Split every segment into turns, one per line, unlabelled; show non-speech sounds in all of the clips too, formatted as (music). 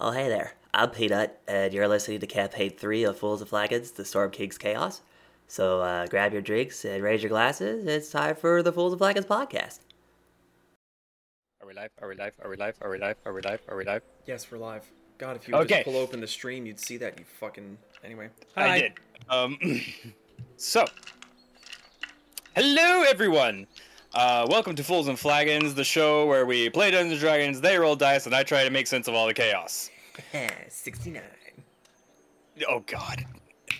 Oh, hey there. I'm Peanut, and you're listening to Campaign 3 of Fools and Flagons, The Storm King's Chaos. So uh, grab your drinks and raise your glasses. It's time for the Fools and Flagons podcast.
Are we live? Are we live? Are we live? Are we live? Are we live? Are we live?
Yes, we're live. God, if you would
Okay.
just pull open the stream, you'd see that. You fucking anyway.
I did. Um, (clears throat) so, hello everyone. Uh, welcome to Fools and Flagons, the show where we play Dungeons and Dragons, they roll dice, and I try to make sense of all the chaos.
Eh,
Sixty-nine.
Oh God,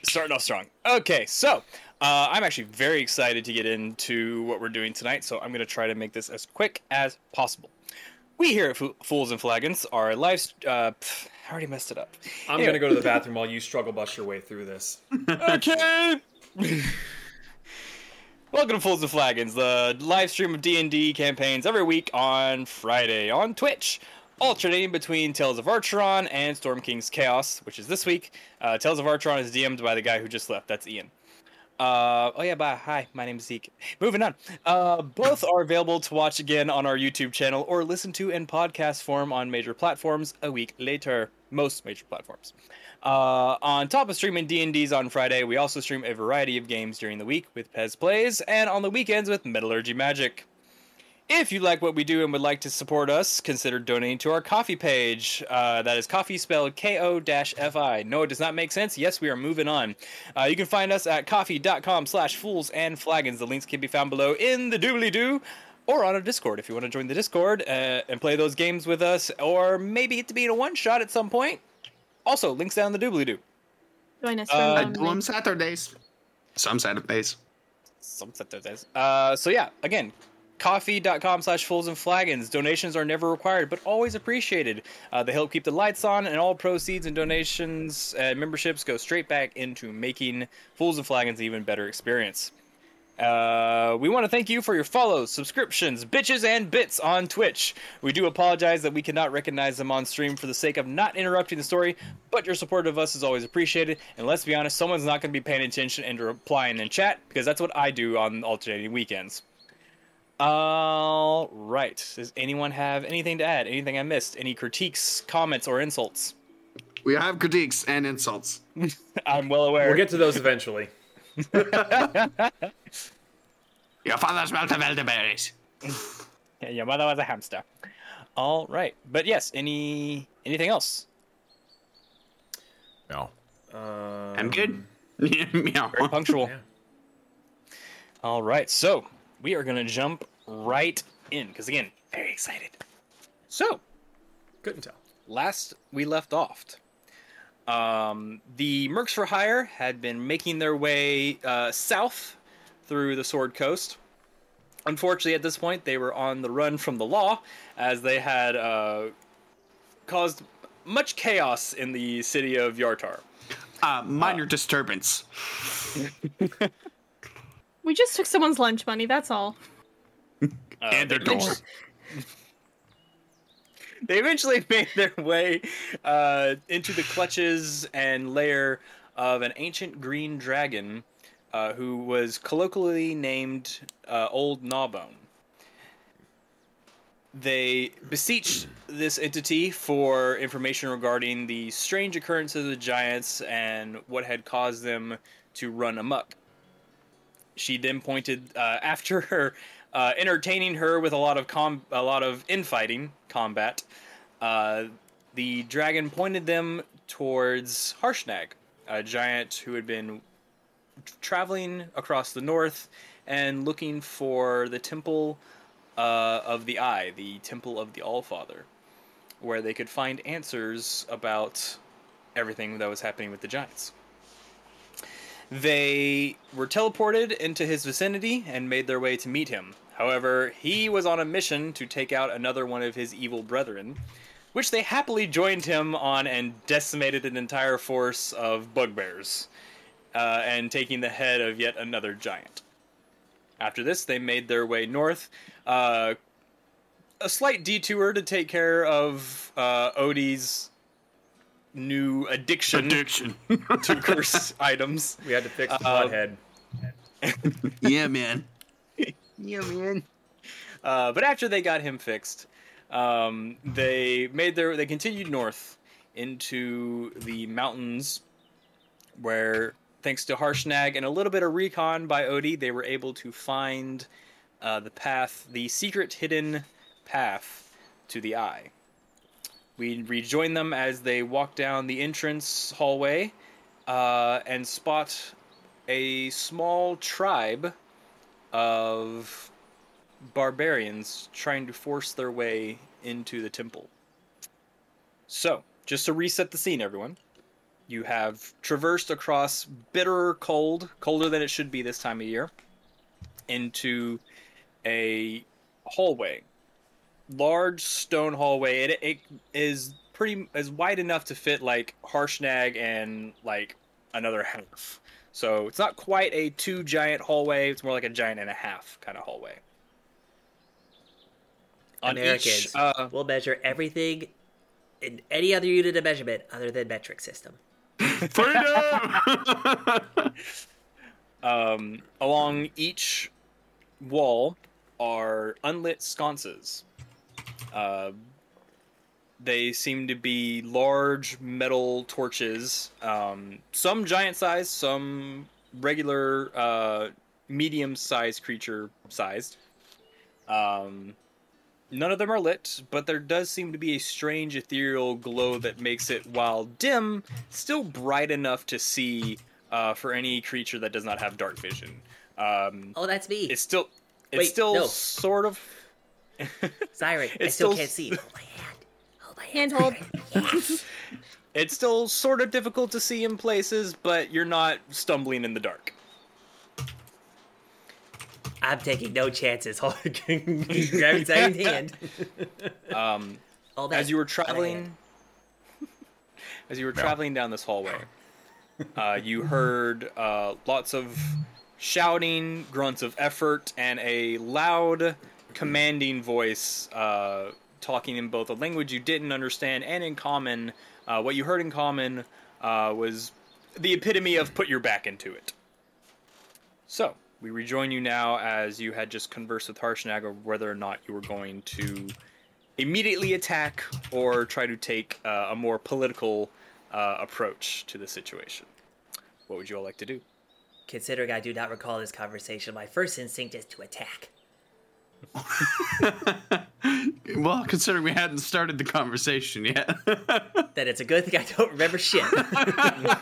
starting off strong. Okay, so uh, I'm actually very excited to get into what we're doing tonight. So I'm going to try to make this as quick as possible. We here at Fo- Fools and Flagons are a live. st- Uh, pff, I already messed it up.
I'm
Anyway.
gonna go to the bathroom while you struggle bust your way through this.
okay. (laughs) Welcome to Fools and Flagons, the live stream of D&D campaigns every week on Friday on Twitch, alternating between Tales of Archeron and Storm King's Chaos, which is this week. Uh, Tales of Archeron is DM'd by the guy who just left. That's Ian. Uh, oh yeah, bye. Hi, my name's Zeke. (laughs) Moving on. Uh, both are available to watch again on our YouTube channel or listen to in podcast form on major platforms a week later. Most major platforms. Uh, on top of streaming D&Ds on Friday, we also stream a variety of games during the week with Pez Plays and on the weekends with Metallurgy Magic. If you like what we do and would like to support us, consider donating to our coffee page. Uh, that is coffee spelled K-O-F-I. No, it does not make sense. Yes, we are moving on. Uh, you can find us at coffee.com slash fools and flagons. The links can be found below in the doobly-doo or on our Discord if you want to join the Discord uh, and play those games with us or maybe get to be in a one-shot at some point. Also, links down in the doobly-doo.
Join us.
Uh,
for
Um,
Mom
do 'em
Night.
Saturdays. Some Saturdays.
Something that says. Uh, so yeah, again, coffee.com slash fools and flagons. Donations are never required, but always appreciated. Uh, they help keep the lights on, and all proceeds and donations and memberships go straight back into making Fools and Flagons an even better experience. Uh, we want to thank you for your follows, subscriptions, bitches, and bits on Twitch. We do apologize that we cannot recognize them on stream for the sake of not interrupting the story, but your support of us is always appreciated. And let's be honest, someone's not going to be paying attention and replying in chat because that's what I do on alternating weekends. All right. Does anyone have anything to add? Anything I missed? Any critiques, comments, or insults? (laughs)
We have critiques and insults.
I'm well aware.
We'll get to those eventually.
Your father smelled of elderberries.
Yeah, your mother was a hamster. All right. But yes, any anything else?
No.
Um,
I'm (laughs) good. Meow.
Very punctual.
Yeah.
All right, so we are gonna jump right in because again, very excited. So
Couldn't tell.
last we left off, um, the Mercs for Hire had been making their way uh, south through the Sword Coast. Unfortunately, at this point, they were on the run from the law as they had uh, caused much chaos in the city of Yartar.
Uh, minor disturbance.
We just took someone's lunch money. That's all.
Uh,
and their
they
door.
eventually- (laughs) they eventually made their way uh, into the clutches and lair of an ancient green dragon uh, who was colloquially named uh, Old Gnawbone. They beseeched this entity for information regarding the strange occurrences of giants and what had caused them to run amok. She then pointed uh, after her uh, entertaining her with a lot of com- a lot of infighting combat. Uh, the dragon pointed them towards Harshnag, a giant who had been t- traveling across the north and looking for the temple uh, of the Eye, the temple of the All Father, where they could find answers about everything that was happening with the giants. They were teleported into his vicinity and made their way to meet him. However, he was on a mission to take out another one of his evil brethren, which they happily joined him on and decimated an entire force of bugbears, uh, and taking the head of yet another giant. After this, they made their way north, uh, a slight detour to take care of uh, Odie's new addiction
Addiction. (laughs)
to curse items.
We had to fix the
Uh,
hothead.
yeah, man. yeah, man.
Uh, but after they got him fixed, um, they made their they continued north, into the mountains where thanks to Harshnag and a little bit of recon by Odie, they were able to find uh, the path, the secret hidden path to the eye. We rejoin them as they walk down the entrance hallway uh, and spot a small tribe of barbarians trying to force their way into the temple. So, just to reset the scene, everyone, you have traversed across bitter cold, colder than it should be this time of year, into a hallway, large stone hallway. It, it is pretty is wide enough to fit like Harshnag and like another half. So it's not quite a two giant hallway. It's more like a giant and a half kind of hallway. On each,
Americans
uh,
will measure everything in any other unit of measurement other than metric system.
Freedom!
um, along each wall are unlit sconces. Uh, they seem to be large metal torches, um, some giant size, some regular uh, medium sized creature sized. Um, none of them are lit, but there does seem to be a strange ethereal glow that makes it, while dim, still bright enough to see uh, for any creature that does not have dark vision. Um,
Oh, that's me,
it's still, it's
Wait,
still
no.
sort of.
Siren. I
it's
still,
still
can't
s-
see. Hold my hand. Hold my hand.
(laughs) Handhold.
It's still sort of difficult to see in places, but you're not stumbling in the dark.
I'm taking no chances. (laughs) Hold, grabbing
(laughs)
Siren's hand.
Um,
All that
as you were
other hand.
traveling, as you were traveling down this hallway, uh, you heard uh, lots of shouting, grunts of effort, and a loud, commanding voice uh, talking in both a language you didn't understand and in common. Uh, what you heard in common uh, was the epitome of put your back into it. So we rejoin you now as you had just conversed with Harshnag of whether or not you were going to immediately attack or try to take uh, a more political uh, approach to the situation. What would you all like to do?
Considering I do not recall this conversation, my first instinct is to attack.
well, considering we hadn't started the conversation yet.
Then it's a good thing I don't remember shit.
I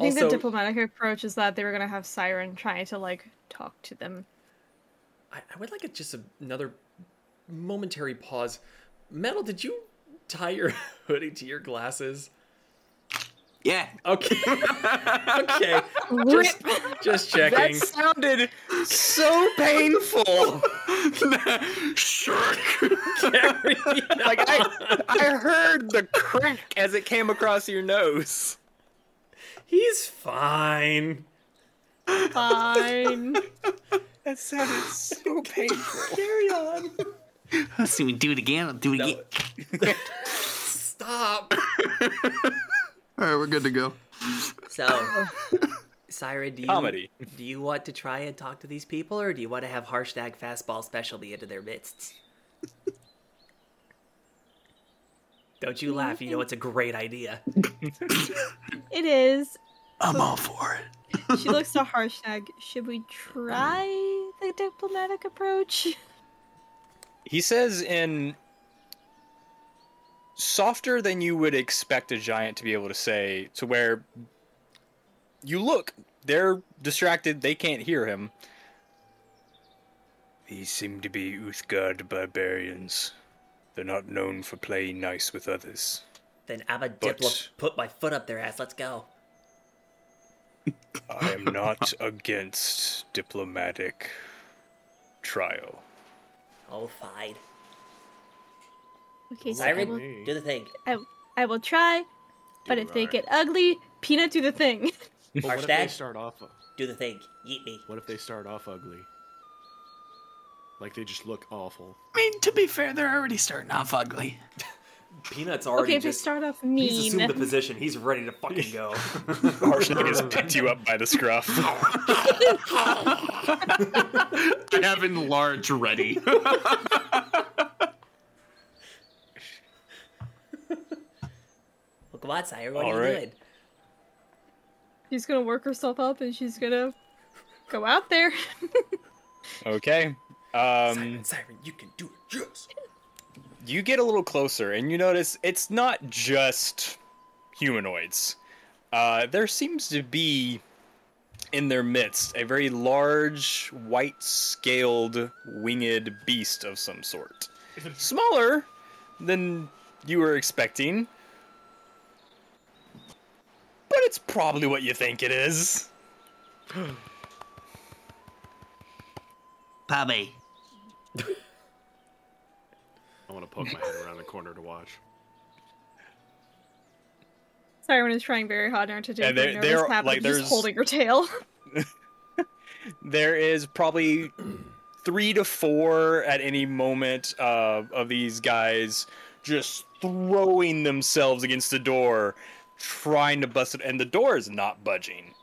think
Also-
the diplomatic approach is that they were gonna have Siren try to like talk to them.
I, I would like a, just another momentary pause. Metal, did you tie your (laughs) hoodie to your glasses?
yeah.
Okay. (laughs) okay. Just, just checking.
sounded so
(laughs)
painful.
Shirk.
(laughs) like I, I heard the crack as it came across your nose.
He's fine.
Fine.
That sounded so painful.
Carry on.
Let's see, we do it again. I'll do it again.
Stop.
All right, we're good to go.
So, Siren, do you,
Comedy.
do you want to try and talk to these people, or do you want to have Harshnag Fastball Special be into their midst? Don't you laugh. You know it's a great idea.
(laughs) it is.
I'm all for it.
She looks to Harshnag. Should we try the diplomatic approach? (laughs)
He says in softer than you would expect a giant to be able to say, to where you look, they're distracted, they can't hear him. These seem to be Uthgard barbarians. They're not known for playing nice with others.
Then I'm a diplo.
But-
Put my foot up their ass. Let's go.
I (laughs) am not against diplomatic trial.
Oh, fine.
Okay, so I will,
Siren, do the thing.
I, I will try, but if they get ugly, Peanut do the thing. (laughs)
But what if they
Hashtag-
start off?
Do the thing. Yeet me.
What if they start off ugly? Like they just look awful.
I mean, to be fair, they're already starting off ugly.
Peanut's already
Okay, if they
just.
start off
He's assumed the
mean,
position. He's ready to fucking go.
Harshnag has picked you up by the scruff.
I have enlarge ready.
Kawatsai, what are you
Alright.
doing?
She's gonna work herself up and she's gonna go out there. (laughs)
Okay. Um,
Siren, you can do it. Yes.
you get a little closer and you notice it's not just humanoids. Uh, there seems to be in their midst a very large, white scaled, winged beast of some sort. Smaller than you were expecting, but it's probably what you think it is.
Pabe.
I want to poke my head around the corner to
(laughs)
watch.
Siren is trying very hard not to do
Yeah,
anything
they- they're-
nervous happen,
like,
but just
there's-
holding her tail. (laughs)
there is probably three to four at any moment uh, of these guys just throwing themselves against the door, trying to bust it, and the door is not budging.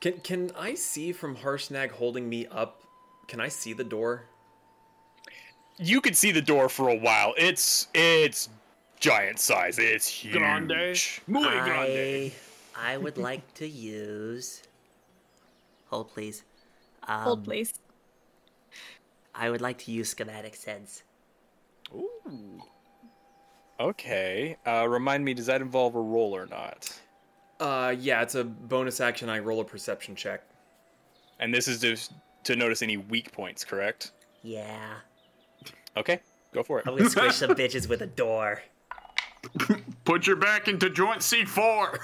Can can I see from Harshnag holding me up? Can I see the door?
You could see the door for a while. It's it's giant size. It's huge.
Grande. Muy grande.
I, I would like to use. Hold, please. Um,
Hold please.
I would like to use schematic sense.
Okay. Uh, remind me, does that involve a roll or not?
Uh, yeah, it's a bonus action. I roll a perception check.
And this is to to notice any weak points, correct?
Yeah.
Okay, go for it.
I'm gonna squish some bitches with a door.
Put your back into joint C four.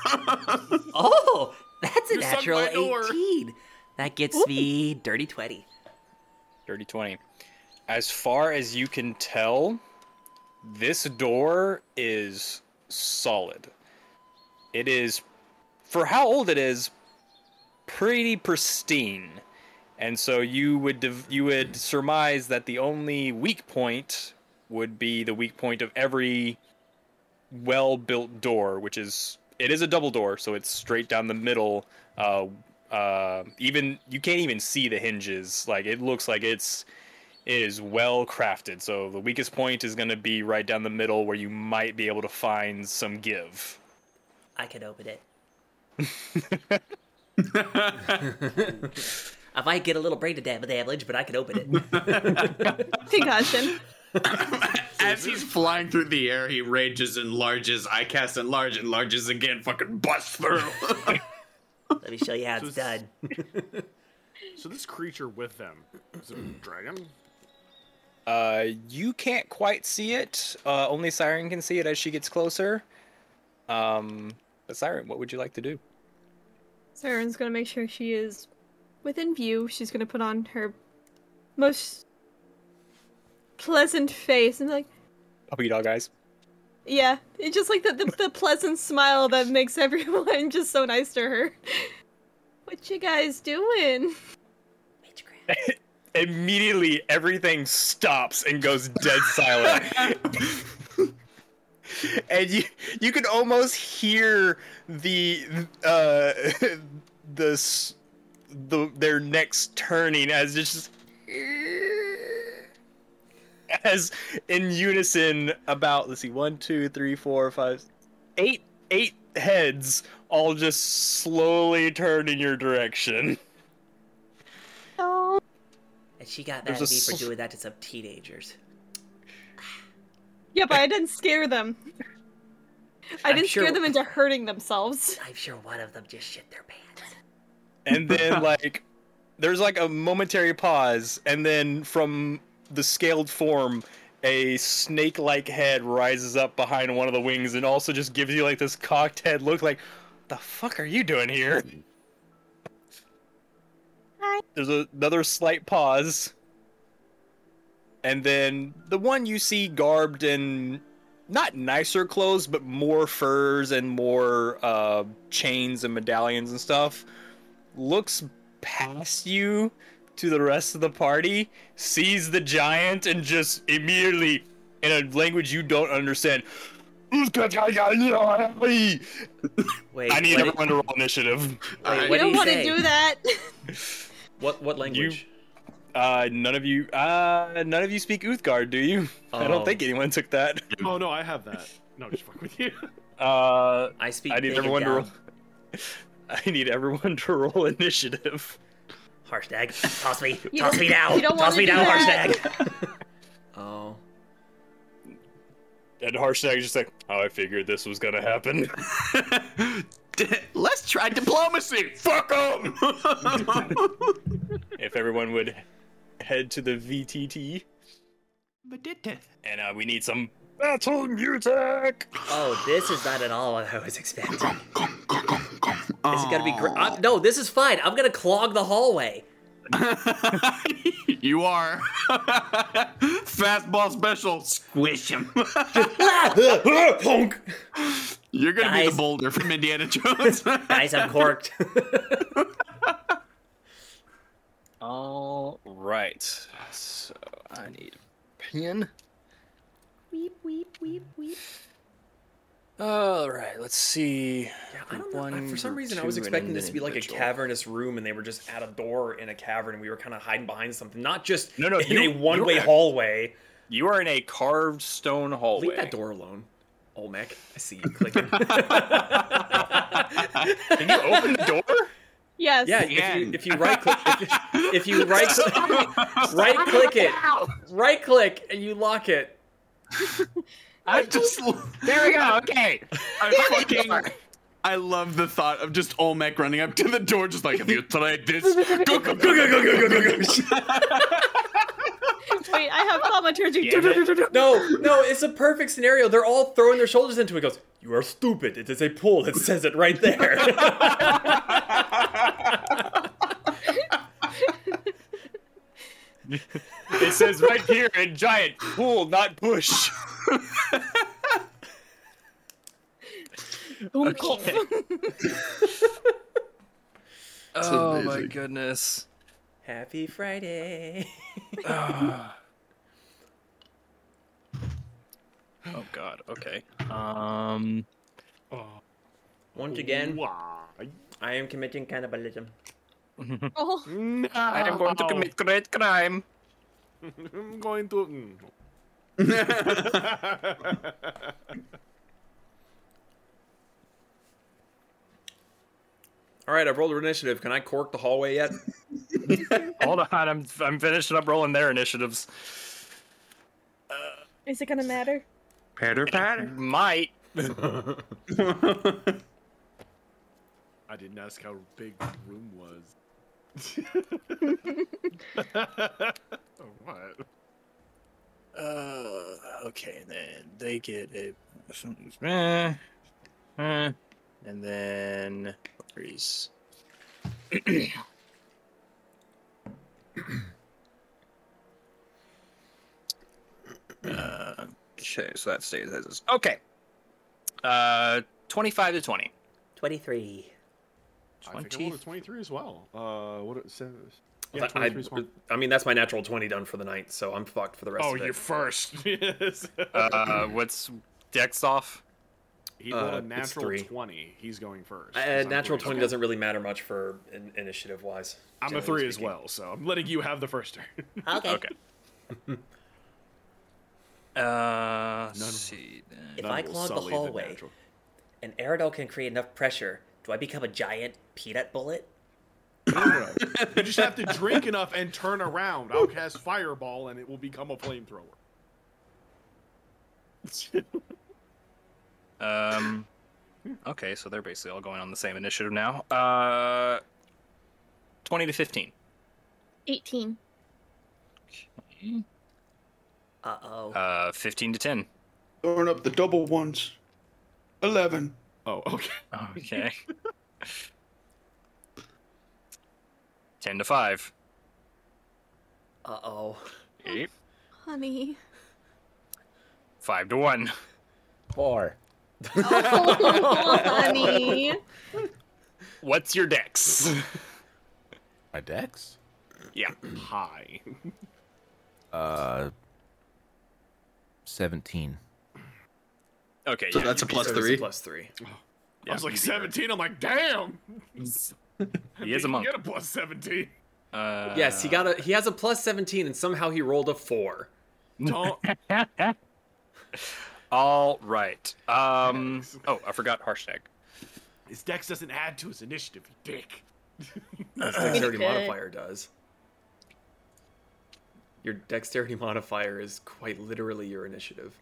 Oh, that's a
sucked
natural
my door.
18. That gets me dirty 20.
Dirty 20. As far as you can tell, this door is solid. It is, for how old it is, pretty pristine. And so you would div- you would surmise that the only weak point would be the weak point of every well-built door, which is it is a double door, so it's straight down the middle. Uh, uh, even you can't even see the hinges. Like it looks like it's it is well crafted. So the weakest point is going to be right down the middle, where you might be able to find some give.
I can open it. I might get a little brain dam- damage, but I can open it. (laughs)
Concussion.
(laughs) As he's flying through the air, he rages, enlarges. I cast enlarge, enlarges again. Fucking bust through.
Let me show you how it's done.
So this creature with them is it a dragon?
Uh, you can't quite see it. Uh, only Siren can see it as she gets closer. Um, but Siren, what would you like to do?
Siren's gonna make sure she is within view. She's gonna put on her most pleasant face and like
Puppy dog eyes.
yeah, it's just like the, the the pleasant smile that makes (laughs) everyone just so nice to her. What you guys doing?
Immediately, everything stops and goes dead silent. (laughs) and you you can almost hear the uh (laughs) the s- the their necks turning as it's just (laughs) as in unison about let's see one two three four five eight eight heads all just slowly turn in your direction (laughs)
Oh,
And she got mad
There's
at
a
me for
s-
doing that to some teenagers.
yeah, but I didn't scare them. I
I'm
didn't
sure-
scare them into hurting themselves.
I'm sure one of them just shit their pants.
and then like there's like a momentary pause and then from the scaled form a snake-like head rises up behind one of the wings and also just gives you like this cocked head look like the fuck are you doing here
Hi.
there's a, another slight pause and then the one you see garbed in not nicer clothes but more furs and more uh, chains and medallions and stuff looks past you to the rest of the party, sees the giant, and just immediately, in a language you don't understand, I
Wait,
need
what,
everyone to roll initiative.
wait,
We
what
don't
do you
want
say?
to do that. (laughs)
What what language?
Uh, none of you, uh, none of you speak Uthgard, do you? I
Oh.
don't think anyone took that.
Oh no, I have that. No, just fuck with you. (laughs)
Uh,
I speak.
I need
naked
everyone to
down.
roll. I need everyone to roll initiative.
Harshnag, toss me,
You
toss
don't-
me down,
you don't
toss
wanna
me
do
down,
that.
Harshnag.
Oh.
And Harshnag just like, oh, I figured this was gonna happen.
(laughs) Let's try diplomacy. Fuck them.
if everyone would head to the VTT,
but did it?
and uh, we need some battle music.
Oh, this is not at all what I was expecting. This
This
is gonna be great. No, this is fine. I'm gonna clog the hallway.
Uh, (laughs) you are (laughs) fastball special. Squish (laughs) him.
Punk.
You're gonna be
Guys.
the boulder from Indiana Jones.
Guys, I'm corked. (laughs)
All right. So I need a pen.
Weep, weep, weep, weep.
All right. Let's see.
Yeah, I don't know. I-
One
For some
or
reason, I was
two an
expecting this to be like a
individual.
cavernous room, and they were just at a door in a cavern, and we were kind of hiding behind something, not just
No, no,
in
you-
a one-way
you're-
hallway.
You are in a carved stone hallway.
Leave that door alone, Olmec. I see you
(laughs)
clicking.
Did you open the door?
Yes.
yeah, if you, if you right-click, if you,
(laughs)
if you right, right-click it, right-click, and you lock it.
I just
There we go. Okay.
I fucking I love the thought of just Olmec running up to the door, just like if you tried this, go go go go go go go go.
Wait, I have
(laughs)
thaumaturgy.
No, no, it's a perfect scenario. They're all throwing their shoulders into it. Goes, you are stupid. It is a pool. It says it right there.
It says right here in giant pool, not push. (laughs) oh my
amazing.
goodness.
(laughs) Happy Friday.
Oh god. Okay. Um.
Once again,
Wah.
I am committing cannibalism.
(laughs) Oh,
I am going to commit great crime.
I'm going to. mm.
All right, I've rolled an initiative. Can I cork the hallway yet?
Hold on. I'm I'm finishing up rolling their initiatives.
is it gonna matter?
Patter patter.
Might.
I didn't ask how big the room was. or what?
Uh, okay, then they get a. Eh, eh, and then. Uh, Freeze. uh, okay, so that stays as is. Okay. Uh, 25 to 20.
Twenty-three.
I think I wanted
20.
23 as well. Uh, what it says. Yeah,
That- I,
23 as well.
(laughs) I mean, that's my natural 20 done for the night, so I'm fucked for the rest
Oh,
of it.
you're first. yes.
Uh, what's Dex off?
he rolled
uh,
a
it's
natural
three.
20. He's going first.
Uh,
because I'm
natural
going
20
second.
doesn't really matter much for in- initiative wise.
I'm a
generally
three as
speaking.
well, so I'm letting you have the first turn.
Okay.
Okay. Uh, let's see. Then.
If
None
I
will
clog the
sully the
hallway
natural.
and Aerodol can create enough pressure, do I become a giant peanut bullet?
you just have to drink enough and turn around. I'll cast fireball, and it will become a flamethrower.
Um. Okay, so they're basically all going on the same initiative now. Uh, twenty to fifteen.
18.
Uh oh.
Uh, fifteen to ten.
Throwing up the double ones. Eleven.
Oh, okay.
Okay. (laughs) ten to five.
Uh oh.
Eight.
Honey.
Five to one.
Four.
Oh, (laughs) honey.
What's
(laughs)
your dex?
My dex?
yeah.
High.
Uh, 17.
Okay.
So
yeah,
that's
you
a plus
So it's a
three.
plus three.
I was like 17. I'm like, damn.
beat- He is
you
a monk.
(laughs)
Get a plus 17.
Uh,
yes, he got a he has a plus 17 and somehow he rolled a 4.
Don't.
All right. Um. Oh, I forgot Harshnag.
His dex doesn't add to his initiative, you dick.
His dexterity
Okay.
modifier does. Your dexterity modifier is quite literally your initiative.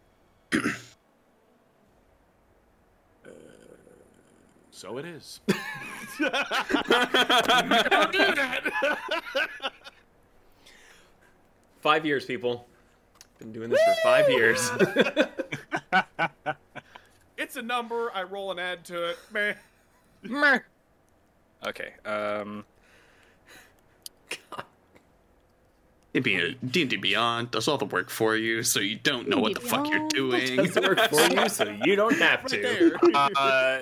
So it is.
Five years, people. Been doing this for five (laughs) years.
(laughs) It's a number. I roll an add to it. Meh.
Okay. Um.
It'd be a D&D Beyond does all the work for you, so you don't know what the fuck you're
(laughs)
doing.
Doesn't work for you, so you don't have to.
Uh.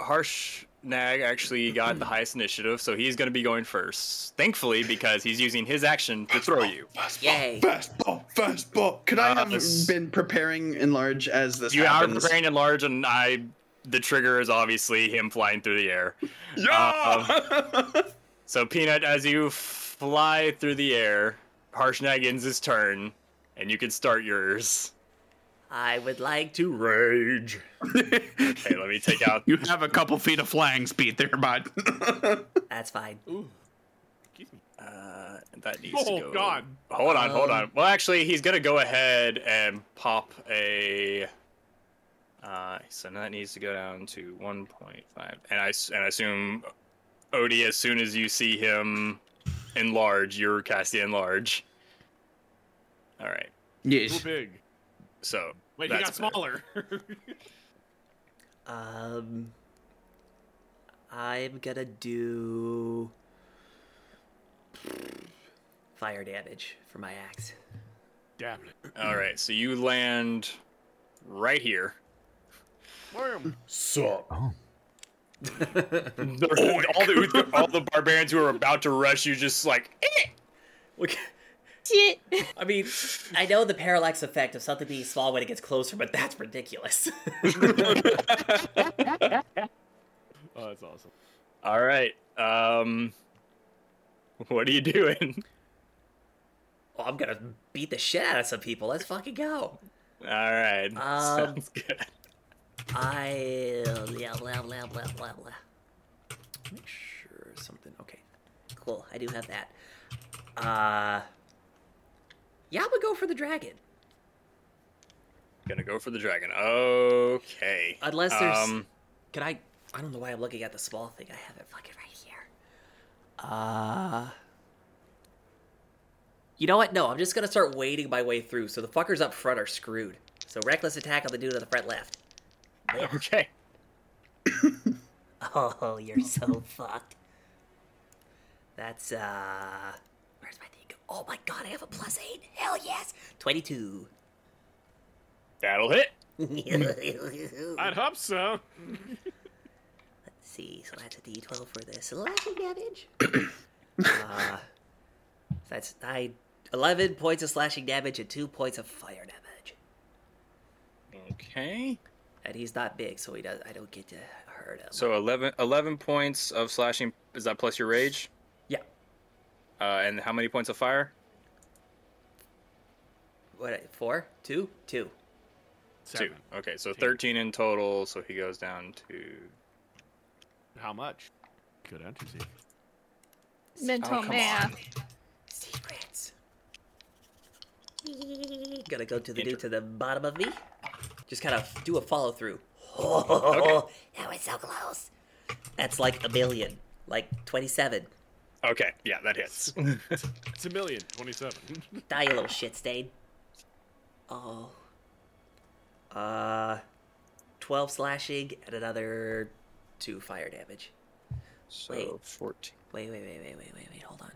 Harsh Nag actually got the highest initiative, so he's going to be going first. Thankfully, because he's using his action to throw you.
Yay.
(laughs) Fastball, fastball. Could I
Uh,
have
this-
been preparing in large as this
You are
happens?
preparing and large, and I. The trigger is obviously him flying through the air. Uh, So Peanut, as you fly through the air, Harshnag ends his turn, and you can start yours.
I would like to rage.
Okay, let me take out.
you have a couple feet of flying speed there, bud. (laughs)
That's fine.
Uh, that needs
Oh,
to go.
God.
Hold on, hold on. Well, actually, he's gonna go ahead and pop a. Uh, so now that needs to go down to 1.5, and I s- and I assume, Odie, as soon as you see him enlarge, you're casting enlarge. All right,
Too
yes.
big.
so
Wait, he got
that's better.
smaller.
Um, I'm gonna do fire damage for my axe.
Damn it.
All right, so you land right here.
So
(laughs) all the Uth- all the barbarians who are about to rush you just like eh!
look,
Shit.
I mean,
I know the parallax effect of something being small when it gets closer, but that's ridiculous. (laughs)
Oh, that's awesome.
all right um what are you doing (laughs)
well, I'm gonna beat the shit out of some people. Let's fucking go.
all right
Um,
sounds good
I yeah, blah, blah, blah, blah, blah. Make sure something. Okay, cool. I do have that. Uh, yeah, I'm gonna go for the dragon.
gonna go for the dragon okay
Unless there's-
um
Can I? I don't know why I'm looking at the small thing. I have it fucking right here. Uh. You know what? No, I'm just gonna start wading my way through. So the fuckers up front are screwed. So reckless attack on the dude on the front left. (laughs)
okay
Oh, you're so (laughs) fucked. That's uh. Where's my thing? Oh my god, I have a plus eight. Hell yes, twenty-two.
that'll hit
I'd hope so.
see, so that's a d12 for this slashing damage. uh, that's nine, 11 points of slashing damage and 2 points of fire damage.
okay
And he's not big, so he does. I don't get to hurt him.
so 11 11 points of slashing is that plus your rage
yeah.
uh and how many points of fire
What? Four? Two? Two.
Seven.
two okay so 13 in total so he goes down to
How much? Good entry. Zeke.
Mental math.
Secrets. Gonna go to the dude to the bottom of me. Just kind of do a follow through. Oh, (laughs) that was so close. That's like a million. Like 27.
Okay, yeah, that hits.
(laughs)
It's a million. 27.
Die, you little shit stain. Oh. Uh. 12 slashing and another 2 fire damage.
so
Wait.
14.
Wait, wait, wait, wait, wait, wait, wait, hold on.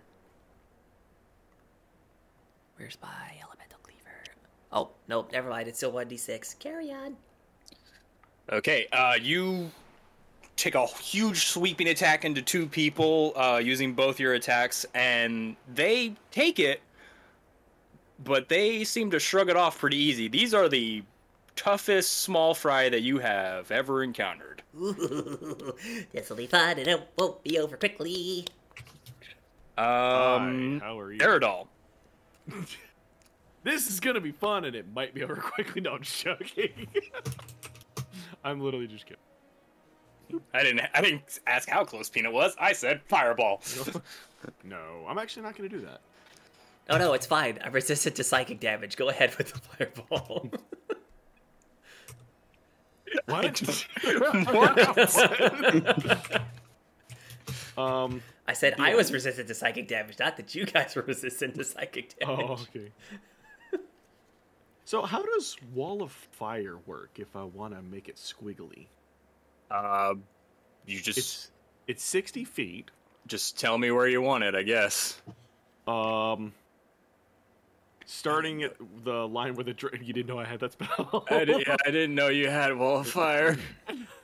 Where's my elemental cleaver? Oh, nope, never mind. It's still 1d6. Carry on. (laughs)
Okay, uh, you take a huge sweeping attack into two people uh, using both your attacks, and they take it, but they seem to shrug it off pretty easy. These are the toughest small fry that you have ever encountered.
Ooh, this'll be fun and it won't be over quickly.
Um,
Hi, how are you?
Aerodol.
This is gonna be fun, and it might be over (laughs) quickly. No, I'm just joking. (laughs) I'm literally just kidding.
I didn't. I didn't ask how close Peanut was. I said fireball.
No, I'm actually not gonna do that.
Oh no, it's fine. I'm resistant to psychic damage. Go ahead with the fireball. (laughs)
What? (laughs) um.
I said I was resistant to psychic damage, not that you guys were resistant to psychic damage.
Oh, okay. So, how does Wall of Fire work if I want to make it squiggly?
Uh, you just
It's it's 60 feet.
just tell me where you want it. I guess.
Um, starting at the line where the dra- you didn't know I had that spell.
(laughs) I, di- yeah, I didn't know you had wall of fire.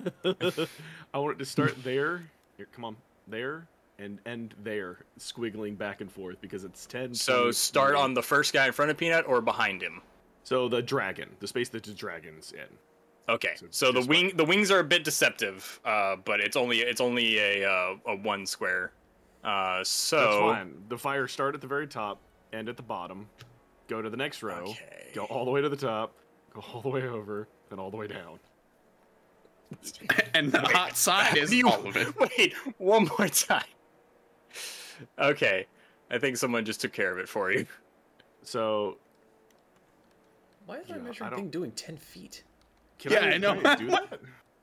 (laughs) I want it to start there. Here, come on, there and end there, squiggling back and forth because it's 10.
So
20,
start
20.
on the first guy in front of Peanut or behind him.
So the dragon, the space that the dragon's in.
Okay.
So
So the
just
wing the wings are a bit deceptive, uh, but it's only it's only a uh, a one square. Uh,
That's
so
fine. The fire start at the very top, end at the bottom, go to the next row,
Okay.
go all the way to the top, go all the way over, then all the way down.
(laughs) And the hot side is all of it.
(laughs) wait one more time. Okay, I think someone just took care of it for you.
So
Why is my
Yeah, I
measuring
don't-
thing doing 10 feet?
can
Yeah,
I,
I know.
can I do that?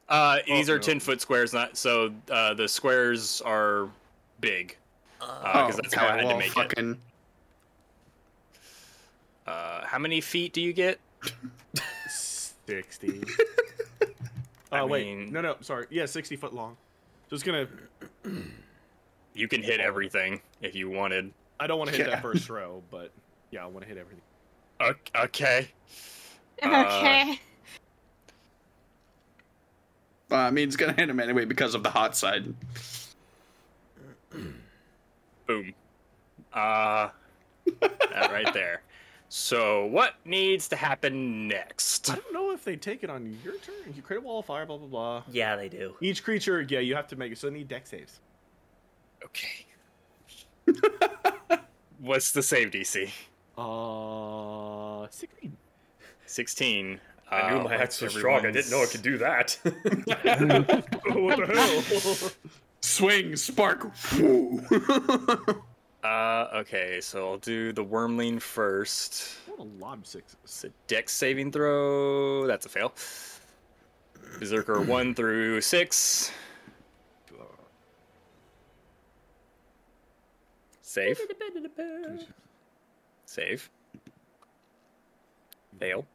Uh, these are
Oh, no.
ten foot squares, not so uh, the squares are big.
Oh,
Because that's how I
God,
had to
well,
make it.
fucking.
Uh, how many feet do you get?
(laughs) Sixty. Oh
I
wait,
mean-
no, no, sorry. Yeah, sixty foot long. So it's gonna.
You can hit everything if you wanted.
I don't want to hit
Yeah.
that first row, but yeah, I want to hit everything.
O- Okay.
Okay.
Uh, I mean, it's gonna hit him anyway because of the hot side.
Boom. Uh, that right there. So, what needs to happen next?
I don't know if they take it on your turn. You create a wall of fire, blah blah blah.
Yeah, they do.
Each creature, yeah, you have to make it. So they need deck saves.
Okay. (laughs) What's the save DC?
Uh, sixteen.
16.
I
Uh,
knew my axe was strong. I didn't know it could do that.
what the hell?
Swing, spark, (laughs) woo.
Uh, okay, so I'll do the wormling first.
(laughs) What a lob sixes.
It's a dex saving throw. That's a fail.
(clears throat)
Berserker 1 through 6. Save. Save. Fail.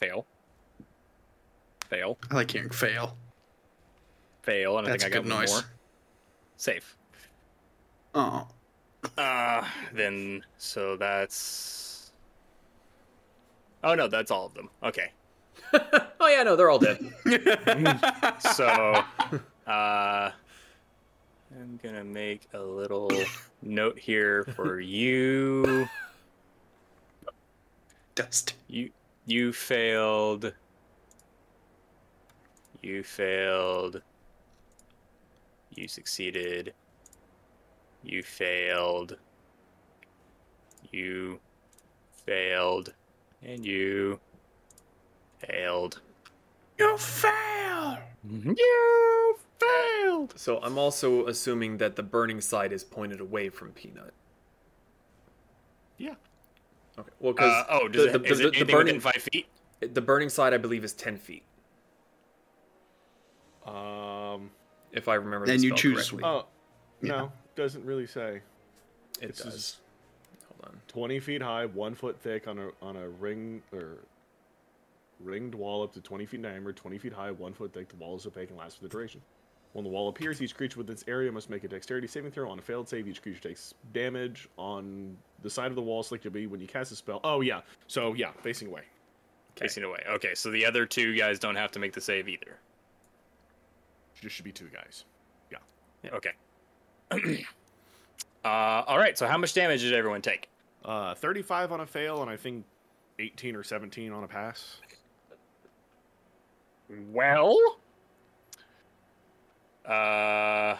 Fail. Fail.
I like hearing fail.
Fail. And I
That's
think I
a
got
good
one
noise.
more. Save.
Oh,
Uh, then so that's. Oh no, that's all of them. Okay,
oh, yeah, no, they're all dead.
so uh, I'm gonna make a little note here for you.
dust.
You you failed. You failed. You succeeded. You failed. You failed. And you failed.
You fail.
Mm-hmm. You failed.
So I'm also assuming that the burning side is pointed away from Peanut.
Yeah.
Okay. Well,
Uh,
because
oh, does
the,
it,
the,
is
the-
it
the
anything
burning
within five feet?
the burning side I believe is 10 feet,
Um.
if I remember. the
And you
spell
choose-
correctly.
Oh, no, doesn't really say.
it
It's
does.
just
Hold on.
twenty feet high, one foot thick on a on a ring or ringed wall up to twenty feet in diameter, twenty feet high, one foot thick. The wall is opaque and lasts for the duration. When the wall appears, each creature within its area must make a dexterity saving throw. On a failed save, each creature takes damage on the side of the wall selected to be when you cast a spell. Oh yeah, so yeah, facing away.
Facing away. Okay, so the other two guys don't have to make the save either.
Just should be two guys. Yeah,
Okay. (clears throat) uh, all right. So how much damage did everyone take?
uh, thirty-five on a fail, and I think eighteen or seventeen on a pass.
Well, uh,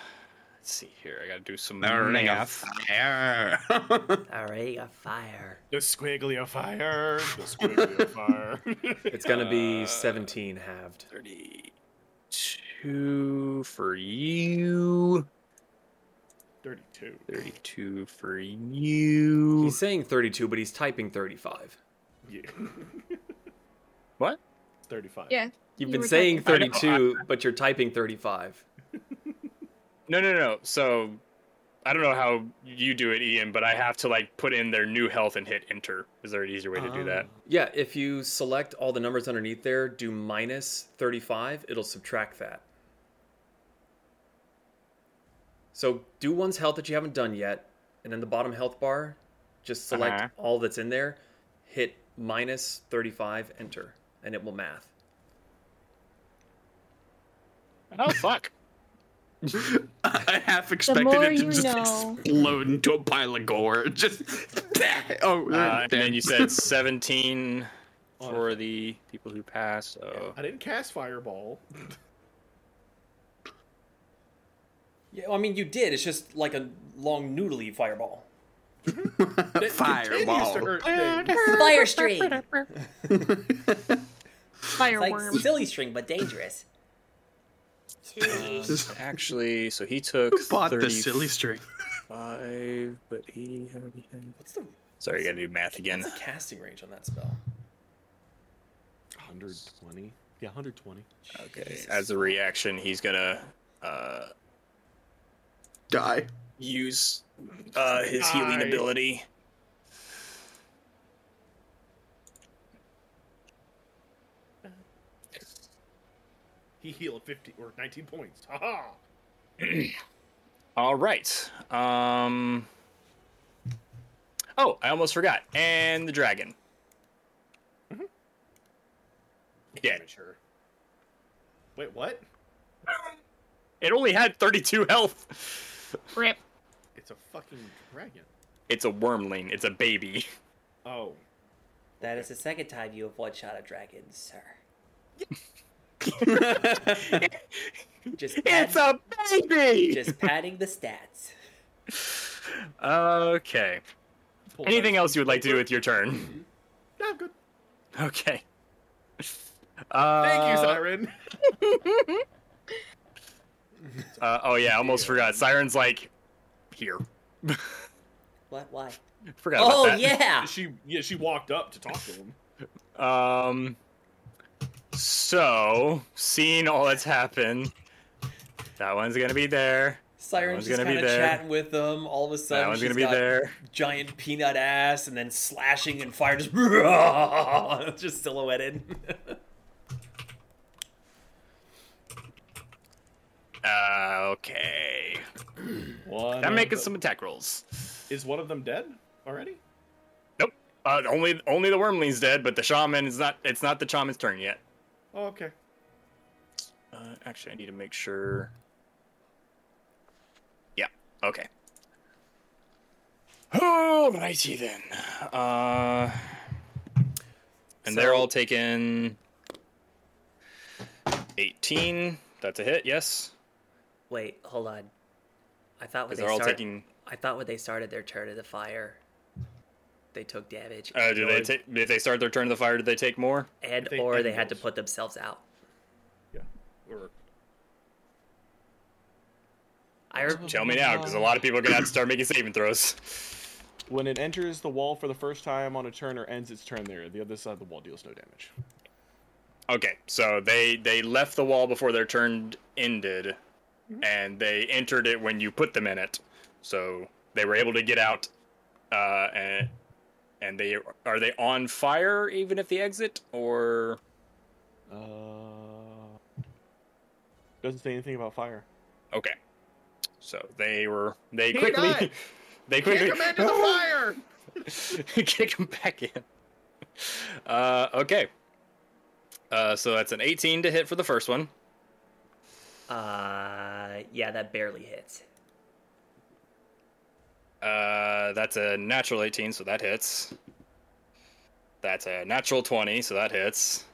Let's see here. I gotta do some
Ring of
math.
Fire.
All right, you got fire.
The squiggly of fire. The squiggly of fire. (laughs)
It's gonna be 17 halved.
Thirty-two for you.
32.
Thirty-two for you.
He's saying 32, but he's typing 35.
Yeah. (laughs)
What?
35.
Yeah.
You've
You
been
were
saying
typing-
I know,
32, but you're typing 35.
No, no, no. So I don't know how you do it, Ian, but I have to like put in their new health and hit enter. Is there an easier way to do that?
Yeah, if you select all the numbers underneath there, do minus 35, it'll subtract that. So do one's health that you haven't done yet, and in the bottom health bar, just select
Uh-huh.
all that's in there, hit minus 35, enter, and it will math.
Oh fuck!
(laughs) I half expected
more
it to
you
just
know.
explode into a pile of gore. (laughs) Just oh,
Uh, and then
damn.
you said
(laughs)
seventeen for the people who passed. So
I didn't cast fireball.
Yeah, I mean, you did. It's just like a long, noodly fireball.
Continues
(laughs)
to
fireball.
hurt things.
Fire
(laughs)
string. Like
Fireworm.
silly string, but dangerous.
actually, so he took
Bought the
35,
silly string.
but he.
What's the
Sorry, I gotta do math again.
what's the casting range on that spell?
120. Yeah, 120.
Okay. As a reaction, he's gonna uh,
Die.
use uh, his healing
Die.
ability.
He healed 50 or 19 points. Haha.
All right. Um. Oh, I almost forgot. And the dragon. Yeah,
Amateur. Wait, what?
it only had 32 health.
Rip.
It's a fucking dragon.
It's a wormling. It's a baby. (laughs)
Oh.
That is the second time you have one shot a dragon, sir.
(laughs)
just pat-
It's a baby.
just padding the stats.
Okay.
Pull
Anything
that-
else you would like to do with your turn? (laughs)
No, I'm good.
Okay.
Thank you,
Uh,
Siren.
Uh, oh yeah, I almost forgot. Siren's like here.
What? Why?
Forgot about
Oh
that.
yeah.
(laughs) She yeah, she walked up to talk to him.
Um. So, seeing all that's happened, that one's gonna be there.
Siren's
one's
just
gonna be
kind of
there.
chatting with them. All of a sudden,
that one's
she's
gonna be
got
there.
giant peanut ass, and then slashing and
(laughs)
(laughs)
fire just just silhouetted.
Uh, okay.
One
I'm
of
making
the-
some attack rolls.
Is one of them dead already?
Nope. Uh, only only the wormling's dead, but the shaman is not. It's not the shaman's turn yet.
Oh, okay.
Uh, actually, I need to make sure. Yeah. Okay. Alrighty then. Uh, and they're all taking eighteen. That's a hit. Yes,
Wait, hold on. I thought when
because
they
they're all
started,
taking.
I thought when they started their turn of the fire, they took damage.
Uh, do they
or-
take? Did they start their turn of the fire? Did they take more?
And
If they-
or
and
they had to
rolls.
put themselves out.
Yeah. Or
I re-
Tell me now, because a lot of people are gonna have to start making saving throws.
When it enters the wall for the first time on a turn or ends its turn there, the other side of the wall deals no damage.
Okay, so they they left the wall before their turn ended, and they entered it when you put them in it. So they were able to get out, uh, and and they are they on fire even if they exit or
Uh, doesn't say anything about fire.
okay. So they were they quickly (laughs) they quickly
fire.
(laughs) kick him back in. Uh, okay. Uh, so that's an 18 to hit for the first one.
uh, yeah, that barely hits.
Uh, that's a natural 18, so that hits. That's a natural 20, so that hits.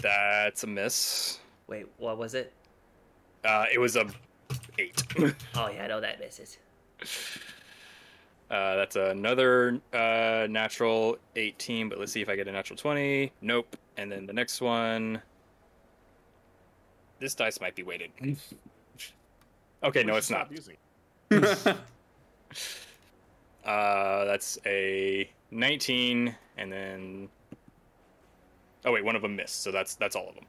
That's a miss.
Wait, what was it?
Uh, it was a eight. (laughs)
Oh yeah, I know that misses.
Uh, that's another uh, natural 18, but let's see if I get a natural 20. Nope. And then the next one. This dice might
(laughs)
be weighted. okay, no, it's not. (laughs)
Using. it.
Uh, that's a 19, and then. Oh wait, one of them missed, so that's that's all of them.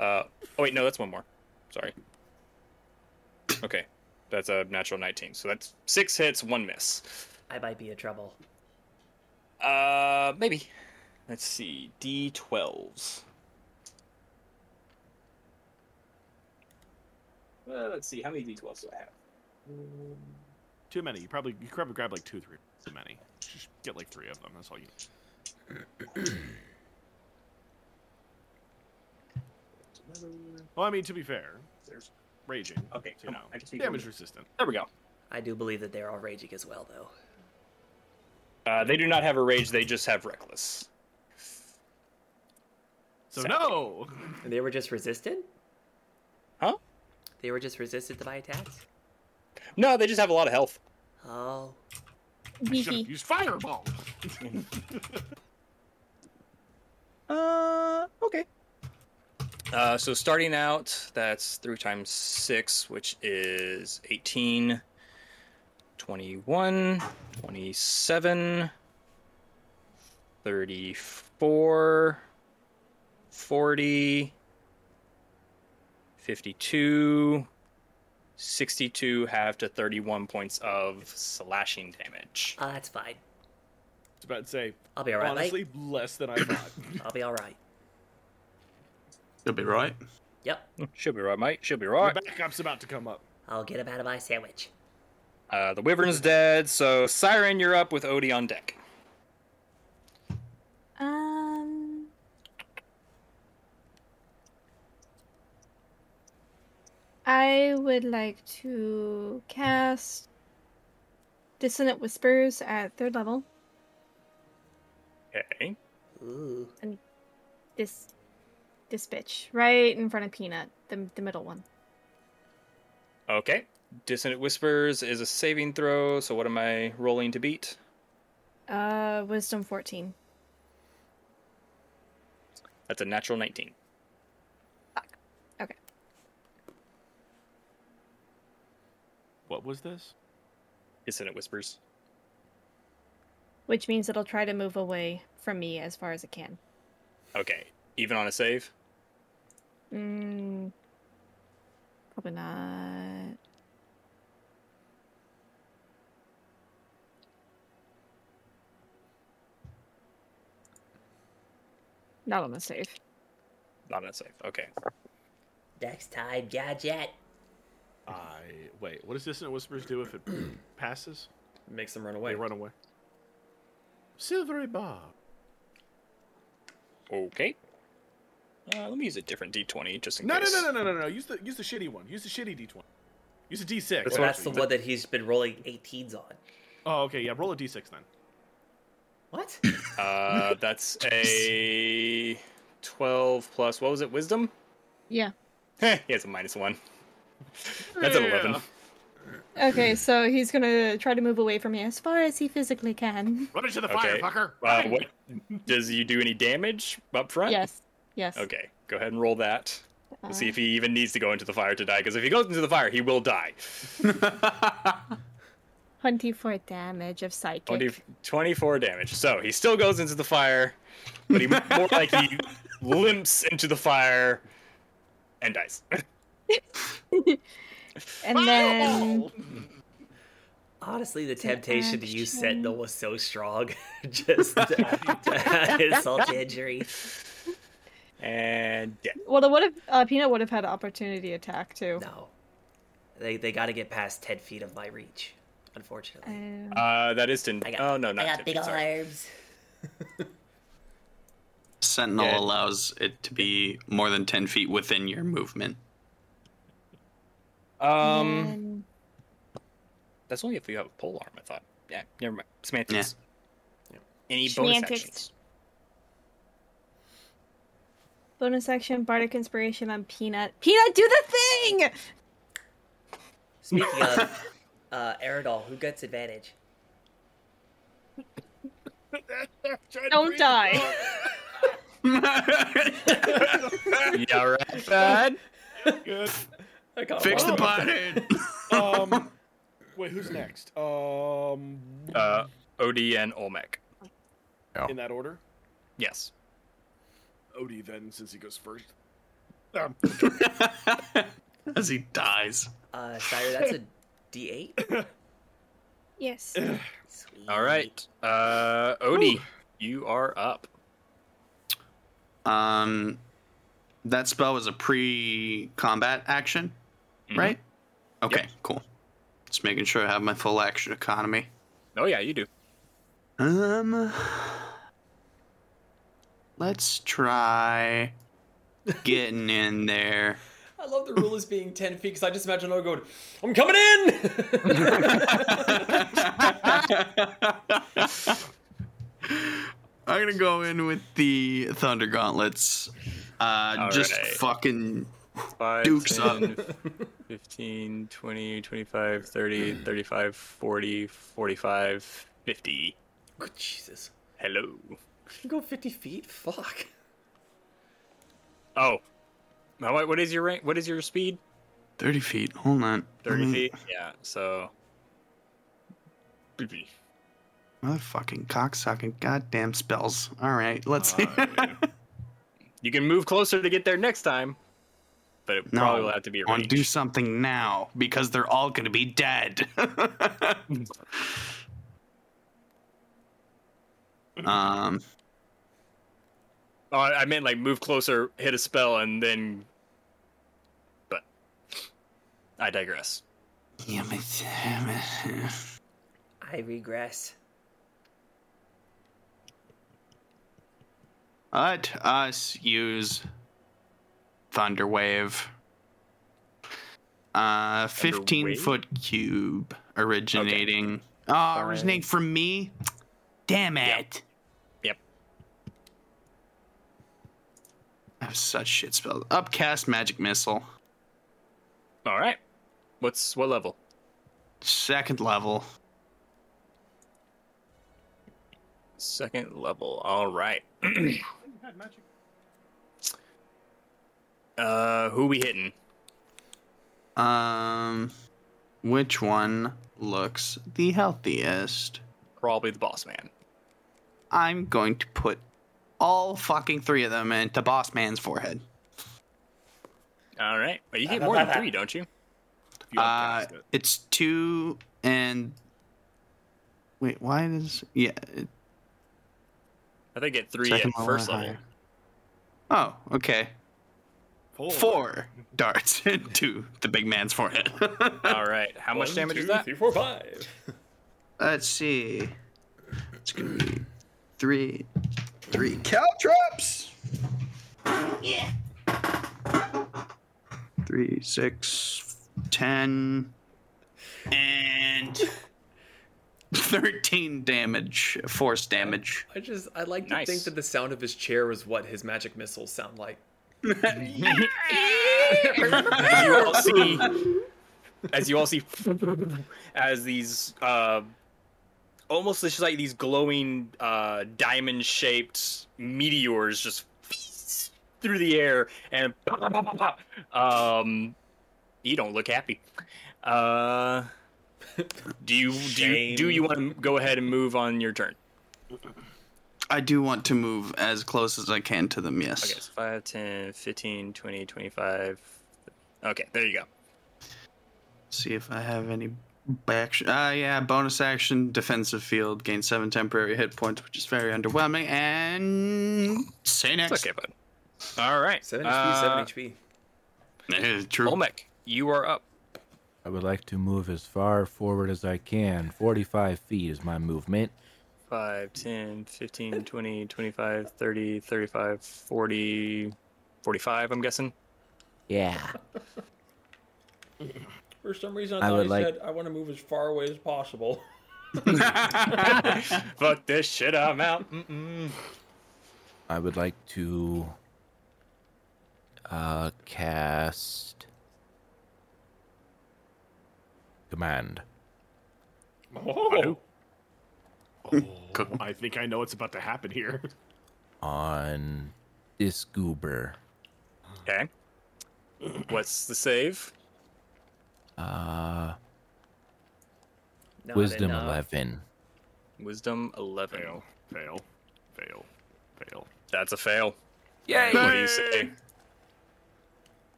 Uh, oh wait, no, that's one more. Sorry. Okay, that's a natural 19, so that's six hits, one miss.
I might be in trouble.
Uh, maybe. Let's see. D12s. Well, let's see. How many D12s do I have?
Too many. You probably you probably grab like two, three. Too many. Just get like three of them. That's all you. Well, I mean, to be fair,
There's-
raging.
Okay,
so, you
come
know,
on, I just need
damage
one.
resistant.
There we go.
I do believe that they're all raging as well, though.
Uh, they do not have a rage. They just have reckless.
So no.
And they were just resistant.
Huh?
They were just resistant to my attacks.
No, they just have a lot of health.
Oh,
Should have
Beefy.
used fireball.
Uh, okay. Uh, so starting out, that's three times six, which is 18, 21, 27, 34, 40, 52, 62 half to 31 points of slashing damage.
oh that's fine.
It's about to say.
I'll be all right,
Honestly, less than I thought.
I'll be all right.
You'll be right.
Yep,
(laughs) Should be right, mate. Should be right.
The backup's about to come up.
I'll get him out of my sandwich.
Uh, the Wyvern's dead, so Siren, you're up with Odie on deck.
Um. I would like to cast Dissonant Whispers at third level.
Okay.
Ooh,
This, this bitch right in front of Peanut, the the middle one.
Okay. Dissonant Whispers is a saving throw, so what am I rolling to beat?
Uh, Wisdom fourteen.
That's a natural 19.
Okay.
What was this?
Dissonant Whispers.
Which means it'll try to move away from me as far as it can.
Okay. Even on a save?
Mm, probably not. Not on the save.
Not on a save. Okay.
next time, gadget.
I wait. What does Distant Whispers do if it passes?
Makes them run
They
away.
run away. Silvery Bob.
Okay. Uh, let me use a different d20 just in
No, no,
case.
no, no, no, no, no. Use the use the shitty one. Use the shitty d20. Use a d6.
Well, that's the
actually.
one that he's been rolling 18s on.
Oh, okay. Yeah, roll a d6 then.
What?
Uh, that's a 12 plus, what was it, Wisdom?
Yeah.
(laughs) Heh, he has a minus one. That's an 11.
Okay, so he's gonna try to move away from me as far as he physically can.
Run into the fire,
Okay.
fucker.
Uh,
Run!
what, does you do any damage up front?
Yes. Yes.
Okay, go ahead and roll that. We'll see if he
Uh.
even needs to go into the fire to die, because if he goes into the fire, he will die.
Twenty-four damage of psychic.
20, 24 damage. So he still goes into the fire,
(laughs)
but he more like he limps into the fire and dies. (laughs)
and then
Honestly, the temptation to use
action.
Sentinel was so strong. (laughs) Just to, to insult to injury.
and yeah.
well, the would have uh, Peanut would have had opportunity attack too.
No. They, they got to get past 10 feet of my reach, unfortunately.
Um,
Uh, that is 10.
I got,
oh, no,
I
not
got
10,
big
sorry.
arms.
Sentinel
Yeah.
allows it to be more than 10 feet within your movement.
Um,
and-
That's only if you have a pole arm, I thought. Yeah, never mind.
Yeah.
Semantics. Any bonus
Semantics.
actions?
Bonus action bardic inspiration on Peanut. Peanut, do the thing!
Speaking of uh, Aerodol, who gets advantage?
Don't die.
yeah,
(laughs)
right, bad.
Good.
I got
(laughs) Fix the
one.
button. (laughs)
Um, wait, who's next? Um,
Uh, Odie and Olmec.
in that order.
Yes.
Odie then, since he goes first.
As he dies.
Uh, Sire, that's a D8.
(laughs) Yes.
Sweet.
All right. Uh, Odie, you are up.
Um, that spell was a pre-combat action, right? Okay, cool. Just making sure I have my full action economy.
Oh yeah, you do.
Um, let's try getting in there.
I love the rule is being 10 feet because I just imagine Odo going, I'm coming in!
(laughs)
I'm gonna go in with the thunder gauntlets. Uh, just
Alright.
fucking
Five,
Dukes up.
(laughs) 15, 20, 25, 30, 35, 40, 45, 50.
Oh, Jesus.
Hello.
You go 50 feet? Fuck.
Oh. Now, What, what is your rank? What is your speed?
thirty feet. Hold on.
30
Let me-
feet? Yeah, so. BB.
Motherfucking cocksucking goddamn spells. All right, let's see. (laughs)
You can move closer to get there next time, but it probably will have to be
I wanna
range.
do something now because they're all gonna
(laughs)
be dead. (laughs) um,
Oh, I I meant like move closer, hit a spell, and then. But. I digress.
yeah, but- yeah,
I regress.
but- let us use thunder wave. Uh, fifteen
wave?
foot cube originating. Oh, originating from me. Damn it!
Yep.
I have such shit spells. Upcast magic missile.
All right. What's what level?
Second level.
Second level. All right. (clears throat) uh, who we hitting?
Um, which one looks the healthiest?
Probably the boss man.
I'm going to put all fucking three of them into Boss Man's forehead.
All right. Well, you get more than three, don't you?
You
Uh,
outcast it.
it's two and wait, why does yeah it-
I think at three
second
at first
or
level.
higher. Oh, okay.
Four.
Four darts (laughs) into the big man's forehead. (laughs)
All right. How much damage is
Two,
that?
three, four, five.
Let's see. It's gonna be three, three caltrops. Yeah. Three, six, ten, and (laughs) thirteen damage, force damage.
I just, I like to
Nice.
think that the sound of his chair was what his magic missiles sound like.
as you all see, as you all see, as these uh, almost just like these glowing uh, diamond-shaped meteors just through the air and um, you don't look happy. Uh, do you do you, do you want to go ahead and move on your turn?
I do want to move as close as I can to them. Yes.
Okay, so 5, 10, 15, 20, 25. Okay, there you go.
See if I have any back. Ah, yeah, bonus action, defensive field, gain seven temporary hit points, which is very underwhelming. And say
It's
next.
okay, bud. All right.
7
uh,
HP, 7 HP.
Eh, true.
Olmec, you are up.
I would like to move as far forward as I can. 45 feet is my movement.
5, 10, 15, 20, 25, 30, 35, 40, 45, I'm guessing.
Yeah.
For some reason,
I thought would he like- said,
I want to move as far away as possible. (laughs)
Fuck Mm, this shit, I'm out.
I would like to Uh, cast. Command.
Oh,
(laughs)
Oh, I think I know what's about to happen here.
on this goober.
Okay. What's the save?
Uh,
Not
wisdom
enough.
11.
Wisdom 11.
Fail, fail, fail, fail.
That's a fail. Yay! What do you say?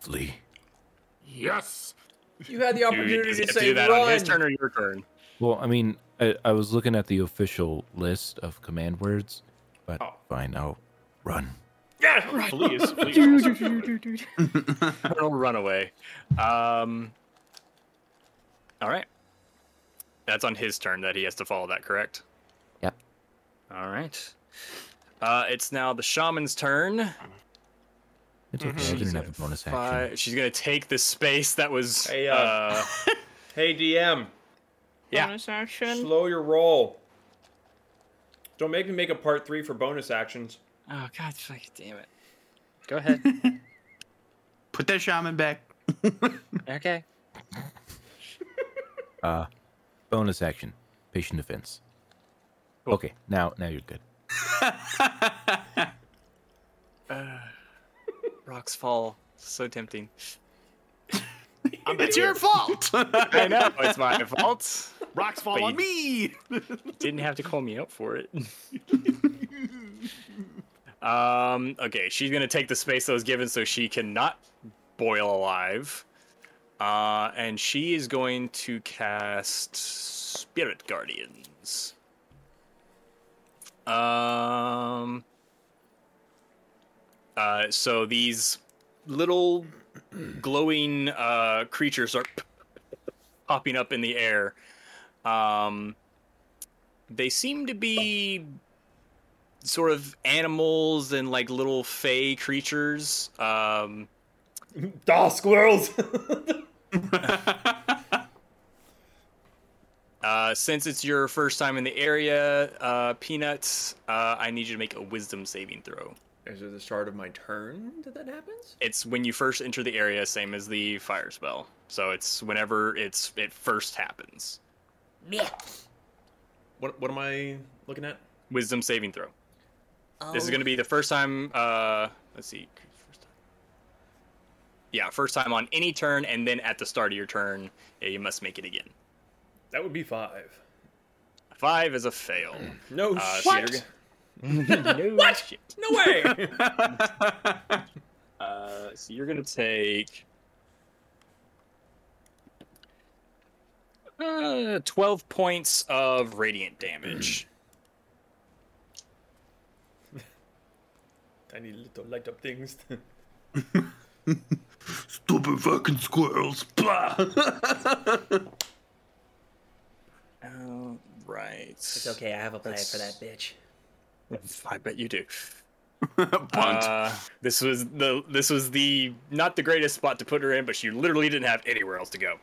Flee.
Yes.
you had the
You
opportunity
just
to
get to do
say
that on his turn
run.
or your turn?
Well, I mean, I, I was looking at the official list of command words, but fine, I'll run.
Yeah. Please, (laughs) please.
(laughs) Colonel Runaway. Um, all right. That's on his turn that he has to follow that, correct?
Yep.
All right. Uh, it's now the shaman's turn.
It's okay. I didn't have a bonus action.
Uh, she's going to take the space that was.
Hey, uh,
uh,
Hey DM,
Yeah.
Bonus action.
slow your roll. Don't make me make a part three for bonus actions.
oh, God, fuck, damn it. Go
(laughs)
ahead.
Put that shaman back. (laughs)
okay.
Bonus action. Patient defense. Okay, now now you're good.
Rocks fall. So tempting.
It's your fault. (laughs)
Uh, I know. It's my fault.
Rocks fall on me.
didn't have to call me out for it. um, okay, she's gonna take the space that was given so she cannot boil alive. Uh, and she is going to cast Spirit Guardians. Um, uh, so these little glowing uh, creatures are popping up in the air. Um, they seem to be sort of animals and like little fey creatures. Um,
Daw squirrels.
(laughs) uh, since it's your first time in the area, uh, Peanuts, uh, I need you to make a wisdom saving throw.
Is it the start of my turn that that happens?
It's when you first enter the area, same as the fire spell. So it's whenever it's it first happens.
What What am I looking at?
Wisdom saving throw. This is
Oh,
going to be the first time. Uh, let's see. First time. Yeah, first time on any turn, and then at the start of your turn, yeah, you must make it again.
That would be five.
Five is a fail.
No
Uh,
Oh, shit.
shit. no what?
No (laughs) way.
(laughs) Uh, so you're gonna take uh, twelve points of radiant damage.
(clears throat) Tiny little light up things.
(laughs) Stupid fucking squirrels. (laughs) Blah.
Oh, right. It's
It's okay. I have a plan for that
That's-
bitch.
I bet you do.
Bunt.
Uh, this was the this was the not the greatest spot to put her in, but she literally didn't have anywhere else to go.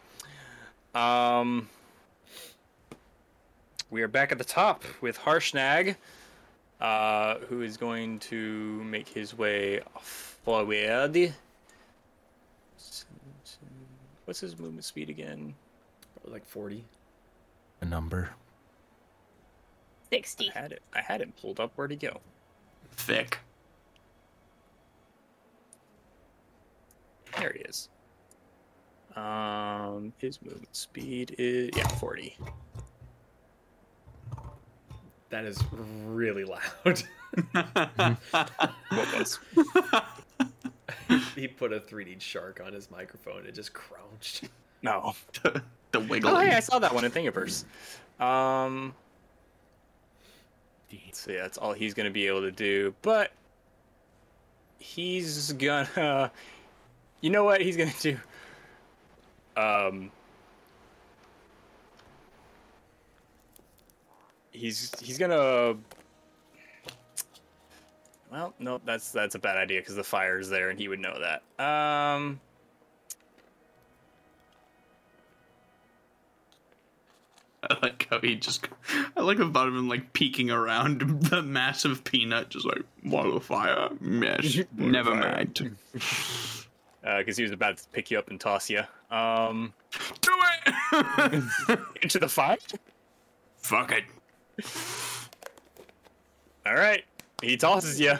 Um, we are back at the top with Harshnag, uh, who is going to make his way forward. What's his movement speed again?
Probably like forty.
A number.
60.
I had it. I had it pulled up. Where'd he go?
Thick. (laughs)
There he is. Um, his movement speed is yeah forty.
That is really loud.
What was?
he put a 3D shark on his microphone. It just crouched.
No.
The wiggle.
Oh, hey, I saw that one in Thingiverse. Um, so yeah, that's all he's gonna be able to do. But he's gonna, you know what he's gonna do? Um, he's he's gonna. Well, no, that's that's a bad idea because the fire's there, and he would know that. Um.
(laughs) I like how he just. I like the bottom of him like peeking around (laughs) the massive peanut, just like wall of fire.
(laughs)
Mesh. Never mind. Do
because uh, he was about to pick you up and toss you um,
it. (laughs)
into the fire.
Fuck it.
All right, he tosses you.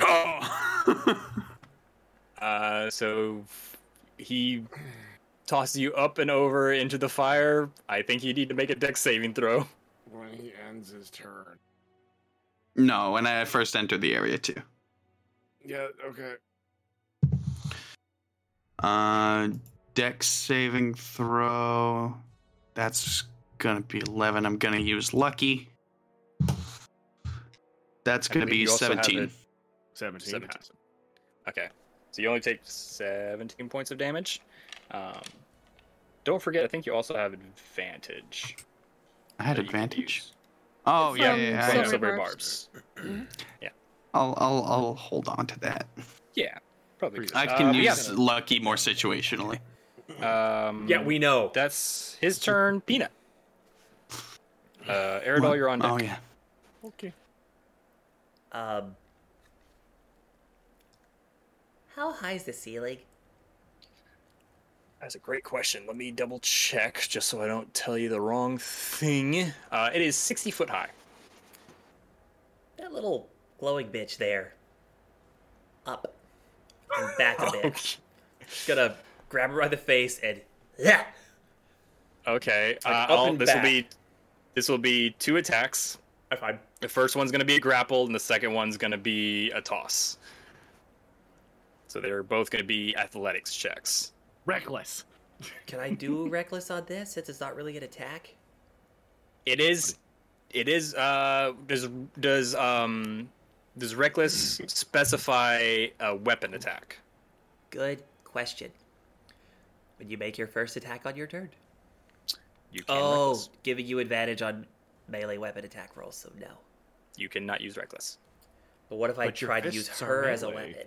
Oh.
Uh, so he tosses you up and over into the fire. I think you need to make a deck saving throw.
When he ends his turn.
no, when I first entered the area too.
Yeah, okay.
Uh, Dex saving throw. That's gonna be eleven. I'm gonna use lucky. That's
And
gonna
then
be
you also have
seventeen.
it-
17.
17. Okay. So you only take 17 points of damage. Um, don't forget, I think you also have advantage.
I had
that you can
advantage.
use
Oh
It's
yeah,
from
yeah, yeah,
From
yeah.
Silver
silver barbs.
barbs.
I'll, I'll I'll hold on to that.
Yeah, probably. good.
I can
Uh, but
use lucky more situationally.
Yeah, um,
Yeah, we know.
That's his turn, Peanut. Uh, Aerodol, you're on deck.
Oh yeah.
Um, how high is the ceiling?
That's a great question. Let me double check just so I don't tell you the wrong thing. Uh, it is 60 foot high.
That little glowing bitch there. Up and back a bit. Just
(laughs)
gonna grab her by the face and yeah.
Okay. Uh,
Like, up
I'll-
and
this will
back.
be this will be two attacks.
If I
The first one's going to be a grapple, and the second one's going to be a toss. So they're both going to be athletics checks.
Reckless.
Can I do (laughs) reckless on this since it's not really an attack?
It is, it is. Uh, does does um does
(clears throat)
reckless specify a weapon attack?
Good question. When you make your first attack on your turn.
You can
Oh,
reckless.
giving you advantage on melee weapon attack rolls, so no.
you cannot use reckless.
But what if I
But your
tried to use
fists are
her as a
melee.
weapon?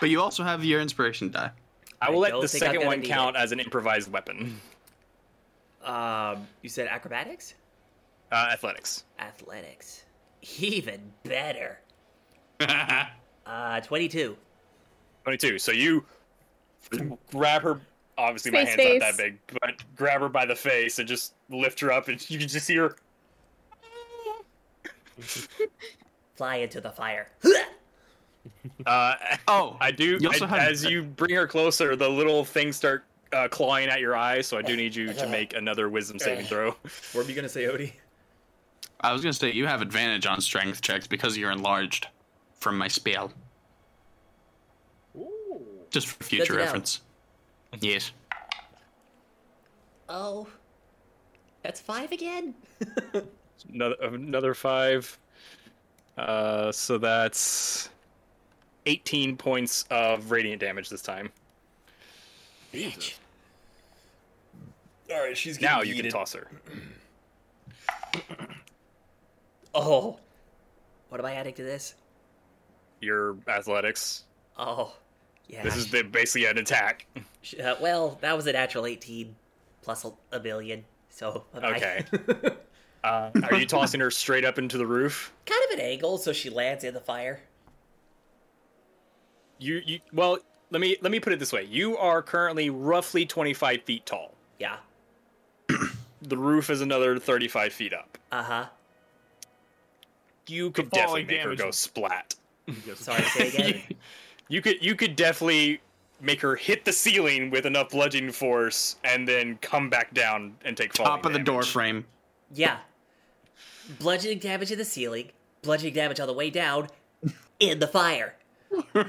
But you also have your inspiration die.
I will
I
let
don't
the
think I'm
second
gonna
one
need
count
it.
as an improvised weapon.
Um, you said acrobatics?
Uh,
(laughs)
athletics.
Athletics. Even better. Uh, 22.
Twenty-two. So you grab her. Obviously, my hand's
Space
not that
face.
big, but grab her by the face and just lift her up, and you can just see her
Fly into the fire. (laughs)
Uh,
Oh,
I do.
You also
I-
have-
as you bring her closer, the little things start uh, clawing at your eyes. So I do need
(laughs)
you to make another Wisdom saving throw.
what were you gonna say, Odie?
I was gonna say you have advantage on strength checks because you're enlarged from my spell. Just for
to
future
know.
reference. Yes.
Oh. That's five again?
Another, another five. Uh, so that's eighteen points of radiant damage this time.
Bitch.
All right, she's
Now you can toss her.
Oh. What am I adding to this?
Your athletics.
Oh. Yeah.
This
(laughs)
is the, basically an attack.
Sh- Uh, well, that was a natural 18 plus a, a million, so. bye-bye.
Okay. Uh, are you tossing her straight up into the roof?
(laughs) kind of an angle, so she lands in the fire.
You, you well, let me let me put it this way. You are currently roughly 25 feet tall.
Yeah.
The roof is another 35 feet up.
Uh huh.
You could
The
definitely
falling
make her
damage.
go splat.
Sorry, say
(laughs)
again.
You could you could definitely make her hit the ceiling with enough bludgeoning force and then come back down and take falling
Top of the door
damage.
(laughs) frame.
yeah. Bludgeoning damage in the ceiling, bludgeoning damage on the way down, in the fire.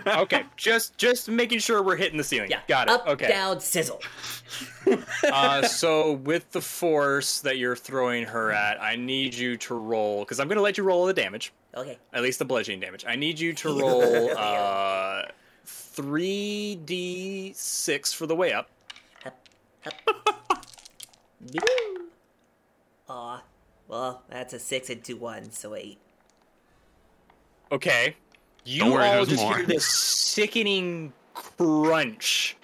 okay, just just making sure we're hitting the ceiling.
Yeah.
Got it.
Up,
okay.
down, sizzle.
uh, so with the force that you're throwing her at, I need you to roll because I'm gonna let you roll the damage.
Okay.
At least the bludgeoning damage. I need
(laughs)
you to roll uh, 3d6 for the way up.
Hup, hup. Aw. Well, that's a six and two ones, so eight.
Okay. You
Don't worry,
all
there's
just
more.
hear this sickening crunch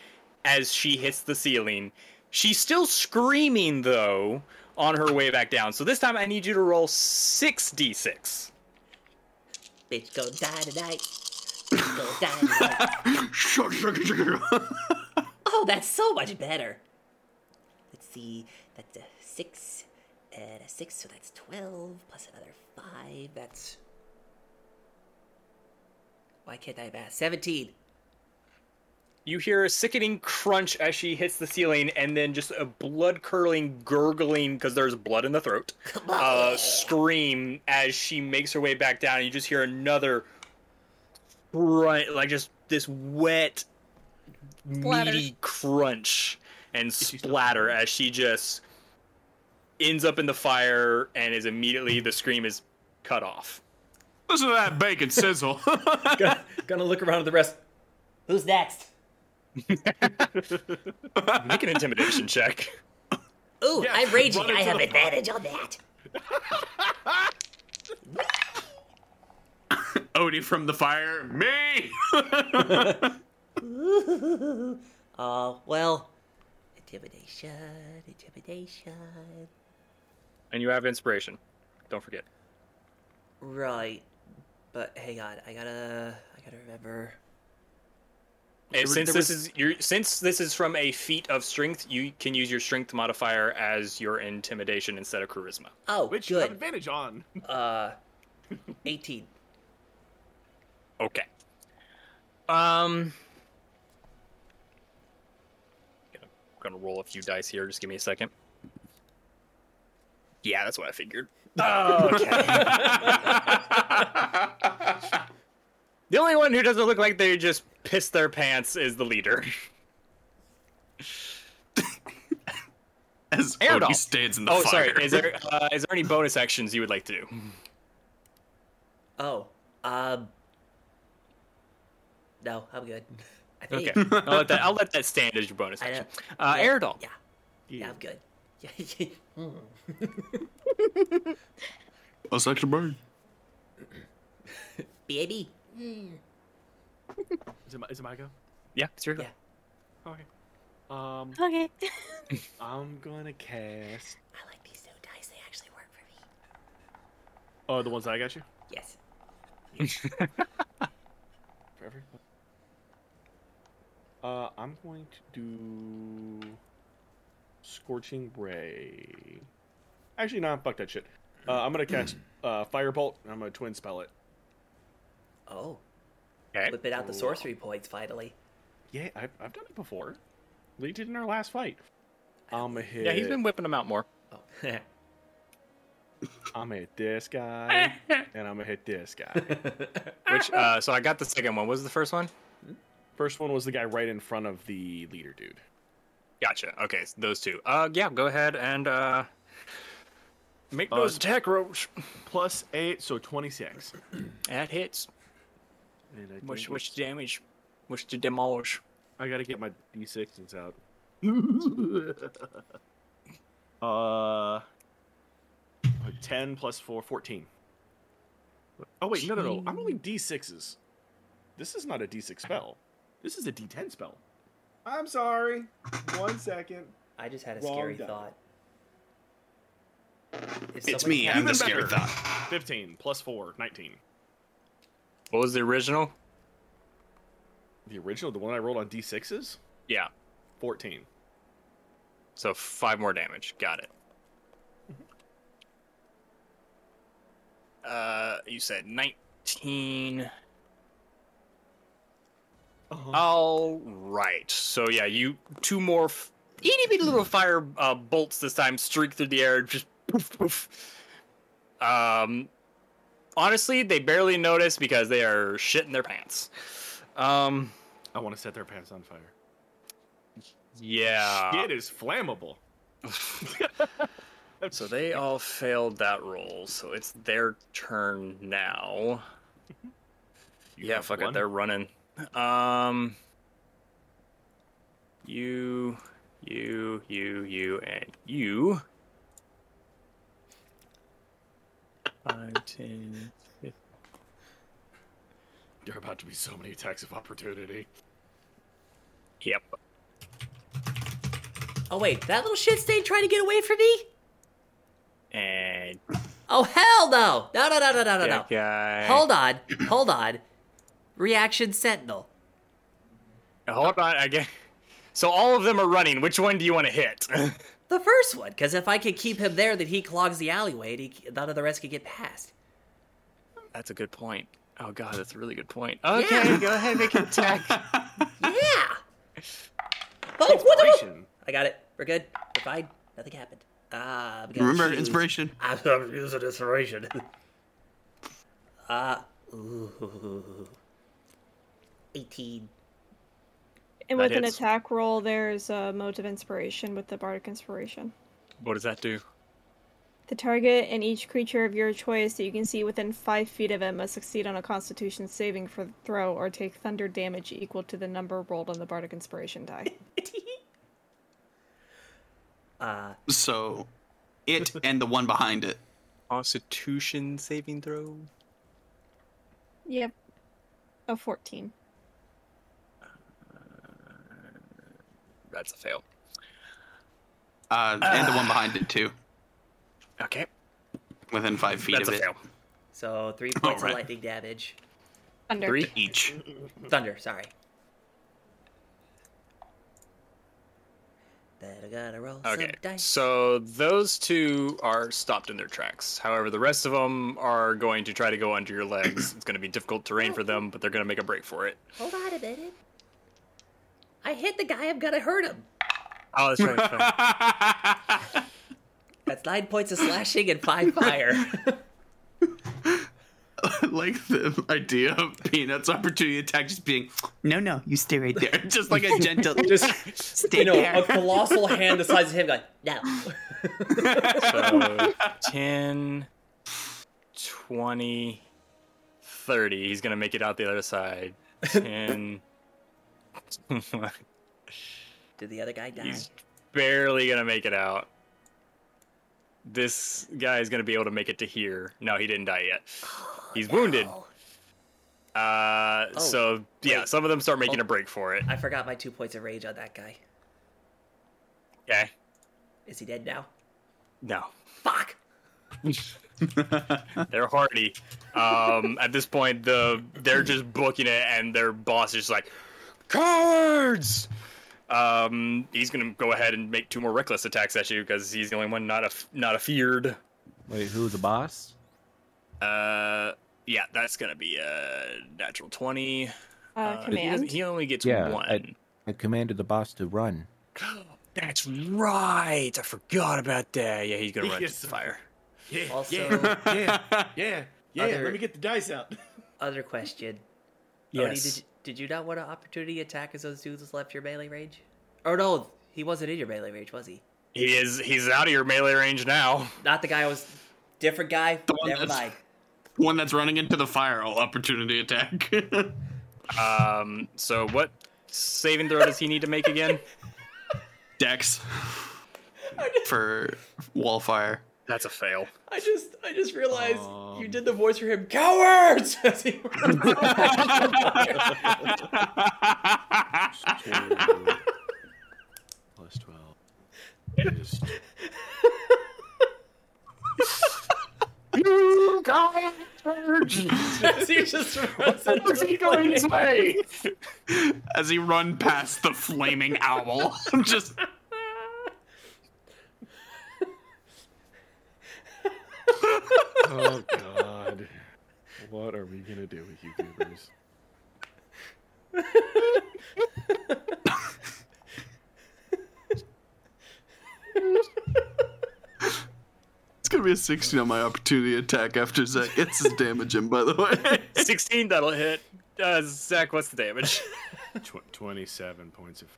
as she hits the ceiling, She's still screaming though on her way back down. So this time I need you to roll 6d6.
Bitch, go die tonight. Bitch, go die tonight.
(laughs)
Shugga, shugga, shugga.
Oh, that's so much better. Let's see. That's a six and a six, so that's twelve plus another five. That's why can't I math? Seventeen.
You hear a sickening crunch as she hits the ceiling, and then just a blood curdling, gurgling, because there's blood in the throat, uh, scream as she makes her way back down. you just hear another, right, like just this wet,
Splatter.
meaty crunch and splatter as she just ends up in the fire and is immediately, the scream is cut off.
Listen to that bacon sizzle. (laughs)
Gonna, gonna look around at the rest.
Who's next?
Make an intimidation check.
Ooh,
(laughs) Yeah,
I'm raging.
run into
I have
the-
advantage on that.
Odie from the fire. Me. (laughs)
(laughs) Uh, well, intimidation, intimidation.
And you have inspiration. Don't forget.
Right, but hang on. I gotta, I gotta remember.
And
was-
since
there
this
was-
is your since this is from a feat of strength, you can use your strength modifier as your intimidation instead of charisma.
Oh,
Which you have
good.
advantage on.
Uh, eighteen.
Okay. Um gonna- gonna roll a few dice here, just give me a second. Yeah, that's what I figured. (laughs) The only one who doesn't look like they just pissed their pants is the leader.
As
Aerodol.
Odie stands in the
Oh,
fire.
sorry. Is there uh, is there any bonus actions you would like to do?
Oh, um, no, I'm good. I think.
Okay, (laughs) I'll let that I'll let that stand as your bonus
I know.
action. Uh,
Yeah,
Aerodol.
Yeah. Yeah, I'm good. (laughs) Yeah,
Let's like to burn.
baby.
Is it, my- is it my go?
Yeah, it's your go.
Yeah.
Okay. Um,
Okay.
I'm gonna cast.
I like these new dice. They actually work for me.
Oh, the ones that I got you.
Yes.
Forever. Uh, I'm going to do scorching ray. Actually, no, fuck that shit. Uh, I'm gonna cast uh, firebolt and I'm gonna twin spell it.
Oh,
Okay.
whipping out the sorcery points finally.
Yeah, I've, I've done it before. Lee did in our last fight. I'm a hit.
Yeah, he's been whipping them out more.
Oh,
I'm gonna hit
(laughs)
this guy, and I'm gonna hit this guy.
Which, uh, so I got the second one. What was the first one?
First one was the guy right in front of the leader dude.
Gotcha. Okay, so those two. Uh, yeah, go ahead and uh, make those attack rolls.
Plus eight, so twenty-six.
That hits.
And I
What's
think
what's the damage? What's the demolish?
I gotta get my d6s out. (laughs) uh, ten plus four, 14. Oh wait, no, no, no. I'm only d6s. This is not a d6 spell. This is a d10 spell. I'm sorry. One second.
I just had a
Wrong
scary
die.
thought. If
It's
someone
me.
had-
I'm the
Even
scary
better.
thought.
Fifteen plus four, 19.
What was the original?
The original, the one I rolled on d6s,
Yeah.
fourteen.
So five more damage. Got it. Uh, you said 19. All right. So yeah, you two more f- itty bitty little fire uh, bolts this time streak through the air, just poof poof. Um, honestly, they barely notice because they are shitting their pants. Um,
I want to set their pants on fire.
yeah.
it is (laughs) flammable.
So they all failed that roll, so it's their turn now.
You
yeah,
have
fuck
one.
it, they're running. Um, you, you, you, you, and you. 5, 10, 15.
There are about to be so many attacks of opportunity.
Yep.
Oh wait, that little shit stain trying to get away from me?
And
Oh hell no! No no no no no no no.
that guy.
Hold on, hold on. Reaction Sentinel.
Hold on. I get. So all of them are running. Which one do you want to hit? (laughs)
The first one, because if I could keep him there, then he clogs the alleyway, and he, none of the rest could get past.
that's a good point. Oh god, that's a really good point. Okay, go ahead, make an attack. Ah.
Yeah.
(laughs)
Oh, what the?
Inspiration.
I got it. We're good. We're fine. Nothing happened. Ah, we gotta
Remember,
choose.
inspiration.
I'm, I'm using inspiration. Ah, uh, ooh,
(laughs)
eighteen.
And
That
with an
hits.
attack roll, there's a motive inspiration with the bardic inspiration.
What does that do?
The target and each creature of your choice that you can see within five feet of it must succeed on a Constitution saving for throw or take thunder damage equal to the number rolled on the bardic inspiration die.
(laughs)
So, it and the one behind it.
Constitution saving throw.
yep. A fourteen.
That's a fail.
Uh, and the one behind it too,
Okay,
within five feet
that's
of
a
it.
fail.
So three points
Alright.
of lightning damage.
Thunder.
Three each.
Thunder, sorry. Better gotta roll some
Okay,
dice.
so those two are stopped in their tracks. However, the rest of them are going to try to go under your legs. it's going to be difficult terrain for them, but they're going to make a break for it.
Hold on a minute. I hit the guy, I'm gonna hurt him.
Oh, that's right. that's right.
(laughs)
That's nine points of slashing and five fire.
(laughs) like the idea of Peanut's opportunity attack just being, no, no, you stay right there, (laughs) just like a gentle, just stay
You know, a
(laughs)
there.
colossal hand the size of him.
Like, no.
so 10, 20, 30. He's going to make it out the other (laughs) side. (laughs) 10.
Did the other guy die?
He's barely going to make it out. This guy is going to be able to make it to here. No, he didn't die yet. He's wounded.
Oh,
Uh,
Oh,
so yeah,
wait.
some of them start making
Oh.
a break for it.
I forgot my two points of rage on that guy.
Okay.
Is he dead now?
No.
Fuck!
They're hardy. Um, (laughs) at this point, the they're just booking it, and their boss is like, "Cards." Um, he's gonna go ahead and make two more reckless attacks at you because he's the only one not a not a feared.
Wait, who the boss?
Uh, yeah, that's gonna be a natural twenty.
Uh,
Uh, he doesn't-
command.
He only gets
Yeah,
one.
I, I commanded the boss to run.
(gasps) That's right. I forgot about that. Yeah, he's gonna run
Yes.
to the fire.
Yeah,
Also,
yeah, yeah, yeah, yeah.
Other-
Let me get the
(laughs)
dice out.
other question. Odie, did, you, did you not want an opportunity attack as those dudes left your melee range? Or no, he wasn't in your melee range, was he?
He is. He's out of your melee range now.
Not the guy I was. Different guy?
one
Never
that's-
mind.
One that's running into the fire, all opportunity attack. (laughs)
Um. So what saving throw does he need to make again?
Dex for wallfire.
(laughs) That's a fail.
I just, I just realized you did the voice for him. Cowards! (laughs) As he runs
(laughs) Plus 12. It is (laughs)
as he just runs into the plane.
As he run past the flaming owl, (laughs) just
(laughs) Oh God! What are we gonna do with you goobers?
it's gonna be a sixteen on my opportunity attack after Zach gets his damage in. By the way,
Sixteen. That'll hit. Uh, Zach, what's the (laughs) damage?
Tw- Twenty-seven points of,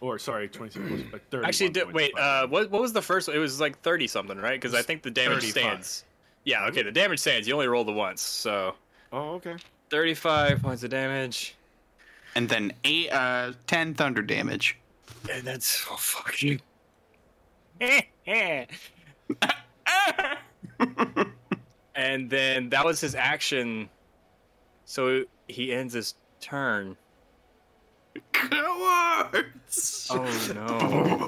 or sorry, twenty-seven points. Like thirty.
Actually, d- wait. Uh, what what was the first? It was like thirty something, right? Because I think the damage
35.
stands. Yeah. Okay. The damage stands. You only rolled the once, so
Oh, okay.
thirty-five points of damage.
and then eight, uh, ten thunder damage.
And that's oh fuck (laughs) you. and then that was his action. So he ends his turn.
Cowards!
Oh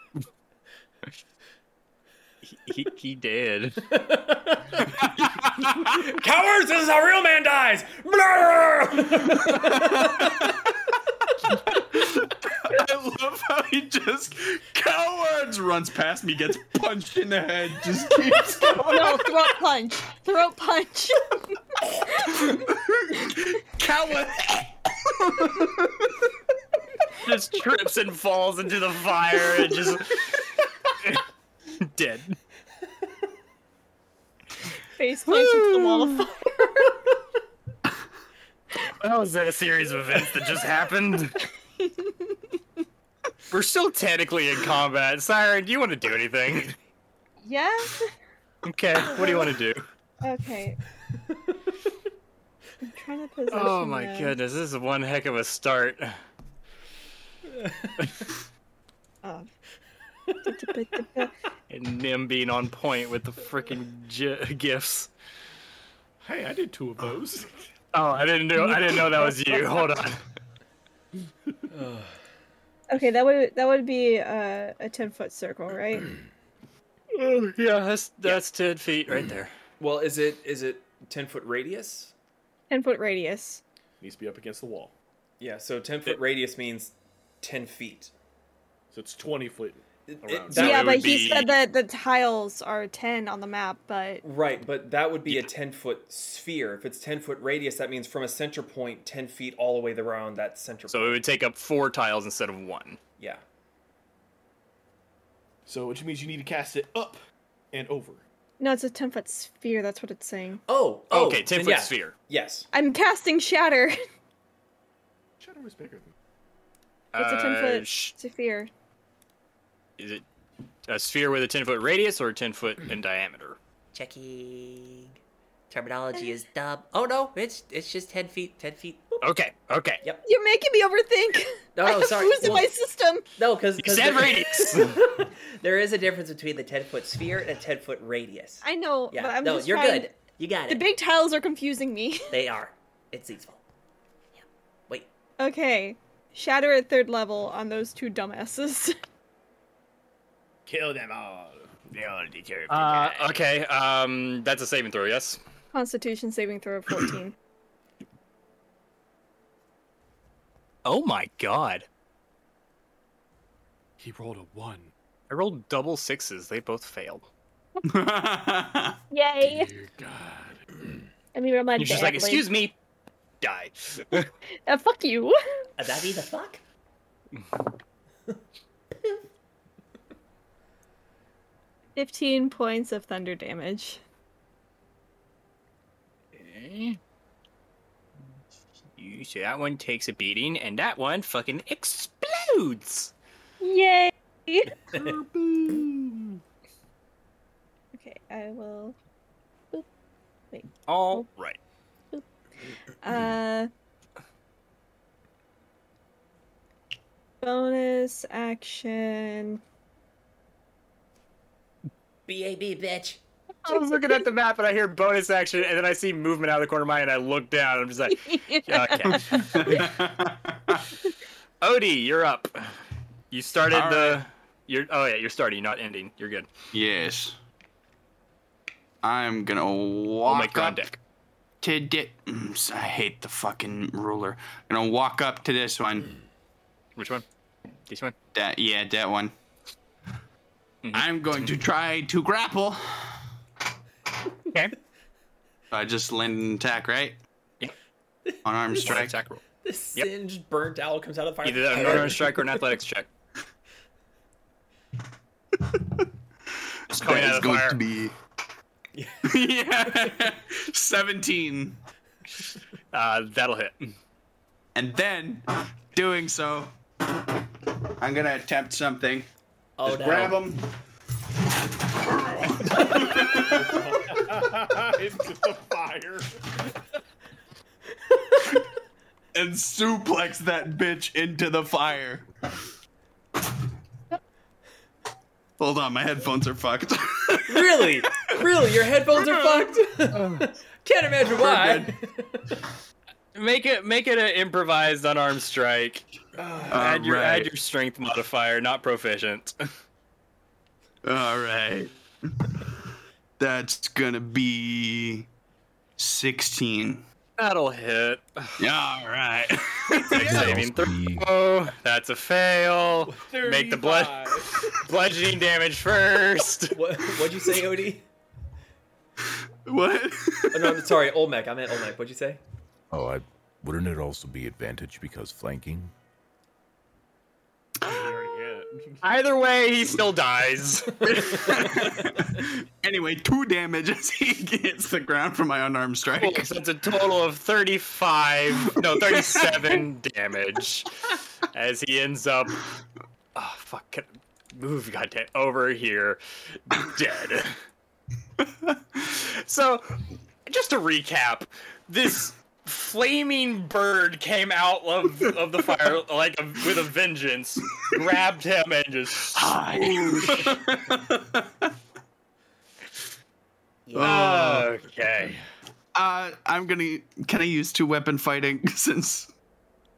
(laughs)
no. he, he, he
(laughs)
did.
Cowards, this is how real man dies! Blah!
I love how he just cowards runs past me, gets punched in the head, just keeps going.
(laughs) No, Oh, throat punch. Throat punch.
Coward!
just trips and falls into the fire and just dead.
(laughs) Face punch into the wall of (laughs) fire.
Well, Oh, is that a series of events that just happened? (laughs) We're still technically in combat. Siren, do you want to do anything?
Yeah?
Okay, what do you want to do?
Okay. I'm trying to position
Oh my
them.
goodness, this is one heck of a start.
Oh. Du-du-du-du-du.
And Nim being on point with the freaking gi- gifts.
Hey, I did two of
(laughs)
those.
Oh, I didn't know. I didn't know that was you. Hold on.
okay, that would that would be uh, a ten foot
(clears throat)
circle, right?
Yeah, that's (laughs) that's ten feet right there.
well, is it is it ten foot radius?
ten foot radius.
Needs to be up against the wall.
Yeah, so ten foot radius means ten feet.
So it's 20 foot.
It- it-
Around.
that-
yeah,
it
but
would
he
be-
said that the tiles are ten on the map, but
Right, but that would be a 10 foot sphere. If it's 10 foot radius, that means from a center point, 10 feet all the way around that center
So
point.
it would take up four tiles instead of one.
Yeah.
So which means you need to cast it up and over.
no, it's a ten foot sphere. That's what it's saying.
Oh, oh
okay, ten
then
foot
yeah.
sphere.
Yes.
I'm casting shatter. (laughs) it's
Shadow is bigger than.
a ten
Uh,
foot
sh-
sphere.
Is it a sphere with a ten foot radius or a ten foot in diameter?
Checking. Terminology is dumb. Oh no, it's it's just ten feet. Ten feet.
Okay, okay.
Yep.
You're making me overthink.
No,
(laughs) I
no,
have
sorry.
booze in
Well-
my system.
No, because
You said radius.
there is a difference between the ten foot sphere and a ten foot radius.
I know,
yeah.
but I'm
no,
just
you're
trying.
good. You got
The
it.
big tiles are confusing me. (laughs)
They are. It's Zeke's fault. Yeah. Wait.
okay, shatter at third level on those two dumbasses. (laughs)
Kill them all. They all deserve to
Uh,
die.
okay. Um, that's a saving throw. Yes.
Constitution
(coughs)
saving throw of 14.
Oh my god!
He rolled a one.
I rolled double sixes. They both failed.
Yay!
Dear (laughs) God.
Let me remind
You're just like, excuse me, die.
Uh, fuck (laughs) you.
Uh, that be the fuck?
Fifteen points of thunder damage.
You so that one takes a beating, and that one fucking explodes.
Yay! (laughs) okay, I will.
All right.
Uh. Bonus action. (laughs)
B-A-B, bitch.
I was looking at the map and I hear bonus action, and then I see movement out of the corner of my eye, and I look down. And I'm just like, (laughs) okay. Odie, you're up. You started
All
the. You're oh yeah, you're starting. You're not ending. You're good.
(laughs) yes. I'm gonna
I'll
walk
make your own
up
deck.
to di- Mm, I hate the fucking ruler. I'm gonna walk up to this one.
Which one? This one.
That yeah, that one.
Mm-hmm.
I'm going to try to grapple.
Okay.
I just land an attack, right?
Yeah.
Unarmed strike.
Attack roll.
This singed, burnt owl comes out of the fire.
Either an unarmed strike or an athletics check. Just coming out
That is
of the
going
fire.
to be.
(laughs)
(laughs) yeah. 17.
Uh, that'll hit.
And then, doing so, I'm going to attempt something.
Oh
Just
no.
grab him.
Into the fire.
And suplex that bitch into the fire. Hold on, my headphones are fucked. (laughs)
(laughs)
really? (laughs) Really? Your headphones are fucked? Can't imagine why.
Make it make it an improvised unarmed strike. add your add
Alright.
your strength modifier, not proficient.
All right. That's gonna be sixteen.
(laughs) That'll hit.
All right.
Six saving
Nasty.
throw. That's a fail. Make the blood
35.
bludgeoning damage first.
What, what'd you say, Odie?
(laughs) what?
(laughs) Oh, no, I'm sorry, Olmec. I meant Olmec. What'd you say?
Oh, I wouldn't it also be advantage because flanking?
Either way, he still dies.
(laughs) anyway, two damage as (laughs) he hits the ground from my unarmed strike.
Cool, so it's a total of 35, no, 37 damage as he ends up. Oh, fuck. Can move, goddamn, over here. Dead. so, just to recap, this flaming bird came out of, of the fire like a, with a vengeance, grabbed him, and just. Okay.
(laughs) Uh, I'm gonna. Can I use two weapon fighting (laughs) since?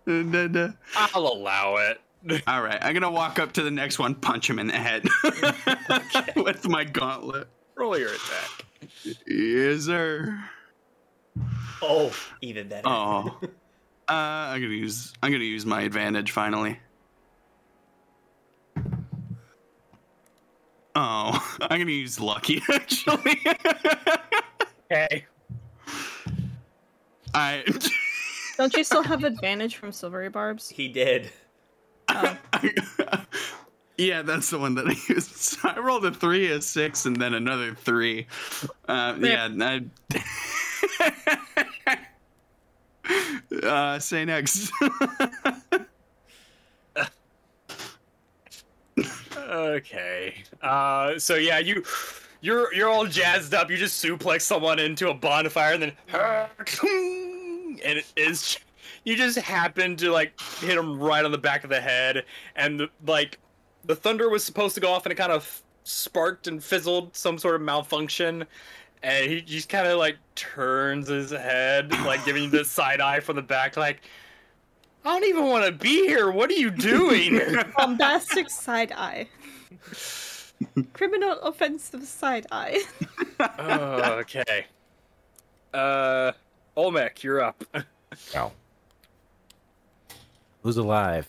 And then, uh,
I'll allow it.
all right, I'm gonna walk up to the next one, punch him in the head (laughs) with my gauntlet.
Roll your attack.
Yes, sir.
Oh, even better.
Oh, uh, I'm gonna use. I'm gonna use my advantage finally. Oh, (laughs) I'm gonna use lucky (laughs) actually.
Okay.
I. (laughs)
Don't you still have advantage from silvery barbs?
He did.
(laughs) yeah, that's the one that I used. So (laughs) I rolled a three, a six, and then another three. Uh, yeah, and I. (laughs) uh, say next.
Okay. Uh, so yeah, you you're you're all jazzed up. You just suplex someone into a bonfire, and then (laughs) and it is you just happen to like hit him right on the back of the head, and the, like the thunder was supposed to go off, and it kind of sparked and fizzled, some sort of malfunction. And he just kind of like turns his head, like giving you the side eye from the back, like, I don't even want to be here. What are you doing?
Bombastic side eye. Criminal offensive side eye. (laughs)
okay. Uh, Olmec, you're up.
Ow. Who's alive?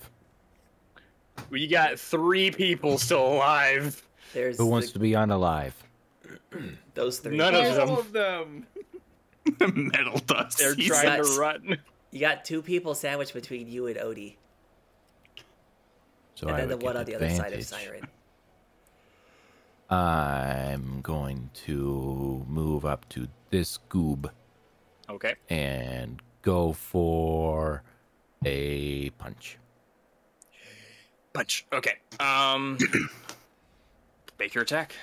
We got three people still alive.
There's
Who wants
the-
to be unalive?
those three.
None of
All
them.
of
(laughs)
them.
Metal dust.
They're
He's
trying
nuts.
to run.
You got two people sandwiched between you and Odie,
So
and
I
then the
would
one
get
on the other side of
advantage.
Siren.
I'm going to move up to this goob
Okay.
and go for a punch.
Punch. Okay. Um, (clears throat) make your attack.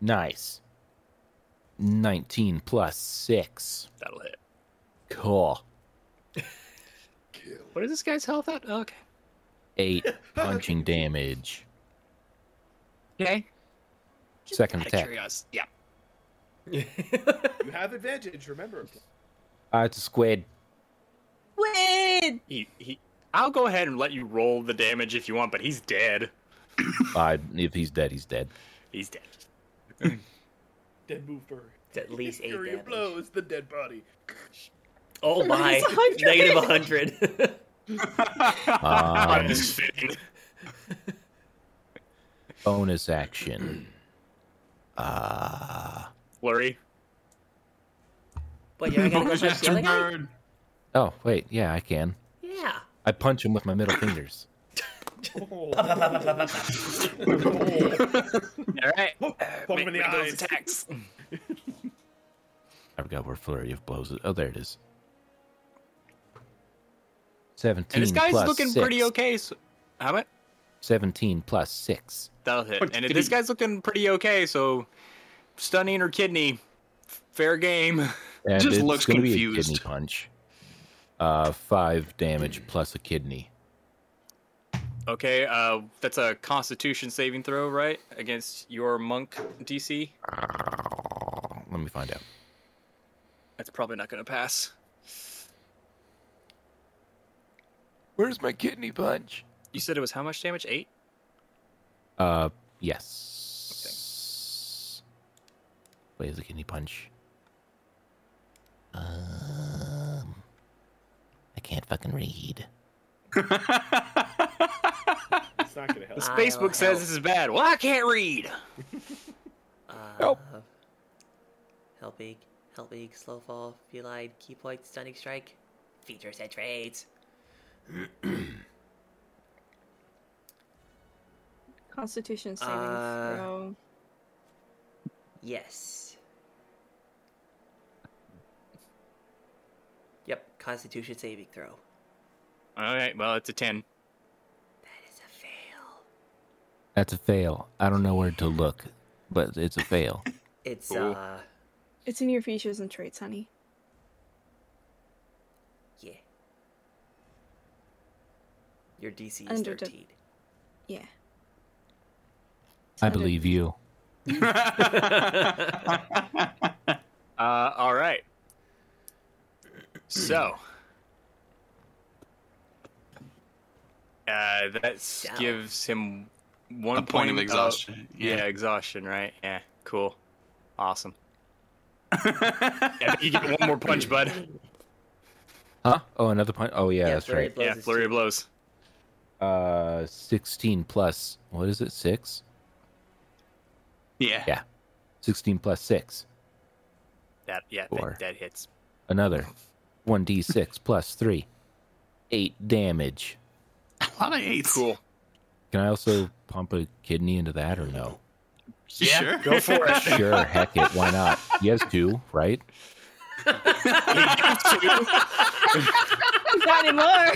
Nice. 19 plus 6.
That'll hit.
Cool.
What is this guy's health at? Oh, okay.
8 punching damage.
Okay.
Second attack.
Curious. Yeah.
You have advantage. Remember.
Ah, it's a squid.
Wait!
He, he, I'll go ahead and let you roll the damage if you want, but he's dead.
Ah, if he's dead,
(laughs)
he's dead.
He's dead.
Dead move bird.
It's at least eight
Fury
damage.
of blows. The dead body.
Oh my!
It's 100.
Negative
(laughs)
100.
Um,
Just fitting.
bonus action. (clears throat) Uh,
Flurry.
But
(laughs)
you're gonna go
Bonus
punch the other
action (laughs)
guy?
bird.
oh, wait. Yeah, I can.
Yeah.
I punch him with my middle fingers.
All right.
Poke him in the
Uh, Make those
eyes.
attacks.
I forgot where flurry of blows is. Oh, there it is. Seventeen.
And this guy's
Hmm, plus
looking
six.
pretty okay. So, how much?
Seventeen plus six.
That'll hit.
Punch
and
kitty.
this guy's looking pretty okay, so stunning or kidney, f- fair game. (laughs)
And
Just
it's
looks
gonna Be a
confused.
kidney punch. Uh, five damage plus a kidney.
Okay, uh, that's a Constitution saving throw, right? Against your monk DC.
Let me find out.
That's probably not going to pass.
Where's my kidney punch?
You said it was how much damage? Eight?
Uh, yes. Where's the kidney punch? Um, I can't fucking read.
It's not gonna help.
This
I'll
Facebook
help.
says this is bad. Well, I can't read.
Uh,
Help.
Help Eek. Help Eek. Slow fall. Feline. Key point. Stunning strike. Features and trades.
Constitution saving
Uh,
throw.
Yes. Yep. Constitution saving throw.
All right. Well, it's a ten.
That is a fail.
That's a fail. I don't know where to look, but it's a fail.
It's
Cool.
uh
It's in your features and traits, honey.
yeah. Your DC is
Under the-
thirteen.
Yeah.
I believe you.
Uh, all right. So.
Hmm.
Uh, that s-
Down.
gives him one
A point of exhaustion.
yeah.
Yeah.
exhaustion, right? Yeah, cool. Awesome. yeah, you get one more punch, bud.
Huh? Oh, another point. Oh, yeah, that's
flurry
right.
of blows
Yeah,
is
flurry of blows.
Uh, 16 plus, what is it, 6?
(laughs) Yeah.
Yeah. 16 plus 6.
That yeah, that-
Four.
that hits.
Another (laughs) 1d6 plus 3. 8 damage.
A lot of eights.
Cool.
Can I also pump a kidney into that or no?
Yeah.
(laughs)
Sure. (laughs)
Go for it.
Sure, heck it, why not? He has two, right?
Not anymore.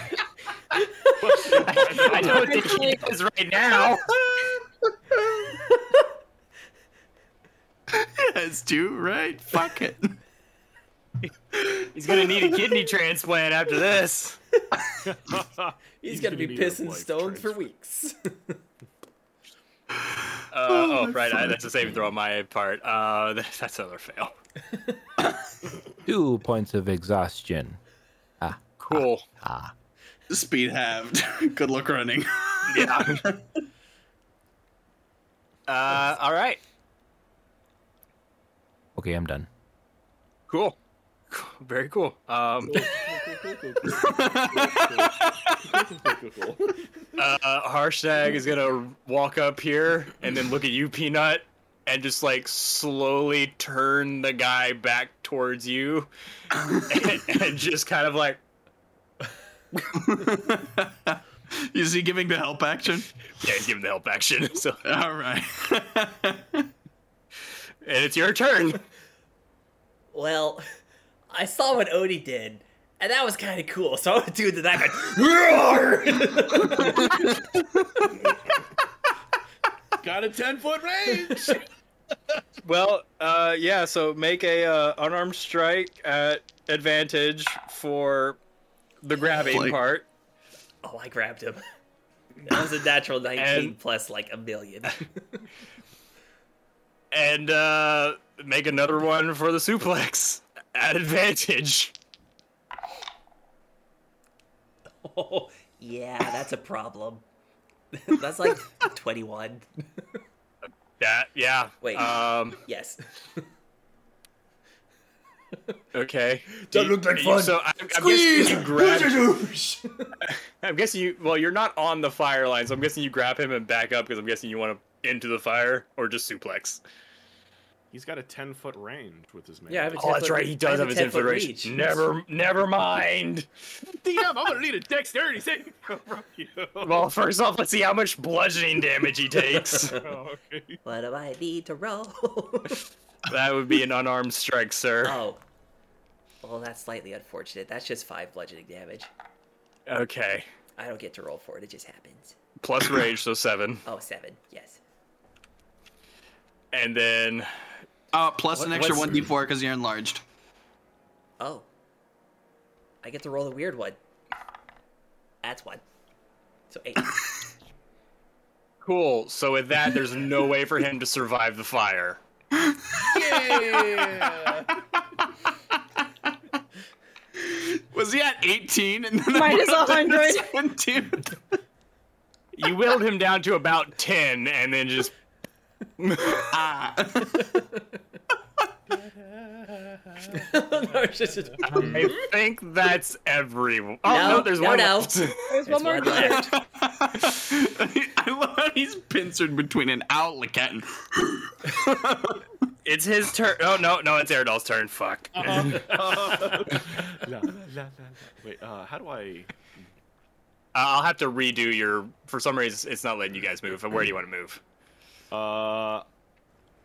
I don't think he is right now.
That's two, right? Fuck it.
He's gonna need a kidney transplant after this.
(laughs) He's,
He's gonna
gonna be
need a
pissing
life
stones for
transfer.
weeks. (laughs)
Uh, oh, right. I, that's a saving throw on my part. Uh, (laughs) that, that's another fail.
Two points of exhaustion.
(laughs)
Cool.
Speed halved. Good luck running. (laughs)
Yeah. uh, all right.
Okay, I'm done.
Cool. Cool. Very cool. Um,
(laughs)
uh, Harshtag is gonna walk up here and then look at you, Peanut, and just like slowly turn the guy back towards you, (laughs) and, and just kind of like
Is he giving the help action?
yeah, he's giving the help action. (laughs) So,
All right. (laughs)
and it's your turn.
Well, (laughs) I saw what Odie did, and that was kind of cool. So I'm gonna do the that guy.
Got a ten foot range.
Well, uh, yeah. So make a uh, unarmed strike at advantage for the grabbing
Like-
part.
(laughs) oh, I grabbed him. (laughs) That was a natural nineteen
And-
plus like a million.
and uh, make another one for the suplex at advantage.
Oh, (laughs) yeah, that's a problem. (laughs) that's like twenty-one.
That yeah.
Wait.
Um.
Yes.
Okay.
That
Do you-
looked like
you-
fun.
So I, I'm guessing you grab. I'm guessing you. Well, you're not on the fire line, so I'm guessing you grab him and back up because I'm guessing you want to into the fire or just suplex.
He's got a ten foot range with his man.
Yeah, I have a
Oh, that's
10-foot
right. He
reach.
I
does
have
have
a
his
10-foot reach.
infiltration. Never, never mind.
DM, I'm gonna need a dexterity (laughs) saving throw from you.
Well, first off, let's see how much bludgeoning damage he takes.
Oh, okay.
What do I need to roll?
(laughs)
(laughs)
that would be an unarmed strike, sir.
oh. Well, that's slightly unfortunate. That's just five bludgeoning damage.
Okay.
I don't get to roll for it. It just happens.
Plus rage, so seven,
Oh, seven. Yes.
and then
Uh, plus an
What-
extra
what's-
1d4 because you're enlarged.
Oh. I get to roll a weird one. That's one. So eight.
Cool. So with that, there's no way for him to survive the fire.
Was he at 18 and then
Mine
(laughs)
is
up to
100.
17?
You whittled him down to about ten, and then just
it's just- just-
(laughs)
I think that's everyone. Oh (laughs) no,
No,
there's
no,
one.
no.
left.
(laughs) There's one more
one
(laughs)
left.
creature.
(laughs) I love how he's pincered between an owl and a cat and
It's his turn. Oh no, no, it's Aerodol's turn. Fuck.
La, la, la, la. Wait, uh, how do I?
I'll have to redo your. For some reason, it's not letting you guys move. Where do you want to move?
Uh,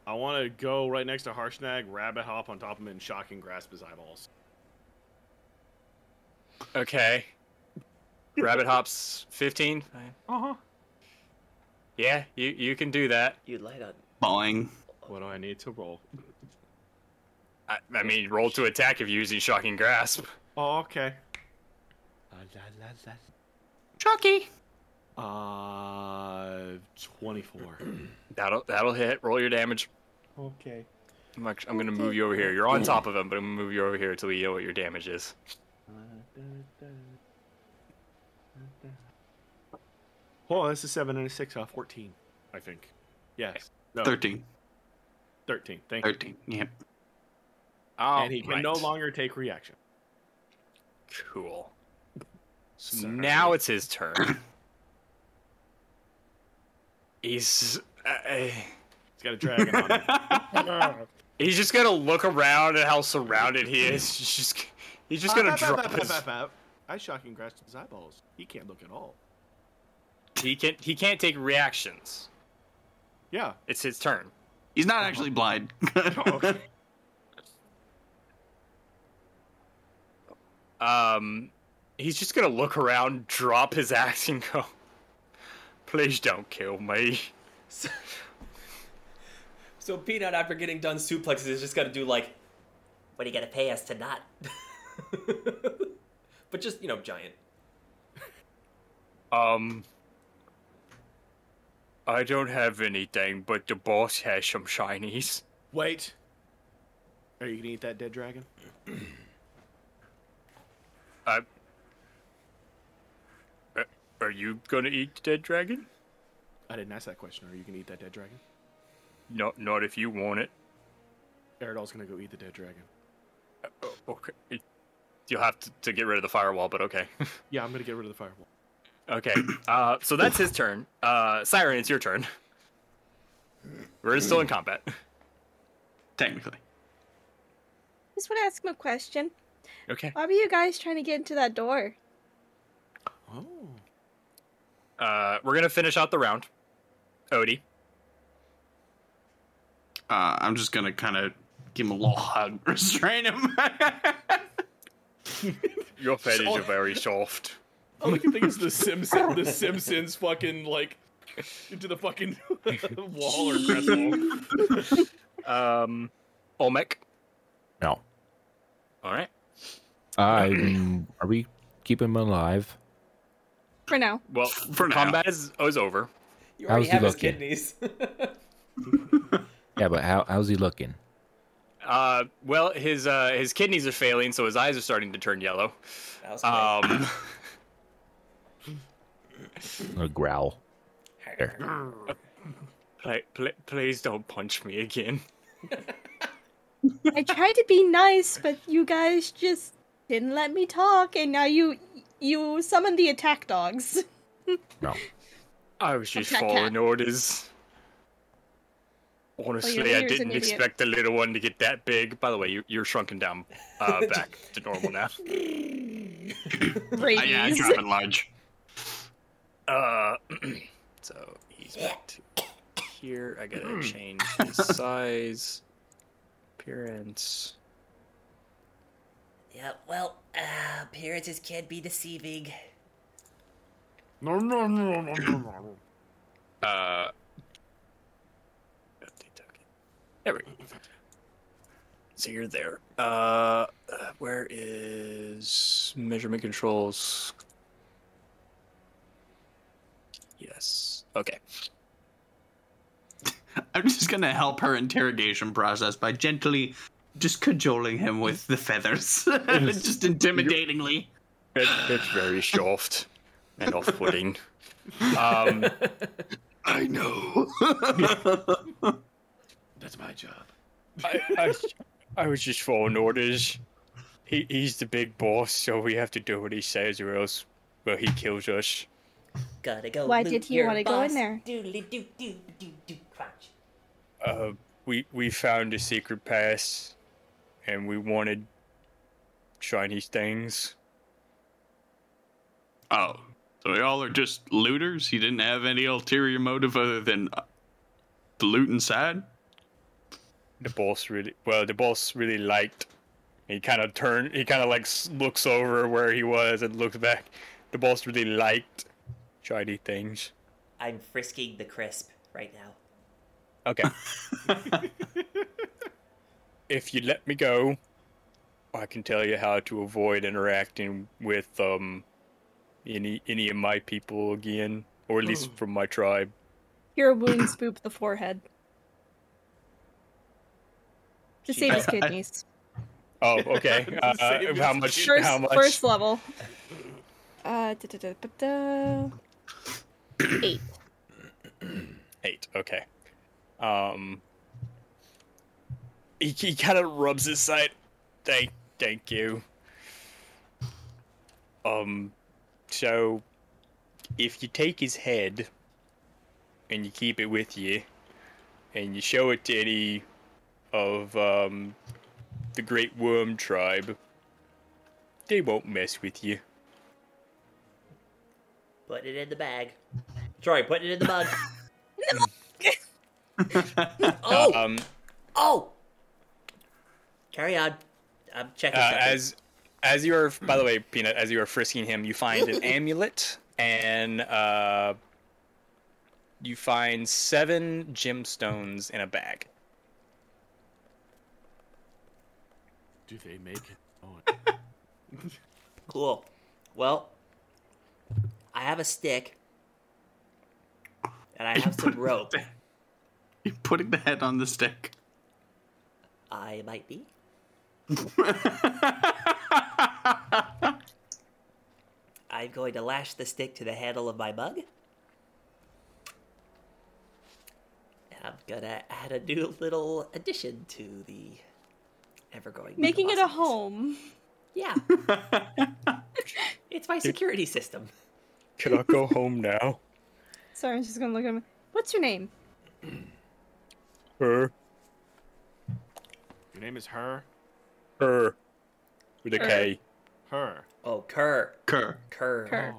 I want to go right next to Harshnag, rabbit hop on top of him, and shock and grasp his eyeballs.
Okay. Rabbit hops fifteen.
Uh huh.
Yeah, you you can do that.
You light up.
bawling.
What do I need to roll?
I, I mean, roll to attack if you're using shocking grasp.
Oh, okay.
Chucky.
Uh, twenty-four.
That'll that'll hit. Roll your damage.
(clears throat) okay.
I'm, act- I'm gonna move you over here. You're on top of him, but I'm gonna move you over here until we know what your damage is.
Oh, that's a seven and a six. Uh, fourteen, I think. Yes. No,
13.
Thirteen. Thank you.
13. Yep.
Oh,
and he can no longer take reaction.
Cool. So now it's his turn. he's uh,
He's got a dragon on him.
he's just gonna look around at how surrounded he is. He's just he's just gonna
Bap, bap,
drop
bap,
his.
bap, bap, bap. I shocking grasped his eyeballs. He can't look at all.
He can he can't take reactions.
Yeah.
It's his turn.
He's not actually blind. (laughs)
okay.
Um, he's just gonna look around, drop his axe, and go. Please don't kill me.
So, (laughs) so Peanut, after getting done suplexes, is just got to do like, (laughs)
What are you gonna pay us to not?
but just you know, giant.
Um, I don't have anything, but the boss has some shinies.
Wait. Are you gonna eat that dead dragon?
I. Uh, Are you gonna eat the dead dragon?
I didn't ask that question. Are you gonna eat that dead dragon?
Not, not if you want it.
Eridol's gonna go eat the dead dragon.
O- Uh, Okay. You'll have to, to get rid of the firewall, but okay. (laughs)
Yeah, I'm gonna get rid of the fireball.
okay. Uh, so that's his turn. Uh, Siren, it's your turn. We're still in combat. (laughs)
Technically.
Just want to ask him a question.
Okay.
Why were you guys trying to get into that door?
Oh.
Uh, we're gonna finish out the round. Odie.
Uh, I'm just going to kind of give him a little hug, (laughs) restrain him.
Your fetish are very soft.
All I can think is the Simpsons. The Simpsons fucking like into the fucking
(laughs)
wall or crest wall.
Um, Olmec.
No.
All right.
I are we keeping him alive?
For now.
Well,
For now.
combat is, is over.
You already
How's he
have his
looking?
kidneys.
(laughs) Yeah, but how how's he looking?
Uh, well, his uh, his kidneys are failing, so his eyes are starting to turn yellow.
that was great.
Um, (laughs)
A growl.
pl- pl- please don't punch me again.
I tried to be nice, but you guys just didn't let me talk, and now you you summon the attack dogs. (laughs)
No.
I was just
Attack
following
cat.
orders. Honestly, I
leader's an
didn't
idiot.
expect the little one to get that big. By the way, you, you're shrunken down
(laughs)
uh, back to normal now.
Uh, yeah, I'm
Rabies.
dropping large.
Uh, (clears throat) so he's back to here. I
Hmm.
gotta change his size, appearance.
Yeah. Well, uh, appearances can be deceiving.
Uh, there we go. So you're there. Uh, uh, where is measurement controls? Yes. Okay.
I'm just gonna help her interrogation process by gently just cajoling him with the feathers, (laughs) just intimidatingly.
It, it's very soft and off-putting. Um,
(laughs)
I know. That's my job.
(laughs) I, I, I was just following orders. He, he's the big boss, so we have to do what he says, or else, well, he kills us.
Gotta go.
Why
loot
did he
your
wanna go in
boss.
there?
Doodly doo doo doo doo crunch.
Uh, we we found a secret pass, and we wanted shiny things.
Oh, so y'all are just looters? You didn't have any ulterior motive other than uh, the loot inside?
The boss really well. The boss really liked. He kind of turned. He kind of like s- looks over where he was and looks back. The boss really liked shiny things.
I'm frisking the crisp right now.
Okay. if you let me go, I can tell you how to avoid interacting with um any any of my people again, or at least from my tribe.
Hero wound spoop the forehead. To save his kidneys. (laughs)
Oh, okay. Uh, how much?
First,
how much?
first level. Uh, da, da, da, da, da. Eight.
Eight. Okay. Um. He, he kind of rubs his side. Thank, thank you. Um. So, if you take his head and you keep it with you, and you show it to any of um the Great Worm tribe, they won't mess with you.
Put it in the bag. Sorry, put it in the
(laughs)
mug. oh,
Um.
oh. Carry on. I'm checking.
Uh,
something.
as as you are, by the way, Peanut, as you are frisking him, you find (laughs) an amulet and uh, you find seven gemstones in a bag.
Do they make it? Oh,
Cool. Well, I have a stick, and I have
(laughs)
some rope.
You're putting the head on the stick.
I might be. I'm going to lash the stick to the handle of my mug. And I'm gonna add a new little addition to the ever-growing. mug of
(coughs) Making it a
awesomeness.
home.
Yeah. it's my security system.
Can I (laughs) go home now?
Sorry, I'm just gonna look at him. What's your name?
Her,
(laughs) Your name is her.
her, with a K.
Her.
Oh, Kerr.
Kerr.
Kerr.
Kerr.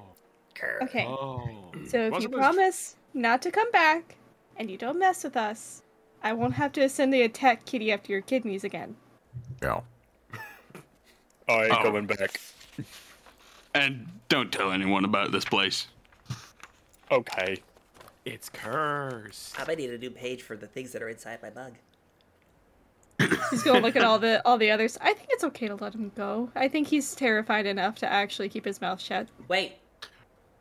Kerr.
Okay.
Oh.
So if you
Wasn't there-
promise not to come back and you don't mess with us, I won't have to ascend the attack kitty after your kidneys again.
Yeah.
I ain't
Oh.
coming back.
And don't tell anyone about this place.
Okay.
It's cursed.
I might need a new page for the things that are inside my mug.
Just go look at all the all the others. I think it's okay to let him go. I think he's terrified enough to actually keep his mouth shut.
Wait,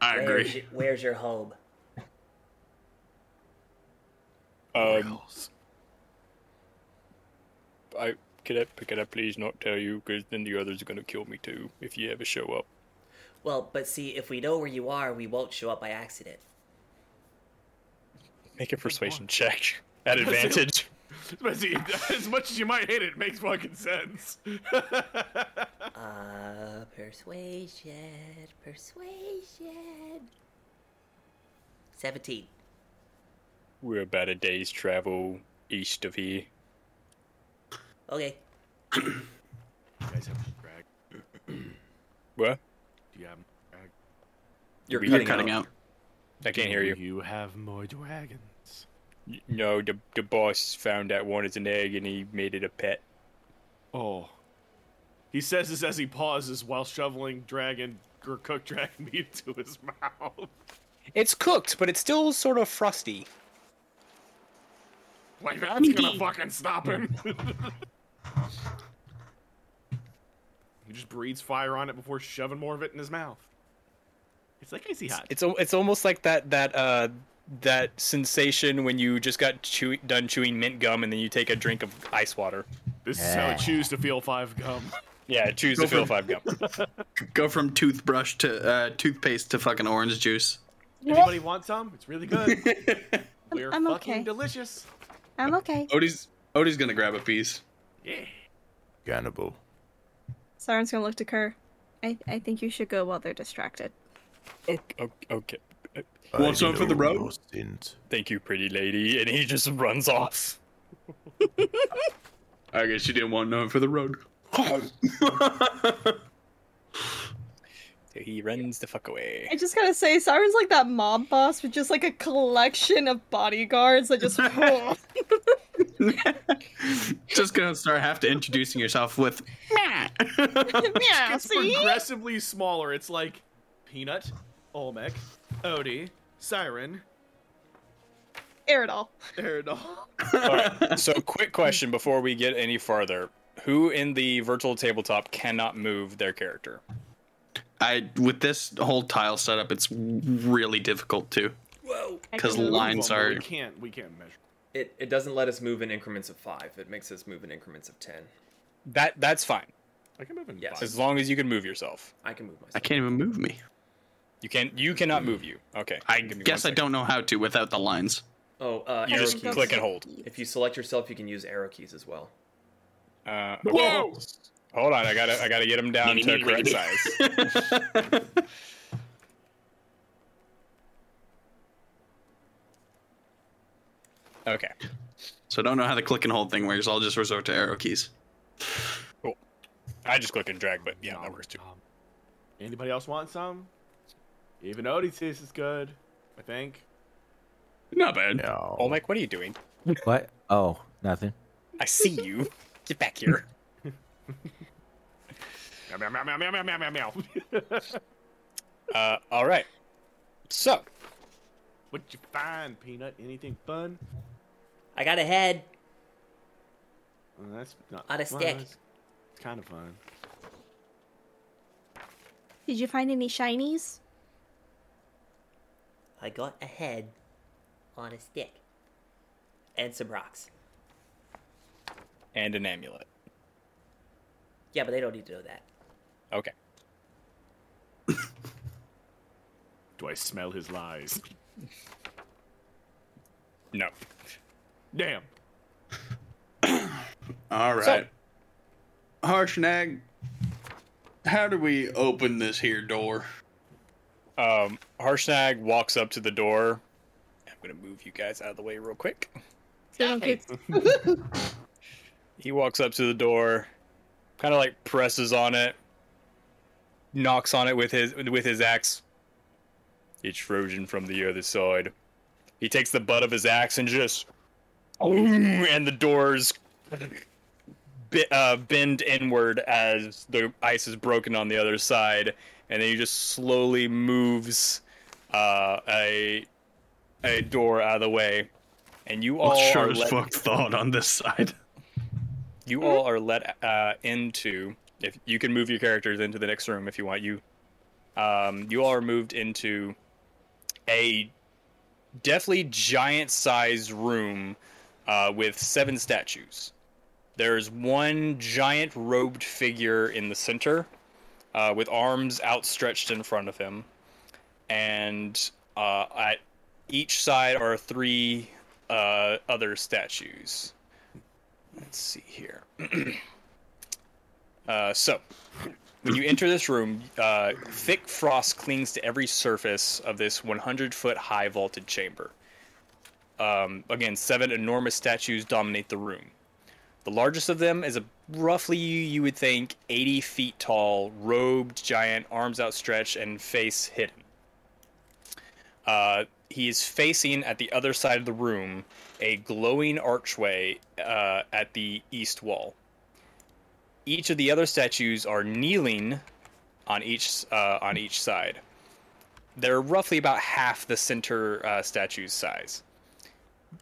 I
where's,
agree.
y- where's your home?
Um, I can I pick it up, please? Not tell you, because then the others are gonna kill me too if you ever show up.
Well, but see, if we know where you are, we won't show up by accident.
Make a persuasion check at advantage.
But see, as much as you might hate it, it makes fucking sense.
Uh, persuasion, persuasion. 17.
We're about a day's travel east of here.
Okay.
you guys have drag.
What?
Do you have drag?
You're
You're cutting out.
I can't hear you.
You have more dragons.
No, the the boss found that one as an egg and he made it a pet.
Oh. He says this as he pauses while shoveling dragon or cooked dragon (laughs) meat into his mouth.
It's cooked, but it's still sort of frosty.
Like that's gonna fucking stop him. (laughs) he just breathes fire on it before shoving more of it in his mouth. It's like icy hot.
It's al- it's almost like that that uh that sensation when you just got chew- done chewing mint gum and then you take a drink of ice water.
This is how I choose to feel
(laughs)
five gum.
Yeah, choose the feel five gum.
Go from toothbrush to uh, toothpaste to fucking orange juice.
Anybody want some? It's really good.
(laughs)
We're
I'm
fucking
okay.
delicious.
I'm okay.
Odie's Odie's gonna grab a piece.
Yeah.
Cannibal.
Siren's gonna look to Kerr. I, I think you should go while they're distracted.
Okay, okay.
Want some for the road?
Thank you, pretty lady. And he just runs off.
I guess you didn't want none for the road.
So he runs the fuck away.
I just gotta say, Siren's like that mob boss with just like a collection of bodyguards
(laughs)
that just.
(laughs)
(laughs)
Just gonna start have to introducing yourself with (laughs)
yeah,
It's progressively smaller. It's like Peanut, Olmec, Odie, Siren,
Aerodol.
Aerodol.
All right, so, quick question before we get any farther: Who in the virtual tabletop cannot move their character?
I with this whole tile setup, it's really difficult too.
Whoa!
Because
Actually,
lines
Well,
are
We can't. We can't measure.
It, it doesn't let us move in increments of five. It makes us move in increments of ten.
That that's fine
I can move in.
Yes.
as long as you can move yourself.
I can move myself.
I can't even move me.
You can you cannot move you. Okay.
I
Give me one
guess I
second.
don't know how to without the lines.
Oh, uh,
You
arrow
just
keys.
click and hold.
If you select yourself, you can use arrow keys as well.
Uh, okay. Hold on, I gotta I gotta get him down to correct size. (laughs) okay.
So I don't know how the click and hold thing works. I'll just resort to arrow keys.
I just click and drag, but yeah, that works too.
Anybody else want some? Even Odie says it's good. I think.
Not bad.
No.
Oh, Mike, what are you doing?
What? Oh, nothing.
I see you. Get back here.
Meow, meow, meow, meow, meow, meow, meow, meow, meow. (laughs)
Uh, all right. So,
what you find, Peanut? Anything fun?
I got a head.
Well, that's not.
On a
well,
stick.
that's- It's kind of fun.
Did you find any shinies?
I got a head on a stick. And some rocks.
and an amulet.
Yeah, but they don't need to know that.
Okay.
Do I smell his lies?
No.
Damn.
All right. Harshnag, how do we open this here door?
Um, Harshnag walks up to the door. I'm gonna move you guys out of the way real quick.
So don't get-
He walks up to the door, kind of like presses on it, knocks on it with his with his axe. It's Trojan from the other side. He takes the butt of his axe and just, and the doors bi- uh, bend inward as the ice is broken on the other side, and then he just slowly moves uh, a a door out of the way, and you all
Oh, sure
are
as
let-
fuck thought on this side.
you all are let uh, into. If you can move your characters into the next room if you want, you um, you all are moved into a deathly giant-sized room uh, with seven statues. There's one giant robed figure in the center, uh, with arms outstretched in front of him, and uh, at each side are three uh, other statues. Let's see here. (clears throat) uh, so, when you enter this room, uh, thick frost clings to every surface of this 100 foot high vaulted chamber. Um, again, seven enormous statues dominate the room. The largest of them is a roughly, you would think, 80 feet tall, robed giant, arms outstretched, and face hidden. Uh, he is facing at the other side of the room a glowing archway uh, at the east wall. Each of the other statues are kneeling on each uh, on each side. They're roughly about half the center uh, statue's size,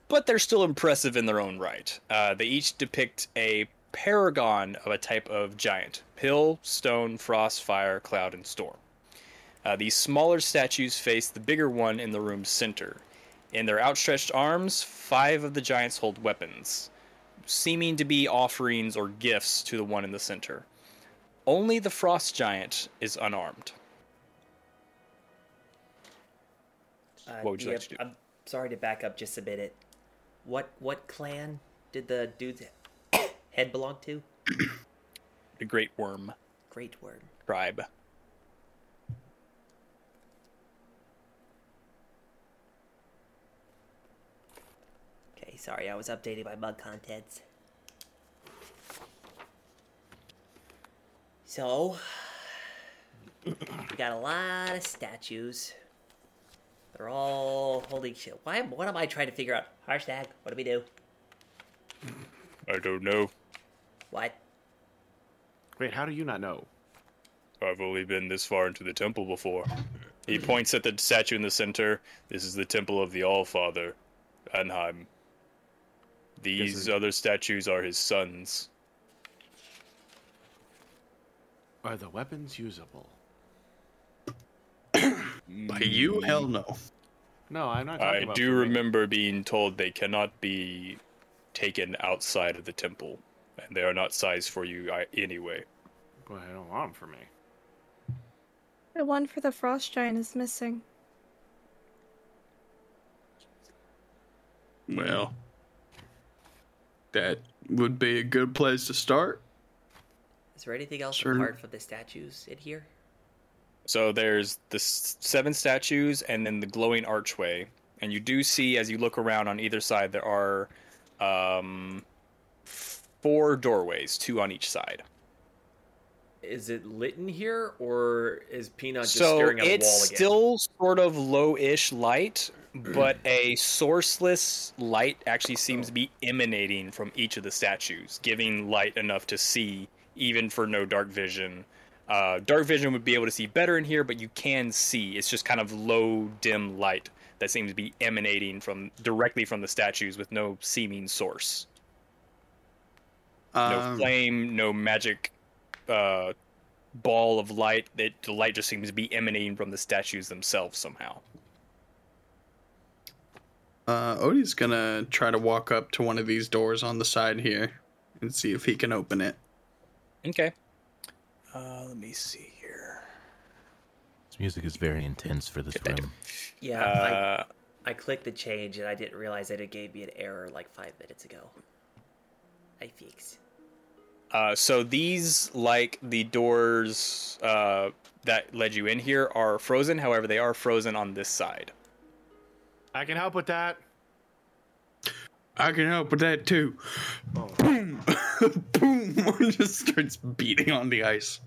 but they're still impressive in their own right. Uh, they each depict a paragon of a type of giant: hill, stone, frost, fire, cloud, and storm. Uh, the smaller statues face the bigger one in the room's center. In their outstretched arms, five of the giants hold weapons. seeming to be offerings or gifts to the one in the center. Only the frost giant is unarmed.
Uh,
What would you like to do?
I'm sorry to back up just a minute. What what clan did the dude's (coughs) head belong to?
The great worm
Great word.
tribe.
Okay, sorry, I was updating my mug contents. So, we got a lot of statues. They're all holding shit. Why? am- What am I trying to figure out? Hashtag. What do we do?
I don't know.
What?
Wait, how do you not know?
I've only been this far into the temple before. He points at the statue in the center. This is the temple of the All Father, Anheim. These other statues are his sons.
Are the weapons usable?
By you, hell no.
No, I'm not talking
I
about.
do
for me.
remember being told they cannot be taken outside of the temple, and they are not sized for you I- anyway.
But I don't want them for me.
The one for the frost giant is missing.
Well, that would be a good place to start.
Is there anything else
Sure.
apart from the statues in here?
So there's the s- seven statues and then the glowing archway. And you do see, as you look around on either side, there are um, four doorways, two on each side.
Is it lit in here, or is Peanut just
so
staring at
it's
a wall again? Hmm.
still sort of low-ish light, but a sourceless light actually seems to be emanating from each of the statues, giving light enough to see, even for no dark vision. Uh, dark vision would be able to see better in here, but you can see. It's just kind of low, dim light that seems to be emanating from directly from the statues with no seeming source, no
Um,
flame, no magic. Uh, ball of light that the light just seems to be emanating from the statues themselves somehow
uh, Odie's gonna try to walk up to one of these doors on the side here and see if he can open it.
Okay. Uh, let me see here.
This music is very intense for this room.
Yeah,
Uh,
I, I clicked the change and I didn't realize that it gave me an error like five minutes ago. I fix.
uh, so these, like the doors uh, that led you in here, are frozen. However, they are frozen on this side.
I can help with that.
I can help with that too. Boom, (laughs) boom! (laughs) just starts beating on the ice.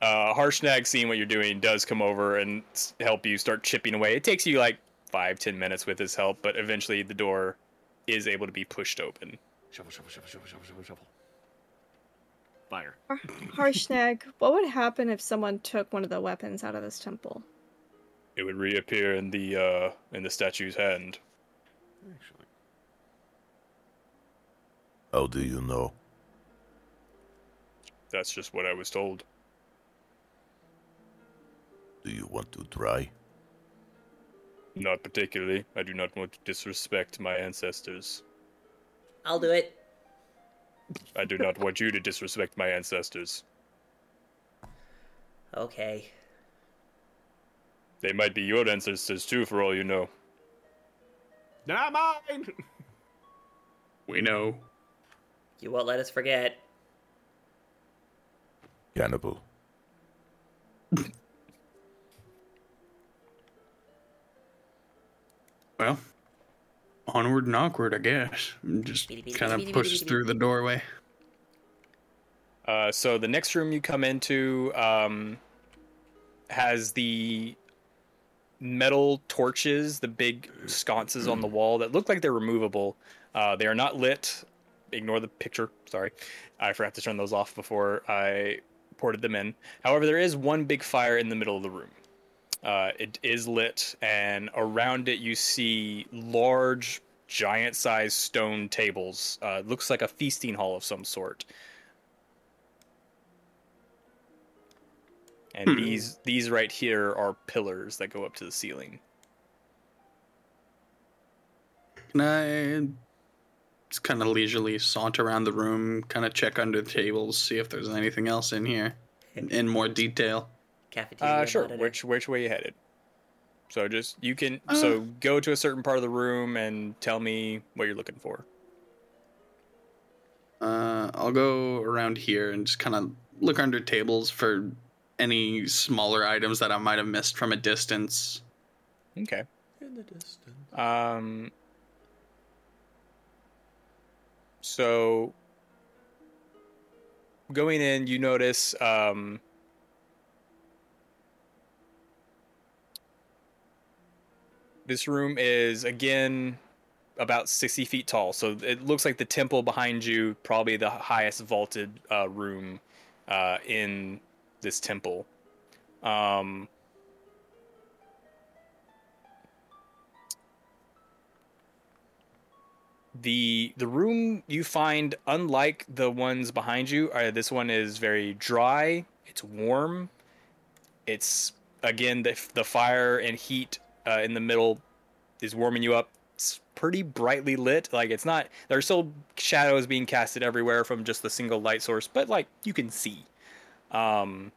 Uh, Harshnag, seeing what you're doing, does come over and s- help you start chipping away. It takes you like five, ten minutes with his help, but eventually the door is able to be pushed open.
Shovel, shovel, shovel, shovel, shovel, shovel, shovel. Fire.
Har-
(laughs)
Harshnag, what would happen if someone took one of the weapons out of this temple?
It would reappear in the uh, in the statue's hand.
Actually,
How do you know?
That's just what I was told.
Do you want to try?
Not particularly. I do not want to disrespect my ancestors.
I'll do it.
I do not want you to disrespect my ancestors.
Okay.
They might be your ancestors too, for all you know.
they're not mine. (laughs)
We know.
You won't let us forget.
Cannibal.
Well, onward and awkward, I guess. And Just kind of pushes through the doorway.
Uh, so the next room you come into um, has the metal torches, the big sconces on the wall that look like they're removable. Uh, they are not lit. Ignore the picture. Sorry, I forgot to turn those off before I ported them in. However, there is one big fire in the middle of the room. Uh, it is lit, and around it you see large, giant-sized stone tables. Uh, it looks like a feasting hall of some sort. And these these right here are pillars that go up to the ceiling.
Can I just kind of leisurely saunter around the room, kind of check under the tables, see if there's anything else in here in, in more detail.
Cafeteria.
Uh, sure.
monitor.
Which which way you headed? So just you can so go to a certain part of the room and tell me what you're looking for.
Uh, I'll go around here and just kind of look under tables for any smaller items that I might have missed from a distance.
Okay.
In the distance.
Um. So going in, you notice um, this room is again about 60 feet tall. So it looks like the temple behind you, probably the highest vaulted uh, room uh, in this temple. Um, the the room you find unlike the ones behind you uh, this one is very dry it's warm it's again the, the fire and heat uh, in the middle is warming you up it's pretty brightly lit like it's not there are still shadows being casted everywhere from just the single light source but like you can see um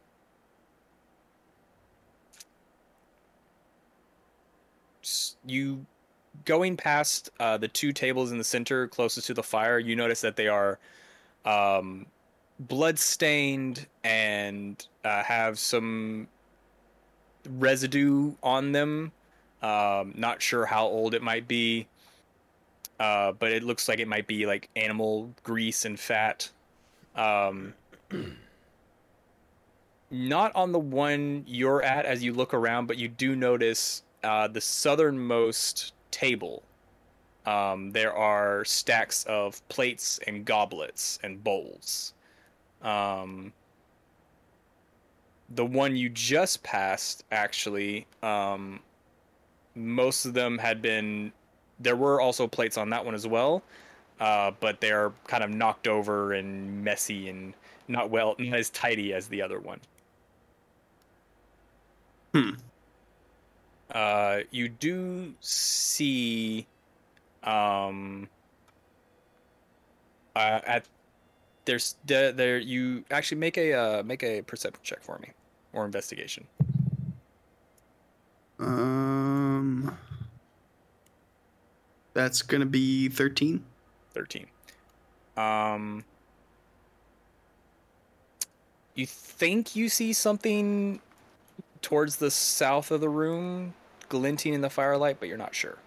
s- you going past uh, the two tables in the center closest to the fire, you notice that they are um, blood-stained and uh, have some residue on them. Um, not sure how old it might be, uh, but it looks like it might be like animal grease and fat. Um, not on the one you're at as you look around, but you do notice uh, the southernmost table. Um, there are stacks of plates and goblets and bowls. Um, the one you just passed, actually, um, most of them had been. There were also plates on that one as well, uh, but they are kind of knocked over and messy and not well, (laughs) not as tidy as the other one. Uh, you do see um uh, at there's there, there you actually make a uh, make a perception check for me or investigation
Um, that's gonna be thirteen.
13 um you think you see something towards the south of the room glinting in the firelight but you're not sure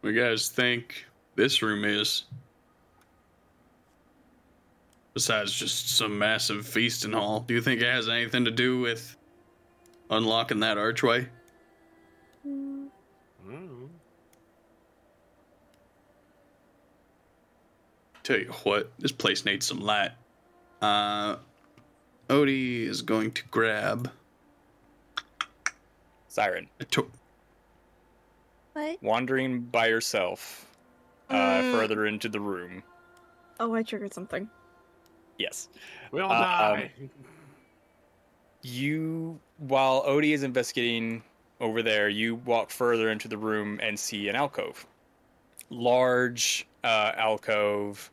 What do you guys think this room is? Besides just some massive feasting hall, do you think it has anything to do with unlocking that archway? Tell you what, this place needs some light. Uh, Odie is going to grab
siren
a to-
What?
wandering by yourself uh, further into the room
Oh, I triggered something.
yes
We all
Uh,
die.
you while odie is investigating over there you walk further into the room and see an alcove large uh, alcove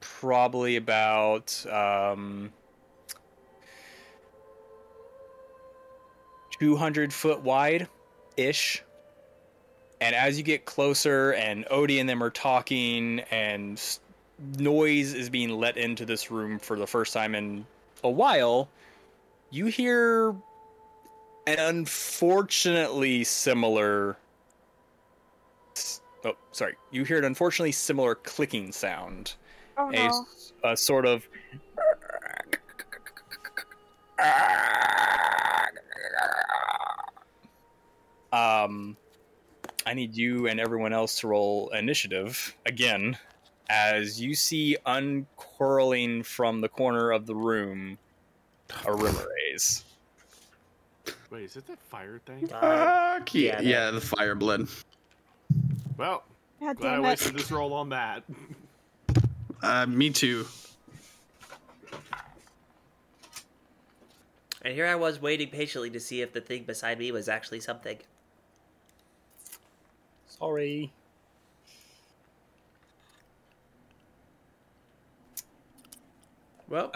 probably about um, 200 foot wide ish and as you get closer and odie and them are talking and s- noise is being let into this room for the first time in a while you hear an unfortunately similar oh sorry you hear an unfortunately similar clicking sound
Oh
a,
no.
a sort of um i need you and everyone else to roll initiative again as you see uncurling from the corner of the room a river rays
Wait, is it that fire thing?
Uh,
Fuck yeah,
yeah,
the fire blood.
Well,
God
glad I
damn it.
wasted this roll on (laughs) that.
Uh, me too.
and here I was waiting patiently to see if the thing beside me was actually something.
Sorry.
Well,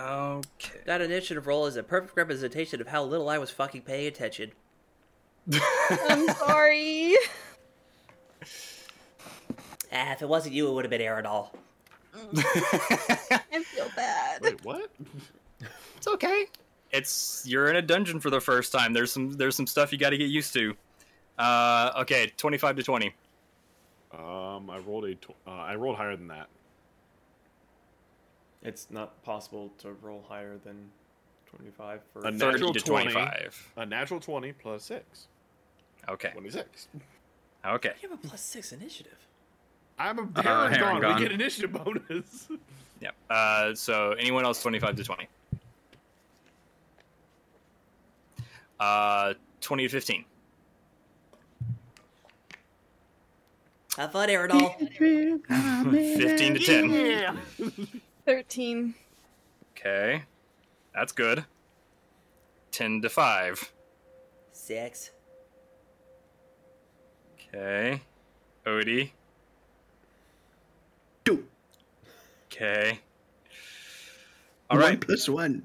Okay.
that initiative roll is a perfect representation of how little I was fucking paying attention.
(laughs)
I'm sorry.
Ah, if it wasn't you, it would have been Aerodol.
I feel bad.
Wait, what?
It's okay. It's you're in a dungeon for the first time. There's some there's some stuff you got to get used to. Uh, okay, twenty five to twenty.
Um, I rolled a. Tw- uh, I rolled higher than that.
It's not possible to roll higher than 25 for
A
Thirty
natural
to
20.
twenty five.
A natural twenty plus six.
Okay.
Twenty-six.
Okay.
You have a plus six initiative.
I'm a
Uh,
Baron gone.
Harangon.
We get initiative bonus.
Yep. Uh, so anyone else, twenty-five to twenty. Uh, twenty to fifteen.
Have fun,
(laughs)
Aerodol.
15 to 10.
yeah.
13.
Okay. That's good. 10 to 5.
six.
Okay. Odie.
Two.
Okay. All right.
One plus one.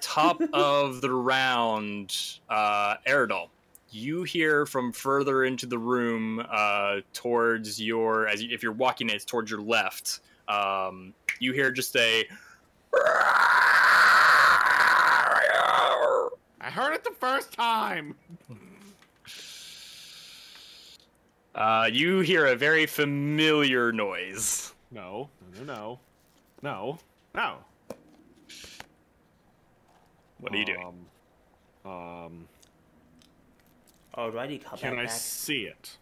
Top of the round, uh, Aerodol. You hear from further into the room, uh, towards your as you, if you're walking, it's towards your left. Um, you hear just a
I heard it the first time.
uh, you hear a very familiar noise.
No. No. No. No. No. no.
What are you doing?
Um. um,
Oh, do I need combat
can I
back?
see it?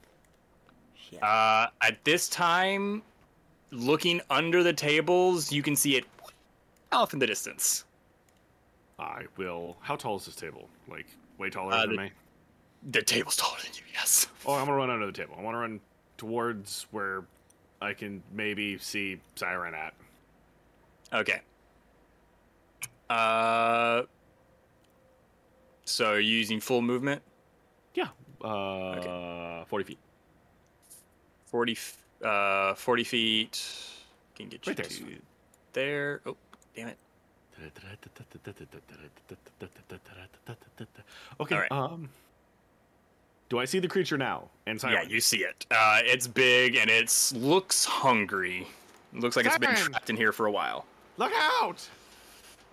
Shit.
Uh, at this time, looking under the tables, you can see it off in the distance.
I will. How tall is this table? Like way taller
Uh,
than
the-
me.
The table's taller than you, yes.
Oh, I'm gonna run under the table. I want to run towards where I can maybe see Siren at.
Okay. Uh, so you're using full movement,
Yeah. Uh, 40 feet.
40, f- uh, 40 feet. Can get you
Right there.
to there. Oh, damn it.
Okay.
All right.
Um. Do I see the creature now? And Siren.
Yeah, you see it. Uh, it's big and it's looks hungry. Looks like it's been
Seven.
trapped in here for a while.
Look out!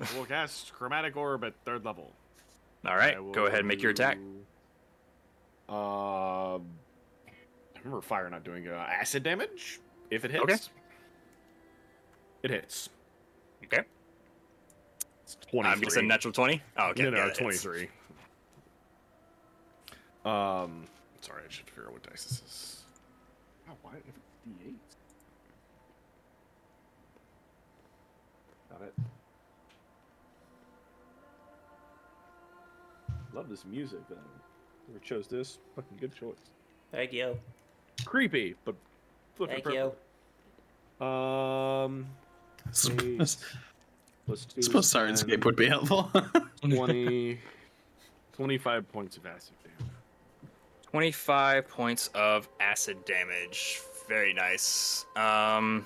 I will cast chromatic orb at third level.
All right,
I will
go ahead and make your attack.
do, Uh, I remember fire not doing uh, acid damage. If it hits,
Okay.
it hits.
Okay.
It's 23.
I'm guessing natural 20? Oh, okay.
no, no,
yeah, it's-
23. Um, sorry, I should figure out what dice this is. Oh, why? If it's D8. Got it. Love this music, though. Whoever chose this, fucking good choice.
Thank you.
Creepy, but flipping
Thank you.
you. Um,
I
plus two.
suppose Sirenscape would be helpful. (laughs)
(laughs) 20, 25 points of acid damage.
25 points of acid damage. Very nice. Um,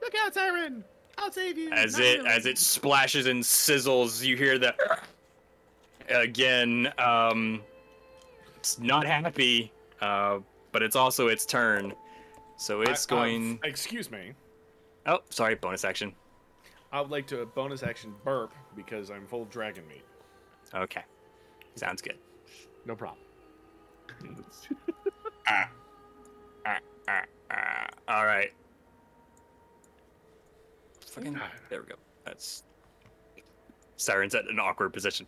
Look out, Siren! I'll save (laughs) you!
as it as it splashes and sizzles, you hear the again. Um, it's not happy, uh, but it's also its turn, so it's
um,
going.
excuse me.
Oh, sorry, bonus action.
I would like to bonus action burp because I'm full dragon meat.
Okay, sounds good.
No problem.
Ah, all right. Fucking, there we go. That's Siren's at an awkward position.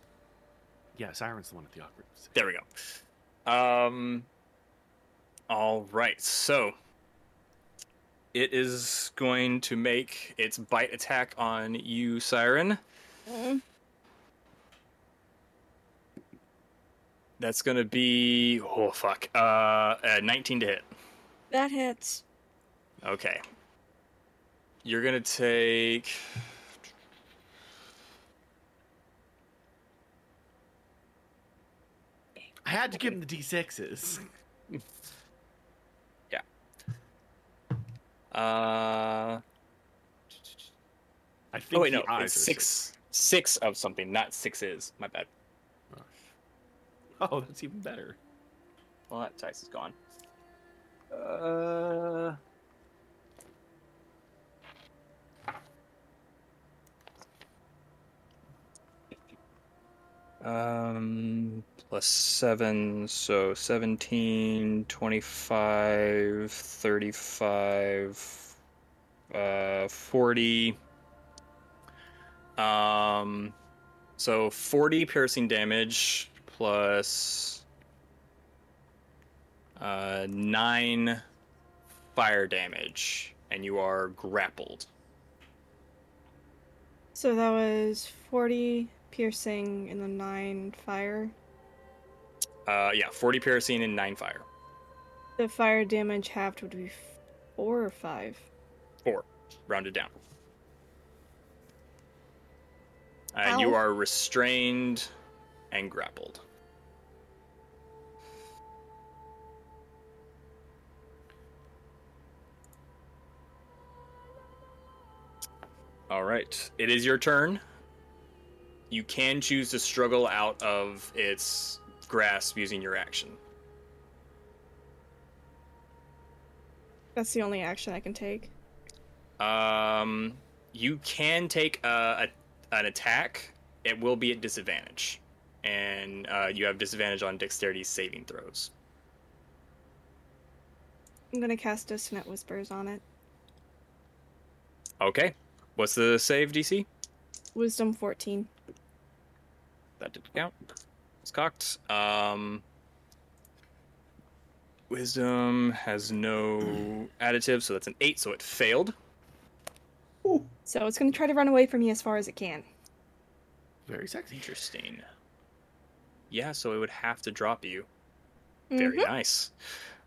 Yeah, Siren's the one at the awkward. position.
There we go. Um. All right, so it is going to make its bite attack on you, Siren. That's gonna be oh fuck, uh, a 19 to hit.
That hits.
Okay. You're gonna take.
I had to give him the D sixes.
Uh,
I think
oh wait,
the
no,
eyes
it's
are
six, six of something, not sixes. My bad.
Oh, that's even better.
Well, that dice is gone. Uh. Um, plus 7, so 17, 25, 35, uh, 40. Um, so 40 piercing damage plus uh, nine fire damage, and you are grappled.
So that was 40 piercing and then 9 fire.
Uh, yeah, 40 piercing and nine fire.
The fire damage halved would be f- 4 or 5.
Four, rounded down. And Uh, you
Ow.
are restrained and grappled. All right, it is your turn. You can choose to struggle out of its grasp using your action.
That's the only action I can take.
Um, you can take a, a, an attack. It will be at disadvantage, and uh, you have disadvantage on dexterity saving throws.
I'm going to cast Dissonant Whispers on it.
Okay, what's the save DC?
Wisdom 14.
That didn't count. It's cocked. Um, wisdom has no additive, so that's an eight. So it failed.
So it's going to try to run away from me as far as it can.
Very sexy.
Interesting. Yeah, so it would have to drop you. Very
Mhm.
nice.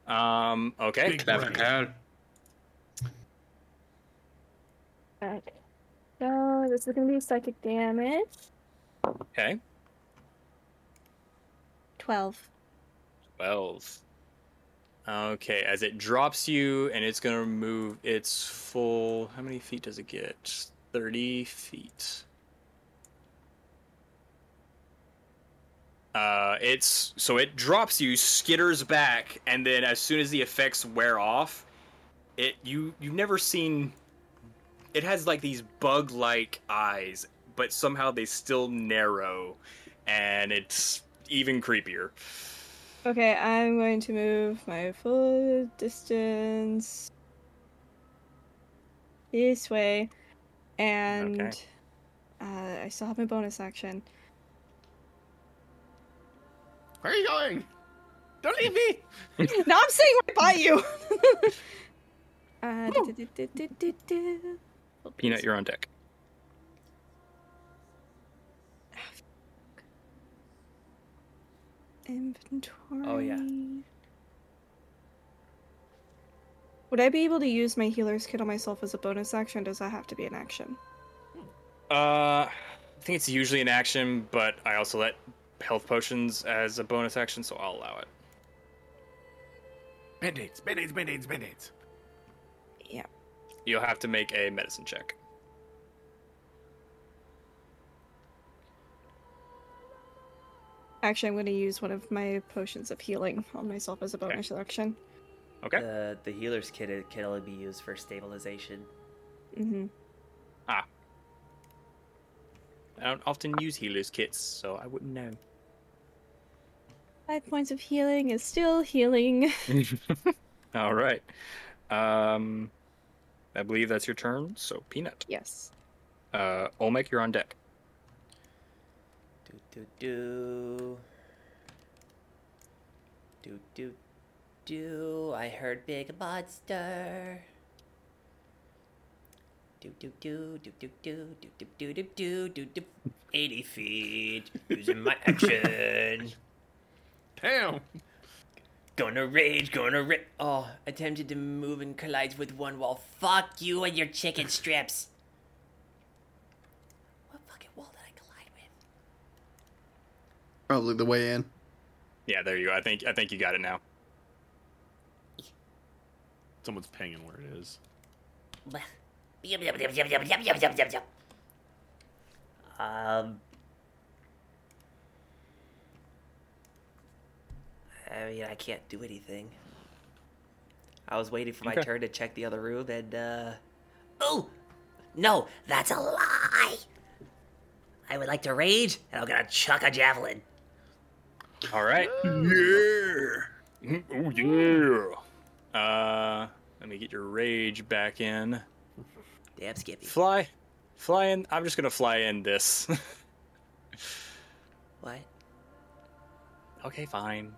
Um, okay.
Okay. So this is going to be psychic damage.
Okay.
12.
12. Okay, as it drops you and it's going to move its full. How many feet does it get? 30 feet. Uh, it's so it drops you, skitters back, and then as soon as the effects wear off, it you you've never seen. It has like these bug-like eyes, but somehow they still narrow, and it's even creepier.
Okay, I'm going to move my full distance this way, and uh, I still have my bonus action. (laughs)
Where are you going? Don't leave me.
no, I'm sitting right by you. (laughs) uh, du-du-du-du-du-du.
Peanut, you're on deck.
Inventory.
Oh, yeah.
Would I be able to use my healer's kit on myself as a bonus action? Does that have to be an action?
Uh, I think it's usually an action, but I also let health potions as a bonus action, so I'll allow it.
Band-aids, band-aids, band-aids, band-aids.
Yeah.
You'll have to make a medicine check.
Actually, I'm going to use one of my potions of healing on myself as a bonus action.
Okay.
The the healer's kit it can only be used for stabilization.
Mm-hmm.
Ah. I don't often use healer's kits, so I wouldn't know.
Five points of healing is still healing. (laughs)
All right. Um, I believe that's your turn. So Peanut,
yes.
uh, Olmec, you're on deck.
Do do do. Do do do. I heard big monster. Do do do do do do do do do do do do do. Eighty feet. Using my action.
Damn.
Gonna rage. Gonna rage. Oh, attempted to move and collides with one wall. Fuck you and your chicken strips. What fucking wall did I collide with?
Probably the way in.
Yeah, there you go. I think I think you got it now.
Someone's pinging where it is.
Um. I mean, I can't do anything. I was waiting for my
Okay.
turn to check the other room, and uh. Oh, no, that's a lie. I would like to rage, and I'm gonna chuck a javelin.
All right. Yeah. Oh yeah. Uh, let me get your rage back in.
Damn, Skippy.
Fly, fly in. I'm just gonna fly in this. (laughs)
What?
okay, fine.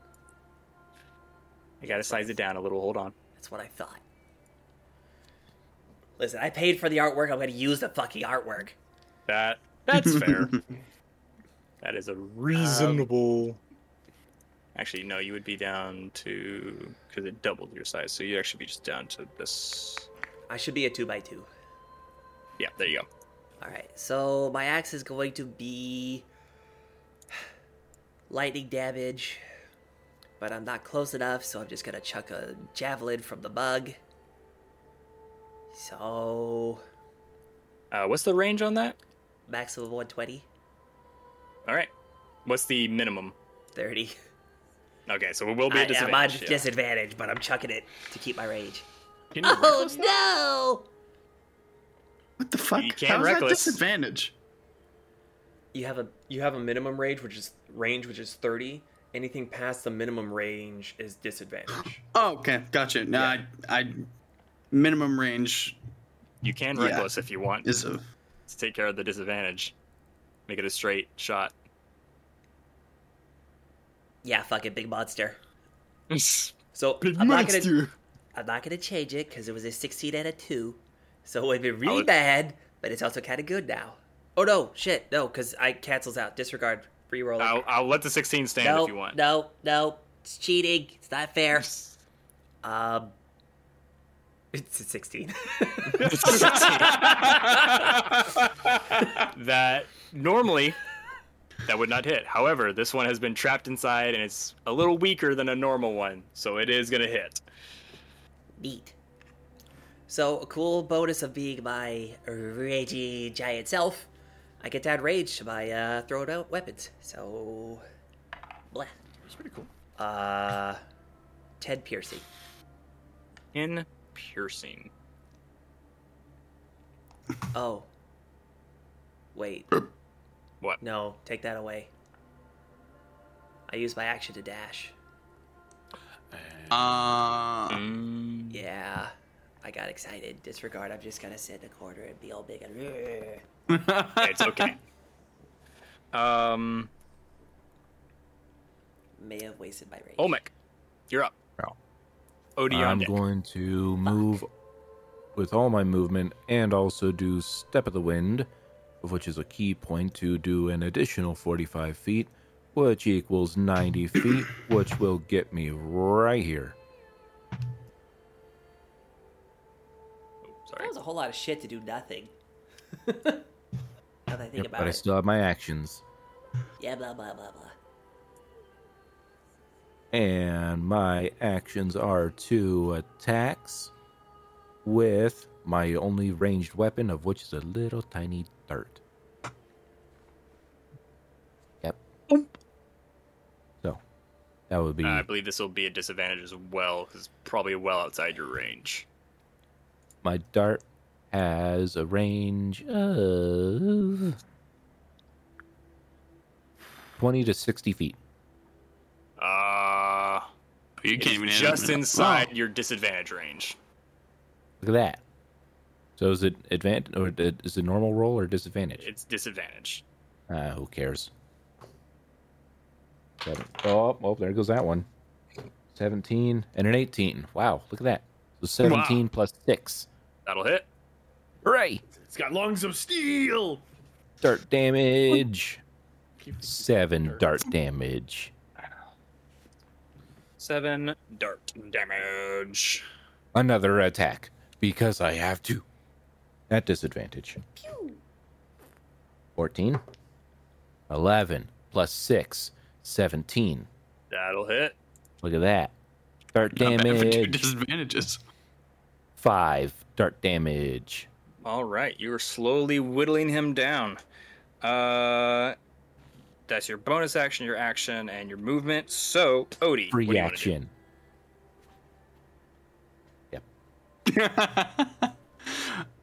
I gotta size it down a little. Hold on.
That's what I thought. Listen, I paid for the artwork. I'm gonna use the fucking artwork.
That that's fair. (laughs) that is a reasonable. Actually, no. You would be down to because it doubled your size, so you'd actually be just down to this.
I should be a two by two.
Yeah, there you go.
All right, so my axe is going to be (sighs) lightning damage, but I'm not close enough, so I'm just gonna chuck a javelin from the bug. So
Uh, what's the range on that?
maximum 120,
All right. What's the minimum?
30.
Okay, so we will be
I, I'm
at
at
disadvantage. yeah.
disadvantage, but I'm chucking it to keep my rage.
Can you
Oh no!
What the fuck?
You can't
How's that
reckless.
disadvantage?
You have a you have a minimum range, which is range, which is thirty. Anything past the minimum range is (gasps) disadvantage.
Oh, okay, gotcha. No, I, I, minimum range
You can
Yeah.
reckless if you want
is a.
to take care of the disadvantage. Make it a straight (laughs) shot.
Yeah, fucking big monster.
okay.
So I'm not gonna I'm not gonna change it because it was a 16 and a two, so it would be really
would-
bad, but it's also kind of good now. Oh no, shit, no, because I cancels out. Disregard, reroll. it.
I'll, I'll let the 16 stand
no,
if you want.
no, no, it's cheating. It's not fair. Um, it's a
(laughs)
16.
that normally that would not hit. However, this one has been trapped inside and it's a little weaker than a normal one, so it is gonna hit.
Neat. So a cool bonus of being my ragey giant self, I get to add rage to my uh, thrown out weapons. So, bleh.
It's pretty cool.
Uh, Ted piercing.
In piercing.
Oh. Wait.
What?
No, take that away. I use my action to dash.
Uh,
Mm,
Yeah. I got excited. Disregard, I'm just gonna sit in the corner and be all big and. uh,
it's
(laughs)
okay. Um,
May have wasted my rage.
Olmec, you're up. Uh,
No.
OD on
I'm
deck.
going to move with all my movement and also do Step of the Wind, of which is a key point to do an additional 45 feet, which equals 90 feet, which will get me right here.
That
Sorry.
was a whole lot of shit to do nothing. (laughs) now that I think
Yep,
about
but I
it.
still have my actions.
Yeah, blah, blah, blah, blah.
And my actions are two attacks with my only ranged weapon, of which is a little tiny dart. Yep. So that would be
Uh, I believe this will be a disadvantage as well, because probably well outside your range.
my dart has a range of 20 to 60 feet.
Uh,
you
it's
hit
just
him in-
inside
Wow.
your disadvantage range.
Look at that. So is it advantage or d- is it normal roll or disadvantage?
It's disadvantage.
Uh, who cares? Seven. Oh, well, there goes that one. 17 and an 18. Wow, look at that. So 17 plus 6.
That'll hit.
Hooray!
It's got lungs of steel.
Dart damage.
Keep-
Seven dart damage.
Seven dart damage.
Another attack because I have to. At disadvantage. 14. 11 plus 6. 17.
That'll hit.
Look at that.
Not
Dart
bad for two
damage.
disadvantages.
Five dart damage.
All right, you are slowly whittling him down. Uh, that's your bonus action, your action, and your movement. So, Odie, what do
Free
you wanna do?
action. Yep.
(laughs)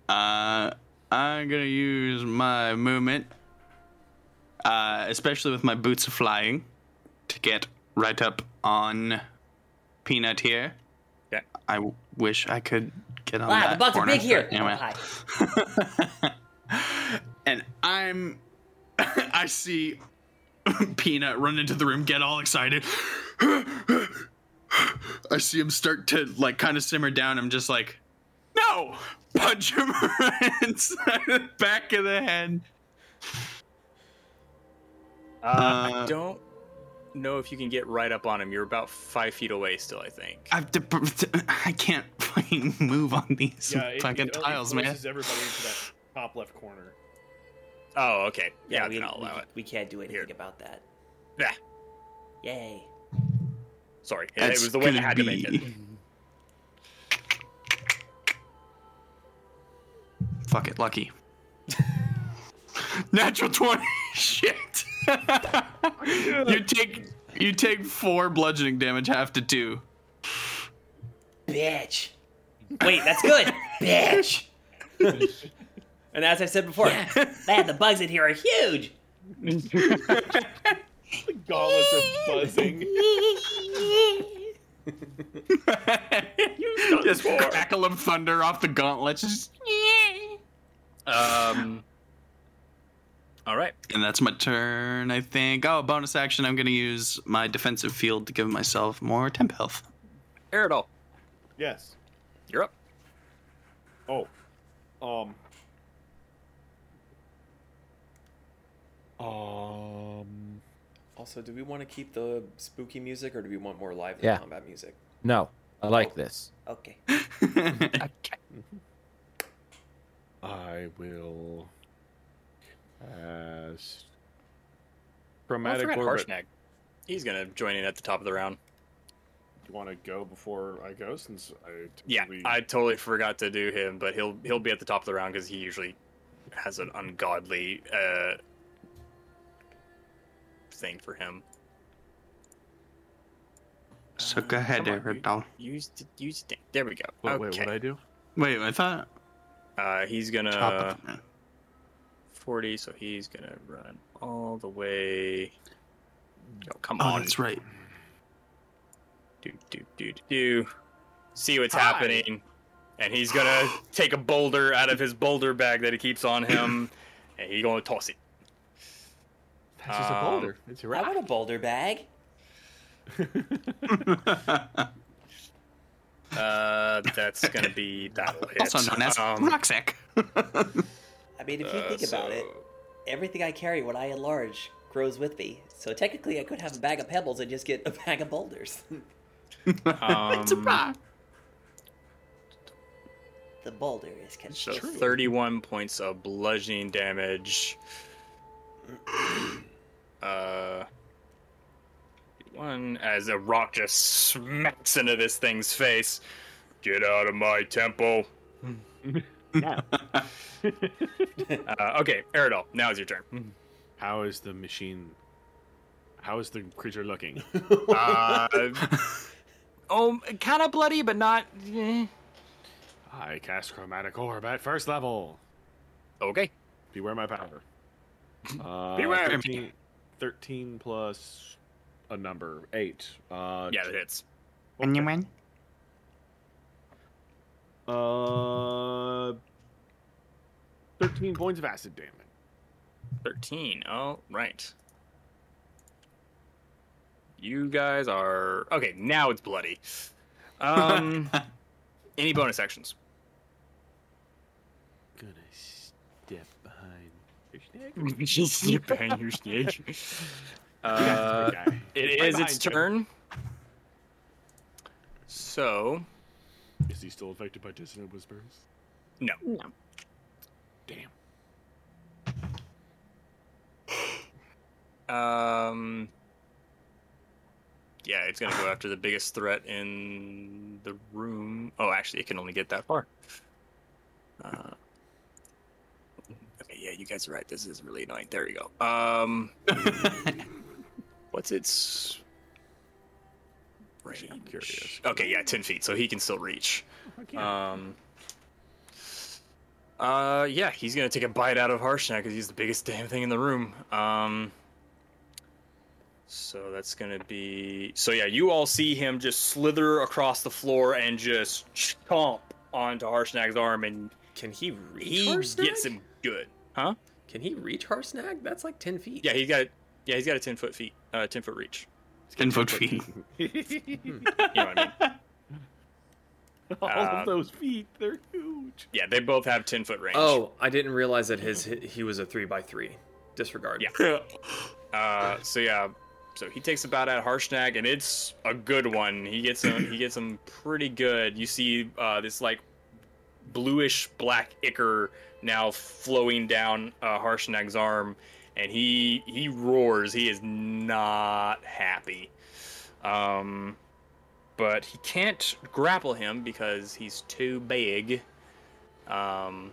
Uh, I'm gonna use my movement, uh, especially with my boots of flying, to get right up on Peanut here.
Yeah.
I w- wish I could get on
Wow,
that
the bugs are
corner,
big here. Oh,
but Anyway.
Hi.
and I'm (laughs) I see (laughs) Peanut run into the room, get all excited. (sighs) I see him start to like kind of simmer down. I'm just like, no, (laughs) punch him right inside the (laughs) back of the head.
Uh,
Uh,
I don't know if you can get right up on him. You're about five feet away still, I think.
I've de- (laughs) I can't fucking move on these
Yeah, it,
fucking
it only
tiles, man.
forces everybody into that top left corner.
Oh, okay. Yeah,
we,
then I'll
we,
allow it.
we can't do anything
Here.
about that.
Yeah,
Yay.
sorry. It-
That's
it was the way that
gonna
had to make it.
be- (laughs) Fuck it, lucky. (laughs) Natural twenty. (laughs) Shit. you take you take four bludgeoning damage, half to two.
Bitch. Wait, that's good. (laughs) Bitch. and as I said before, (laughs) man, the bugs in here are huge.
The gauntlets are buzzing.
(laughs) Just crackle of thunder off the gauntlets, just-
Um, all right.
and that's my turn. I think. Oh, bonus action! I'm gonna use my defensive field to give myself more temp health. (laughs)
Aerodol,
Yes.
you're up.
Oh. Um. Um.
Also, do we want to keep the spooky music or do we want more lively
Yeah.
combat music?
No, I
Oh.
like this.
Okay.
I will cast chromatic
oh,
orbit.
Harshnag. He's gonna join in at the top of the round.
You want to go before I go, since I
Yeah,
typically-
I totally forgot to do him, but he'll he'll be at the top of the round because he usually has an ungodly uh thing for him.
so go ahead,
Come on,
Aerodol.
u- Use the- use the- there we go.
Wait, wait,
okay.
what I do?
Wait, I thought.
Uh, he's
top
gonna
of it.
forty, so he's gonna run all the way. Oh, come
Oh,
on!
that's right.
do do do do do. See what's happening, and he's
(gasps)
gonna take a boulder out of his boulder bag that he keeps on
(clears throat)
him, and he's gonna toss it.
That's just a
Um,
boulder. It's a
I
rock.
want a boulder bag.
Uh, that's gonna be that'll hit.
Also known as
Um,
rucksack.
I mean, if you
uh,
think about it,
so-
everything I carry when I enlarge grows with me. So technically, I could have a bag of pebbles and just get a bag of boulders. (laughs)
it's a
um,
rock.
the boulder is
So
constructed.
thirty-one points of bludgeoning damage. Uh, one as a rock just smacks into this thing's face. Get out of my temple! Uh, okay, Aerodol, now is your turn.
How is the machine? How is the creature (laughs) looking?
Uh, oh, kind of bloody, but not. eh.
I cast chromatic orb at first level.
Okay.
Beware my
(laughs)
power. Uh,
Beware.
13, 13 plus a number eight. Uh,
Yeah, that hits.
When you win.
Uh, thirteen points of acid damage.
Thirteen. All right. You guys are okay. Now it's bloody. Um, any bonus actions?
Gonna step behind.
Just (laughs) sit behind your snake. Uh, it is its turn. So
Is he still affected by dissonant whispers?
no.
No.
Damn.
Um. Yeah, it's gonna go after the biggest threat in the room. Oh, actually, it can only get that far. Okay, yeah, you guys are right. This is really annoying. There we go. Um, what's its range?
curious.
Okay, yeah, ten feet, so he can still reach.
Uh,
Um. Uh, yeah, he's gonna take a bite out of Harsh now because he's the biggest damn thing in the room. Um. So that's gonna be. So yeah, you all see him just slither across the floor and just chomp onto Harshnag's arm, and
Can he reach
he
Harsnag?
gets him good, huh?
Can he reach Harsnag? That's like ten feet.
Yeah, he's got. Yeah, he's got a ten foot feet. Uh, ten foot reach.
Ten foot feet.
You know what I mean?
(laughs) all
um,
of those feet, they're huge.
Yeah, they both have ten foot range.
Oh, I didn't realize that his he was a three by three. Disregard.
Yeah. Uh, so yeah, so he takes a bat at Harshnag, and it's a good one. He gets him. he gets him pretty good. You see uh, this like bluish black ichor now flowing down uh, Harshnag's arm, and he he roars. He is not happy. Um, but he can't grapple him because he's too big. Um,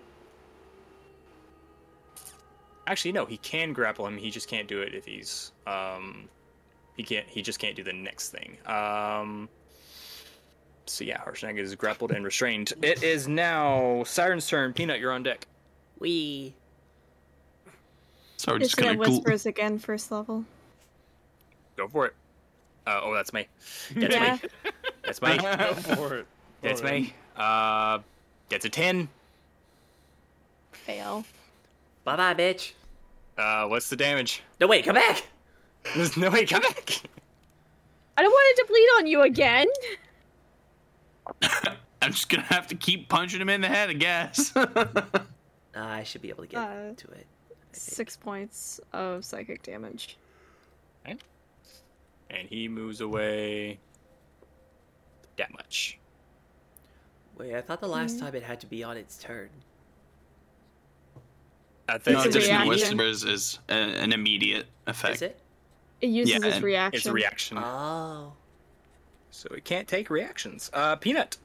actually, no, he can grapple him. He just can't do it if he's um, he can't. He just can't do the next thing. Um, so yeah, Harshnag is grappled and restrained. It is now Siren's turn. Peanut, you're on deck.
We.
So we're
It's
just
gonna
gonna gl- (laughs)
whispers again, first level.
Go for it. Uh, oh, that's me. That's
Yeah.
me. That's (laughs) me.
Go for (laughs) it.
That's me. Uh, that's a ten.
Fail.
Bye bye, bitch.
Uh, what's the damage? (laughs)
No, wait, come back!
There's no way. Come back.
I don't want to bleed on you again.
I'm just gonna have to keep punching him in the head, I
(laughs)
guess.
Uh, I should be able to get
Uh,
to it.
Six points of psychic damage.
And he moves away. That much.
Wait, I thought the last time it had to be on its turn.
I think
no,
It's a
additional
reaction.
whispers is a, uh, an immediate effect.
Is it?
It uses
Yeah,
its
and
reaction.
It's a reaction.
Oh.
So it can't take reactions. Uh, Peanut.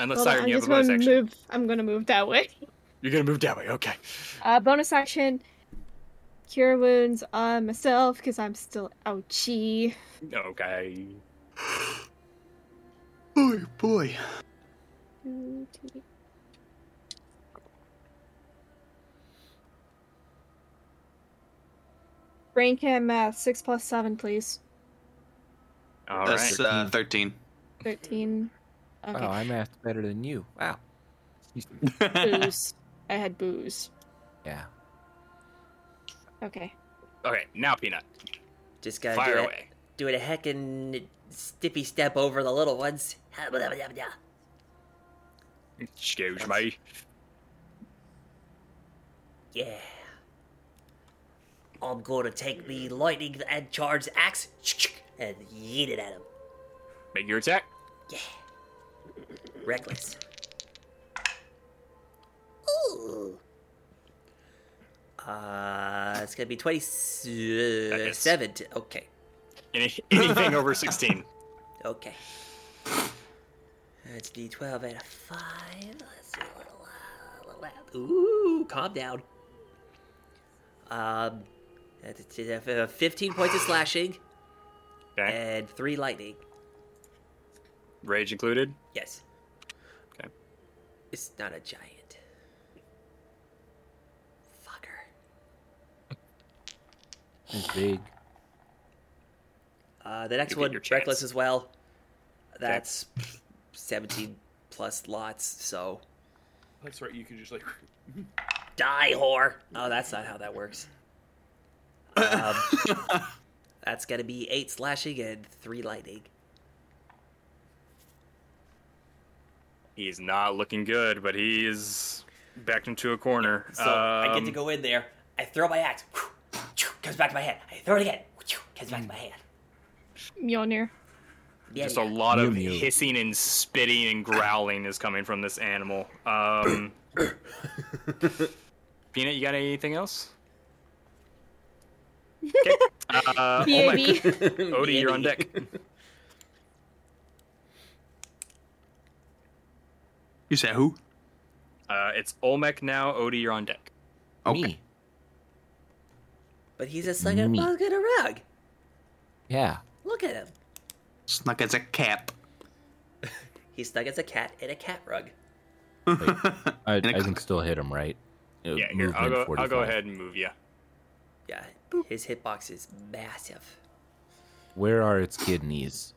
Unless
Hold on,
Siren,
I'm
you have
just
a bonus
gonna
action.
move. I'm gonna move that way. (laughs)
You're gonna move that way. Okay.
Uh, bonus action. Cure wounds on myself because I'm still ouchie.
Okay.
Oh boy.
Mm, Brain cam math six plus seven, please.
All right.
That's uh, 13.
Thirteen.
Wow,
Okay.
Oh, I math better than you. Wow.
booze. I had booze.
Yeah.
Okay.
Okay. Now Peanut.
Just gotta
Fire
do it.
away.
Do it a heckin' stippy step over the little ones. (laughs)
Excuse me.
Yeah. I'm gonna take the lightning and charge axe (laughs) and yeet it at him.
Make your attack.
Reckless. Ooh. Uh, it's gonna be
is-
27. to- okay, (laughs)
Any, anything over 16.
okay. That's D12 and a 5. Let's see. Ooh, calm down. Um, that's- uh, 15 points of slashing
Okay.
and 3 lightning.
Rage included.
Yes.
Okay.
It's not a giant. Fucker.
It's big.
Uh, the next
You get
one,
your chance.
reckless as well. That's seventeen plus lots. So
That's right. You can just like.
die, whore. Oh, that's not how that
(laughs)
works. Um, that's gonna be eight slashing and three lightning.
He's not looking good, but he is backed into a corner.
So I get to
Um,
go in there. I throw my axe. Comes back to my hand. I throw it again. Comes back to my hand.
Mjolnir.
Yeah,
Just
yeah.
a lot of
Mew mew.
hissing and spitting and growling is coming from this animal. Um, Peanut, you got anything else? Okay. Uh, oh my
PAB.
Odie, you're on deck.
(laughs)
You say who?
Uh, Uh, it's Olmec now. Odie, you're on deck.
Okay.
Me.
But he's just like a
Me.
bucket of rug.
Yeah.
Look at him.
Snuck as a cat.
He's stuck as a cat in a cat rug.
I, I
And it
can
click.
still hit him, right? Uh,
Yeah, here. I'll
movement
go, I'll go
45.
ahead and move you.
Yeah, his hitbox is massive.
Where are its kidneys?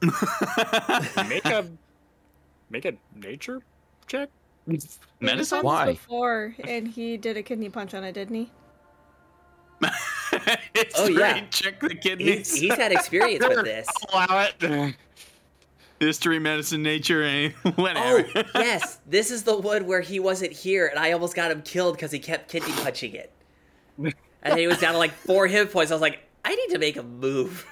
Make a (laughs) make a nature check.
Medicine?
Once
Why?
Before, and he did a kidney punch on it, didn't he?
(laughs) it's
Oh,
oh,
yeah.
Check the
He's,
kidneys.
he's had experience with this.
(laughs) Allow it.
History, medicine, nature, and
Oh,
(laughs) whatever.
yes. This is the one where he wasn't here, and I almost got him killed because he kept kidney punching it. And then he was down to like four hit points. I was like, I need to make a move.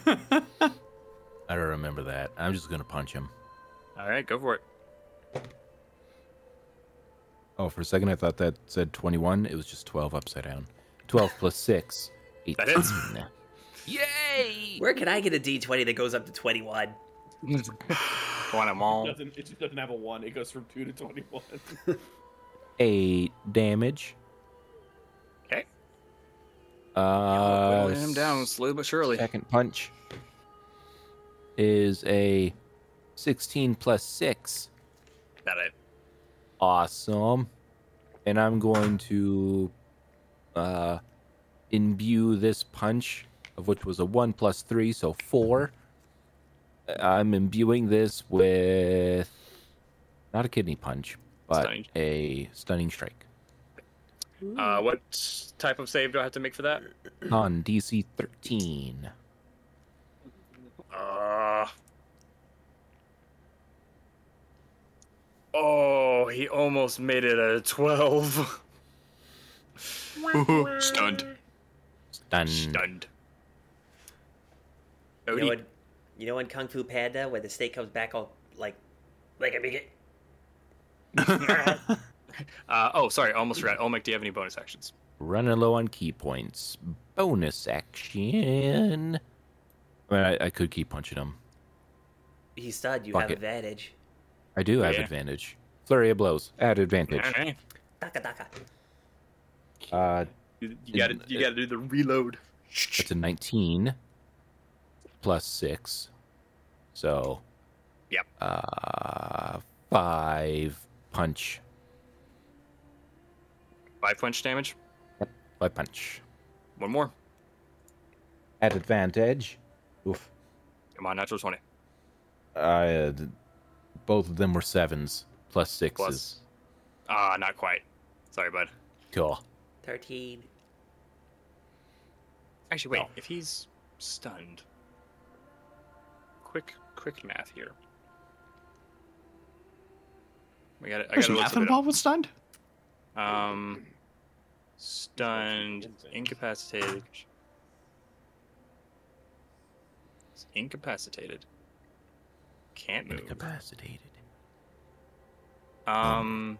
(laughs)
I don't remember that. I'm just gonna punch him.
All right, go for it.
Oh, for a second I thought that said 21. It was just 12 upside down. 12 plus 6. 18.
That is-
Where can I get a D20 that goes up to 21?
Want them all.
Doesn't, it just doesn't have a one. It goes from two to twenty-one.
8 damage.
Okay.
Uh,
Whittling him down slowly but surely.
Second punch is a 16 plus 6.
Got it.
Awesome. And I'm going to uh, imbue this punch, of which was a 1 plus 3, so 4. I'm imbuing this with not a kidney punch, but
Stunning.
a stunning strike
Uh, what type of save do I have to make for that?
on DC 13.
Uh... Oh, he almost made it a (laughs) 12.
(laughs) Stunned.
Stunned.
Stunned.
You know,
Odie,
in, you know in Kung Fu Panda where the snake comes back all like, like I mean it.
uh, oh, sorry, almost forgot. Olmec, do you have any bonus actions?
Running low on key points. Bonus action. I mean, I, I could keep punching him.
He's stunned. You
Fuck
have
it.
advantage.
I do have
Yeah.
advantage. Flurry of blows at advantage.
All right.
Daka daka.
Uh,
You you gotta, you gotta do the reload.
That's a 19 plus 6. So.
Yep.
Uh, 5 punch.
Five punch damage.
5 punch.
One more.
At advantage. Oof.
Come on, natural 20.
Uh, th- both of them were 7s. Plus 6s.
Plus. Ah, not quite. Sorry, bud.
Cool.
Thirteen.
Actually, wait. If he's stunned, quick, quick math here. We got. I got
There's
to look
math
something up.
involved with stunned?
Um, stunned, incapacitated. It's incapacitated. Can't move.
Incapacitated.
Um.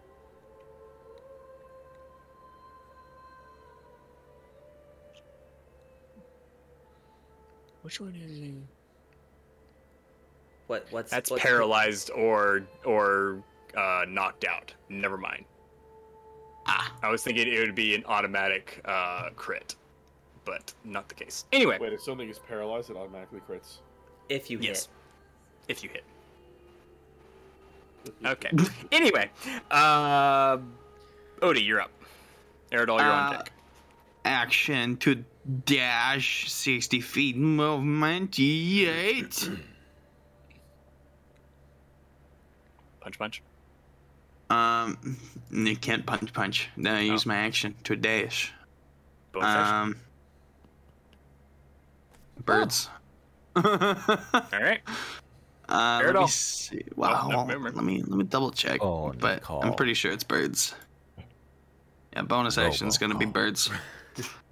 Which one is it?
What? What's
That's
what's
paralyzed or or uh, knocked out. Never mind.
Ah.
I was thinking it would be an automatic uh, crit, but not the case. Anyway,
Wait, if something is paralyzed, it automatically crits.
If you
yes, if you hit. Okay. (laughs) anyway, uh, Odie, you're up. Eridol, you're on
Uh,
deck.
Action to dash 60 feet movement. Yet.
Punch, punch.
Um, you can't punch punch. Then I use my action to dash.
Bonus action.
Um, birds. Oh. (laughs)
All right.
Uh, let me
Eridol.
see. Wow.
no, remember.
let me let me double check.
Oh, no
but
call.
I'm pretty sure it's birds. Yeah, bonus
No
action is
call.
gonna be birds.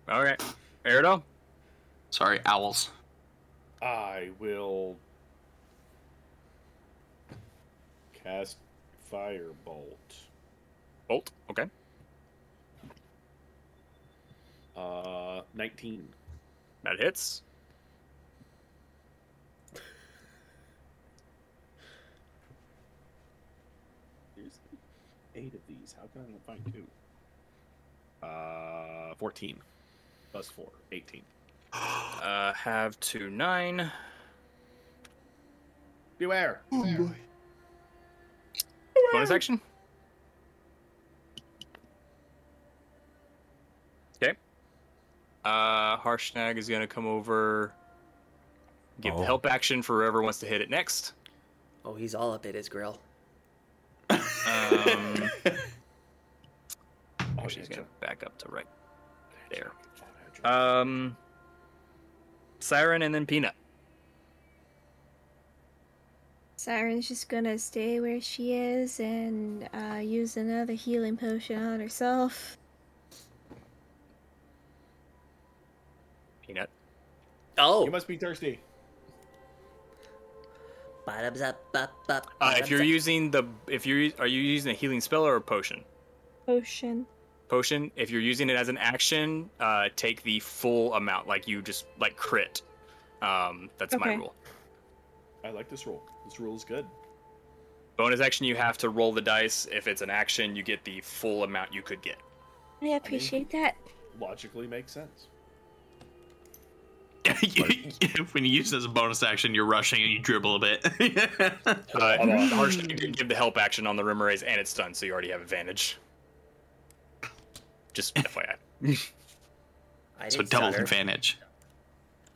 All right. Eridol.
Sorry, owls.
I will cast firebolt.
Bolt. Okay.
Uh, nineteen.
That hits.
Is there's eight of these. How can I not find two? Uh, 14. Plus 4. 18.
Uh, have two nine.
Beware!
Bonus action. Okay. Uh, Harshnag is gonna come over. Give
Oh.
the help action for whoever wants to hit it next.
Oh, he's all up at his grill.
Um, oh, she's gonna back up to right there. Um, Siren and then Peanut.
Siren's just gonna stay where she is and uh, use another healing potion on herself.
Peanut.
Oh,
You must be thirsty.
bottoms up, up, up.
Uh, if
bottoms
you're
up.
using the, if you're, are you using a healing spell or a potion?
Potion.
Potion. If you're using it as an action, uh, take the full amount, like you just like crit. Um, that's my
Okay.
rule.
I like this rule. This rule is good.
Bonus action, you have to roll the dice. If it's an action, you get the full amount you could get.
I appreciate that.
Logically makes sense.
(laughs) when you use it as a bonus action, you're rushing and you dribble a bit. (laughs)
Uh, Harsh did give the help action on the rim raise, and it's done, so you already have advantage. Just (laughs) FYI.
I
so
didn't
double
stutter.
advantage.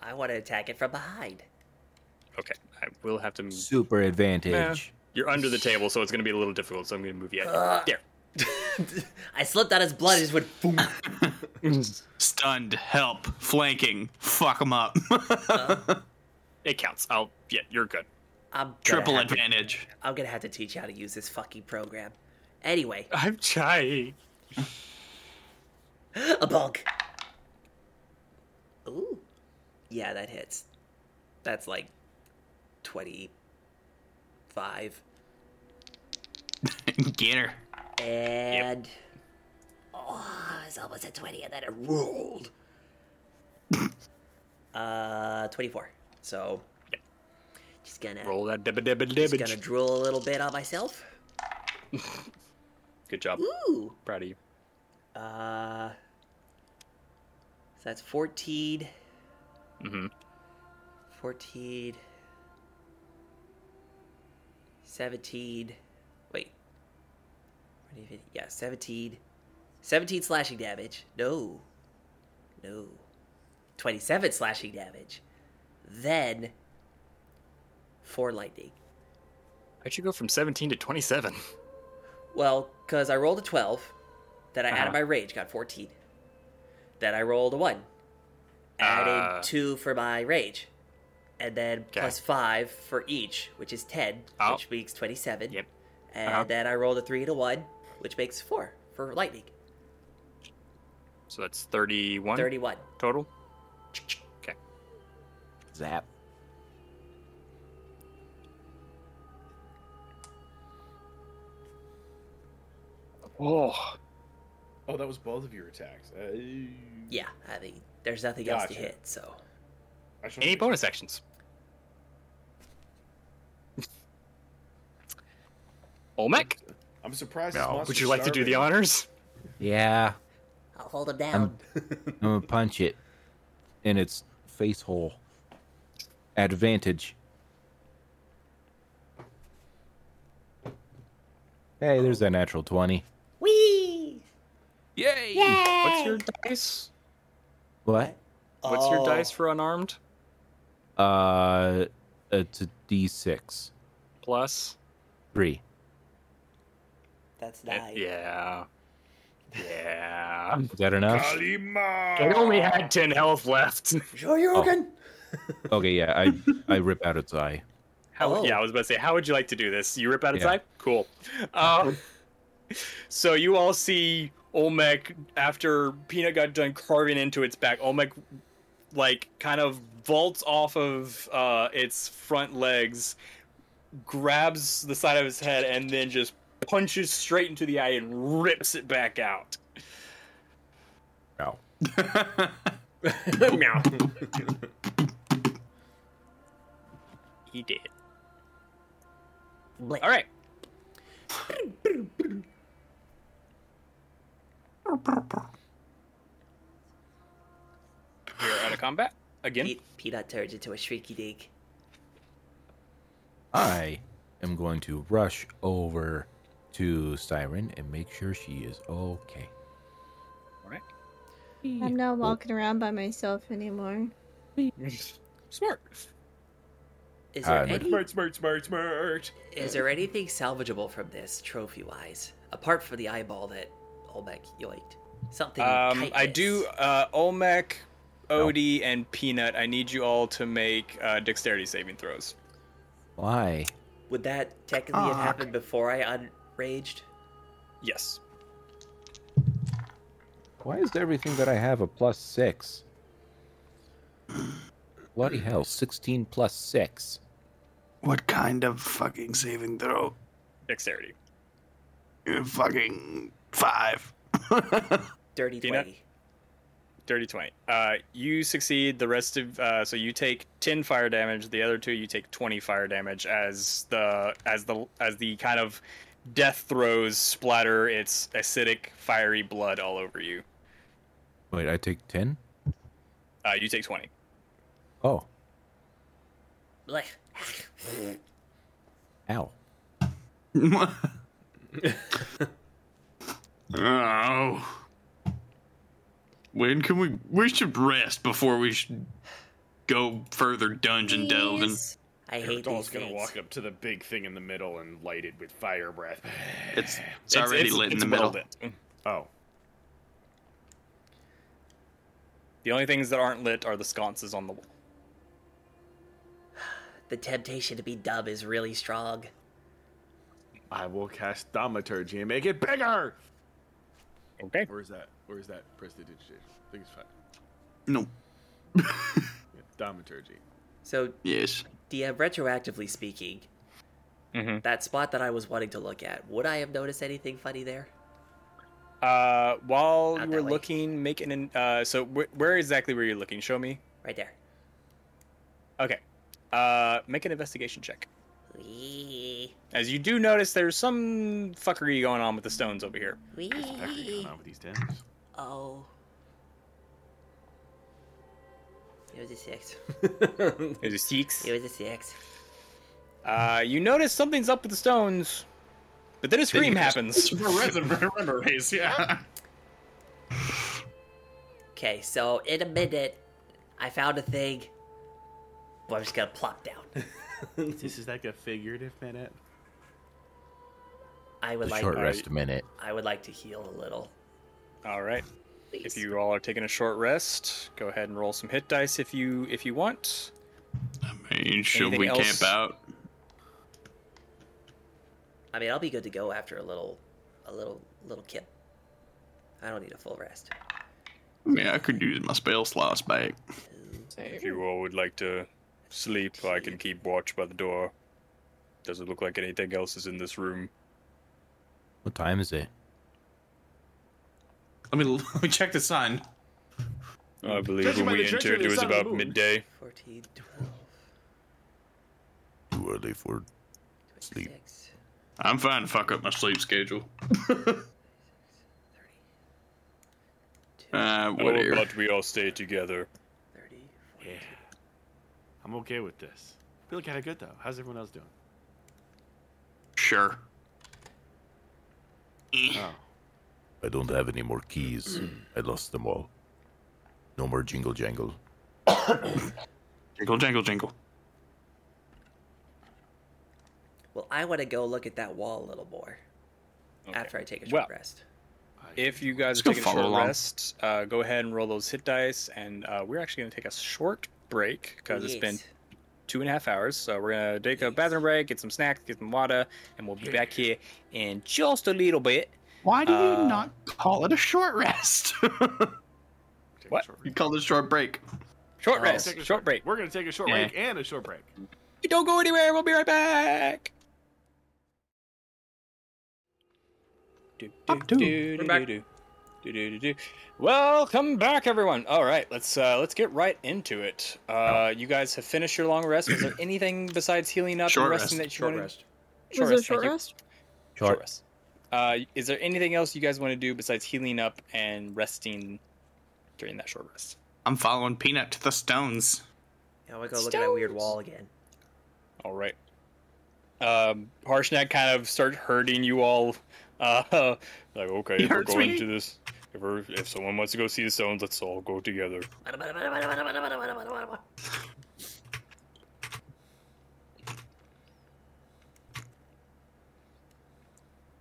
I want to attack it from behind.
Okay, I will have to.
Super advantage.
You're under the table, so it's going to be a little difficult. So I'm going to move you. Out. There.
(laughs) I slipped on his blood. It just went boom.
(laughs)
Stunned, help, flanking, fuck them up. (laughs)
It counts. I'll. Yeah, you're good.
I'm gonna
Triple
have to-
advantage. (laughs)
I'm gonna have to teach you how to use this fucking program. Anyway, (gasps)
I'm trying.
a bug. Ooh, yeah, that hits. That's like twenty-five.
Get her.
And oh, it's almost at twenty, and then it
(laughs)
rolled. uh, twenty-four. So
Yep.
just gonna
Roll that dibba dibba
just gonna
dibbage.
drool a little bit on myself.
Good job.
Ooh,
Proud of you.
uh, so that's fourteen.
Mm-hmm.
14 17 wait what do you think? yeah 17 17 slashing damage no no 27 slashing damage then 4 lightning
I should go from 17 to 27.
well because i rolled a 12 then i
Uh-huh.
added my rage got 14 then i rolled a 1 added
Ah.
2 for my rage and then plus 5 for each which is 10
Oh.
which makes 27
Yep.
and
Uh-huh.
then i rolled a 3 and a 1 which makes 4 for lightning
So that's 31
31
total.
Zap.
Oh.
Oh, that was both of your attacks. Uh,
yeah i mean there's nothing else to
Gotcha.
hit so
I should-
Any bonus actions? (laughs) Olmec,
I'm surprised. this
no.
monster's
would you like to do the
starving.
honors?
Yeah.
i'll hold him down
Um,
I'm gonna punch it in its face hole. Advantage. Hey, there's that natural 20.
whee
Yay! What's your dice?
What?
What's your
Oh.
dice for unarmed?
Uh, it's a d6.
Plus?
Three.
Oh, that's nine
Uh, Yeah.
(laughs)
Yeah.
Is that enough?
I only had 10 health left.
sure you
Oh. Okay, yeah, I I rip out its eye.
How,
Oh.
Yeah, I was about to say, how would you like to do this? You rip out its
Yeah.
eye? Cool. Um, (laughs) so you all see Olmec after Peanut got done carving into its back. Olmec, like, kind of vaults off of uh, its front legs, grabs the side of his head, and then just punches straight into the eye and rips it back out.
Ow.
Meow. he did.
Blink.
All right. combat again.
Pete, Pete I turned into a shrieky dig.
I am going to rush over to Siren and make sure she is okay.
All right.
I'm not walking around by myself anymore.
Smart.
Is
Uh,
there,
Um,
any,
Smart, smart, smart, smart.
is there anything salvageable from this, trophy wise? Apart from the eyeball that Olbeck yoinked. Something.
Um, I
chitinous.
do uh, Olmec, Odie, and Peanut. I need you all to make uh, dexterity saving throws.
Why?
Would that technically have happened before I unraged?
Yes.
Why is everything that I have a plus six? Bloody hell, 16 plus six.
What kind of fucking saving throw?
Dexterity.
Uh, Fucking five. (laughs)
Dirty
Peanut?
20.
Dirty 20. Uh, you succeed. The rest of uh, so you take 10 fire damage. The other two you take 20 fire damage as the as the as the kind of death throws splatter its acidic fiery blood all over you.
Wait, I take 10?
Uh, you take 20.
Oh,
Blech.
ow.
oh. When can we? We should rest before we should go further dungeon delving.
I hate these
Everdoll's gonna
things.
walk up to the big thing in the middle and light it with fire breath. (sighs)
It's it's, already lit in the middle.
middle.
Oh,
The only things that aren't lit are the sconces on the wall.
The temptation to be dumb is really strong.
I will cast Thaumaturgy and make it bigger.
Okay.
Where is that? Where is that prestidigitation? I think it's five.
No.
Yeah, Thaumaturgy.
So,
Yes.
DM, retroactively speaking,
Mhm.
that spot that I was wanting to look at, would I have noticed anything funny there?
Uh, while
Not
you were
that way.
looking, make an uh, so wh- where exactly were you looking? Show me.
Right there.
Okay. Uh, make an investigation check.
Wee.
As you do notice, there's some fuckery going on with the stones over here.
Wee.
with these tens.
Oh. It was a six.
There's a six.
It was a six.
Uh, you notice something's up with the stones, but then a scream
(laughs)
happens.
memories, yeah.
Okay, so in a minute, I found a thing. But I'm just gonna plop down.
(laughs) This is like a figurative minute.
I would
The
like.
short
uh,
rest minute.
I would like to heal a little.
All right.
Please.
If you all are taking a short rest, go ahead and roll some hit dice if you if you want.
I mean, should
Anything
we
else?
camp out?
I mean, I'll be good to go after a little, a little, little kip. I don't need a full rest.
I mean, I could use my spell slots back.
If you all would like to sleep, I can keep watch by the door. Doesn't look like anything else is in this room.
What time is it?
Let me, (laughs) let me check the sun.
I believe
Judging
when
by
we
the treachery
entered, it
of
was
the sun and
about
moon.
midday.
14, 12,
Too early for
26,
I'm fine to fuck up my sleep schedule.
30,
Uh,
How
whatever.
about we all stay together?
30, 40.
Yeah. I'm okay with this. Feel kind of good though. How's everyone else doing?
Sure.
Oh,
I don't have any more keys. I lost them all. No more jingle jangle.
Jingle, jingle, jingle.
Well, I want to go look at that wall a little more after I take a short
Well,
rest.
If you guys are
Let's go
taking a short
follow along.
rest, uh, go ahead and roll those hit dice, and uh, we're actually going to take a short break because it's been
Yes.
two and a half hours. So we're going to take a bathroom break, get some snacks, get some water, and we'll be back here in just a little bit.
Why do
Uh,
you not call it a short rest? (laughs)
What?
you call it a short break.
Short
Oh.
rest,
Take a
short, break.
We're gonna take a short
Yeah.
break and a short break.
Don't go anywhere. We'll be right back. Do, do, do, do,
back.
do, do, do, do, do. Welcome back, everyone. All right, let's uh, let's get right into it. Uh, you guys have finished your long rest. Was there anything besides healing up
Short
and resting
rest,
that you
Short
wanted?
rest.
Was it a short
thank you.
rest?
Short,
Short.
rest. Uh, is there anything else you guys want to do besides healing up and resting during that short rest?
I'm following Peanut to the stones.
Now we go look at that weird wall again.
All right. Um, Harshnag kind of starts herding you all. (laughs) Uh, like, okay, if we're
hurts
going
me.
to this, if, we're, if someone wants to go see the stones, let's all go together.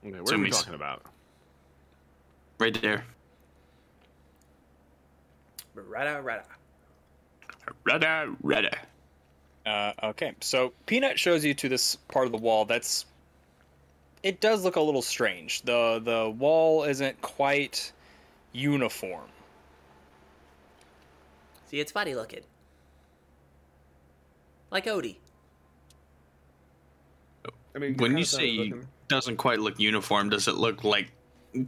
Okay, what are we
Zoomies.
talking about?
Right there.
Rada, rada.
Rada, rada.
Uh, okay, so Peanut shows you to this part of the wall. That's it does look a little strange. the The wall isn't quite uniform.
See, it's funny looking. Like Odie.
I mean,
When
kinda
you
sounded
say
looking-
doesn't quite look uniform, does it look like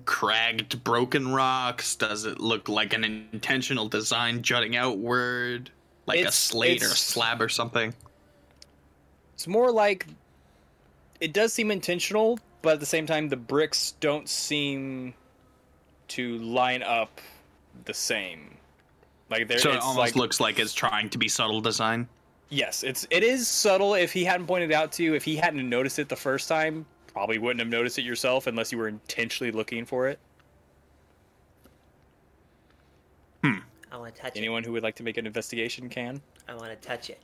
cragged broken rocks? Does it look like an intentional design jutting outward? Like a
It's-
slate or
it's-
slab or something?
It's more like it does seem intentional, but at the same time, the bricks don't seem to line up the same. Like there,
So it
it's
almost
like
looks like it's trying to be subtle design.
yes, it's it is subtle. If he hadn't pointed it out to you, if he hadn't noticed it the first time, probably wouldn't have noticed it yourself unless you were intentionally looking for it.
I want to touch
Anyone who would like to make an investigation can.
it. I want to touch it.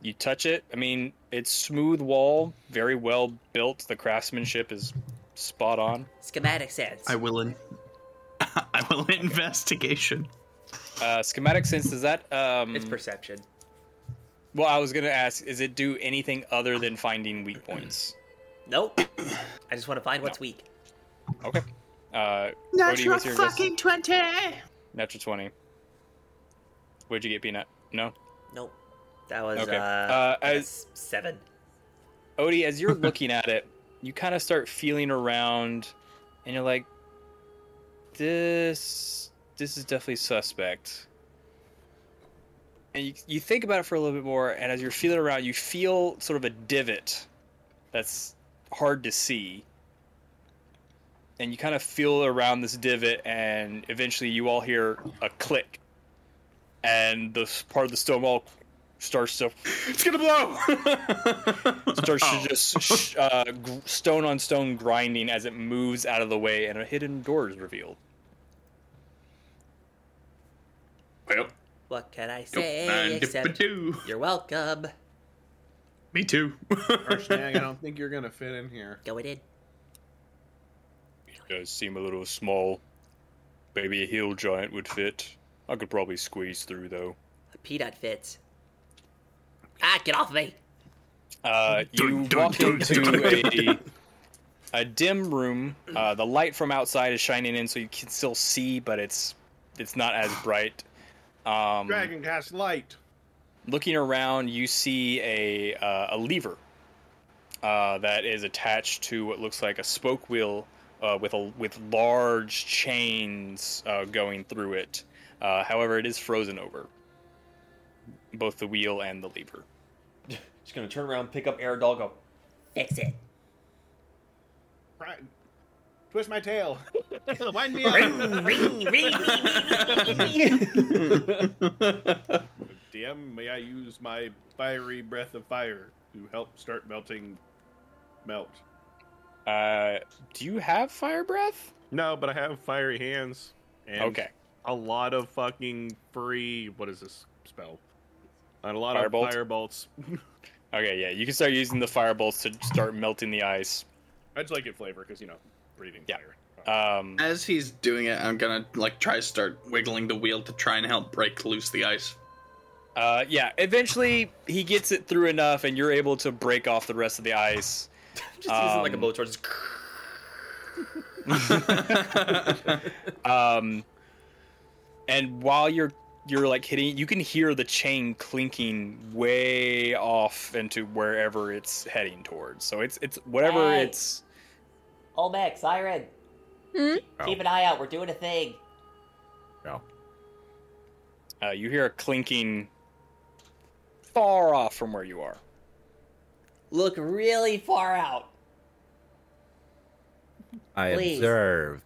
You touch it. I mean, it's smooth wall, very well built. The craftsmanship is spot on.
Schematic sense.
I will in. (laughs) I will investigation.
Uh, schematic sense is that? Um,
It's perception.
well, I was gonna ask, is it do anything other than finding weak points?
Nope. I just want to find what's weak.
Okay. Uh, Cody, what's your invest-
twenty.
natural twenty? Where'd you get peanut? No.
Nope. That was
Okay.
uh,
Uh,
I guess
as-
seven.
Odie, as you're looking at it, you kind of start feeling around, and you're like, "This, this is definitely suspect." And you, you think about it for a little bit more, and as you're feeling around, you feel sort of a divot that's hard to see. And you kind of feel around this divot, and eventually you all hear a click, and the s- part of the stone wall starts to
It's
(laughs)
gonna blow.
starts to just (laughs) sh- uh, gr- stone on stone grinding as it moves out of the way and a hidden door is revealed.
Well,
What can I say
don't
except you're welcome?
Me too.
Harshnag, I don't think you're gonna fit in here.
Going in.
It does seem a little small. Maybe a heel giant would fit. I could probably squeeze through though.
A peanut fits. Ah, get off me!
Uh, (laughs) you
Dun, dun,
walk
dun, dun,
(laughs) into a, a dim room. Uh, the light from outside is shining in, so you can still see, but it's it's not as bright. Um,
Dragon cast light.
looking around, you see a uh, a lever uh, that is attached to what looks like a spoke wheel uh, with a with large chains uh, going through it. Uh, however, it is frozen over, both the wheel and the lever.
Just gonna turn around, pick up Air Doll, go.
Fix it.
Right. Twist my tail. (laughs) Wind me up.
Ring, ring, ring, ring.
DM, may I use my fiery breath of fire to help start melting? Melt.
Uh, do you have fire breath?
No, but I have fiery hands. And
Okay.
A lot of fucking free. What is this spell? And a lot
Firebolt?
of firebolts.
Okay, yeah, you can start using the fire bolts to start melting the ice.
I just like it flavor because you know, breathing
Yeah.
fire.
Um,
As he's doing it, I'm gonna like try to start wiggling the wheel to try and help break loose the ice. (laughs)
Uh, yeah. Eventually, he gets it through enough, and you're able to break off the rest of the ice.
Just use it like a
Um,
blowtorch. Just
Um, and while you're you're like hitting, you can hear the chain clinking way off into wherever it's heading towards. So it's it's whatever
Hey.
it's.
Olmec, Siren.
Hmm?
Keep an eye out. We're doing a thing.
Uh, you hear a clinking far off from where you are.
Look really far out.
I
Please.
observe.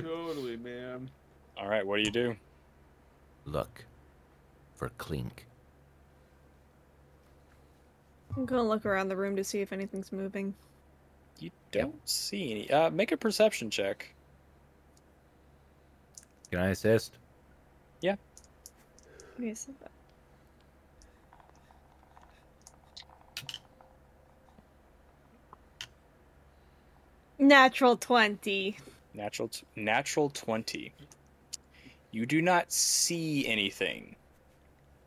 totally, man.
All right, what do you do?
Look for Clink.
I'm gonna look around the room to see if anything's moving.
You don't see any. Uh, make a perception check.
Can I assist?
Yeah.
Okay, so Natural 20.
Natural, t- natural twenty. You do not see anything.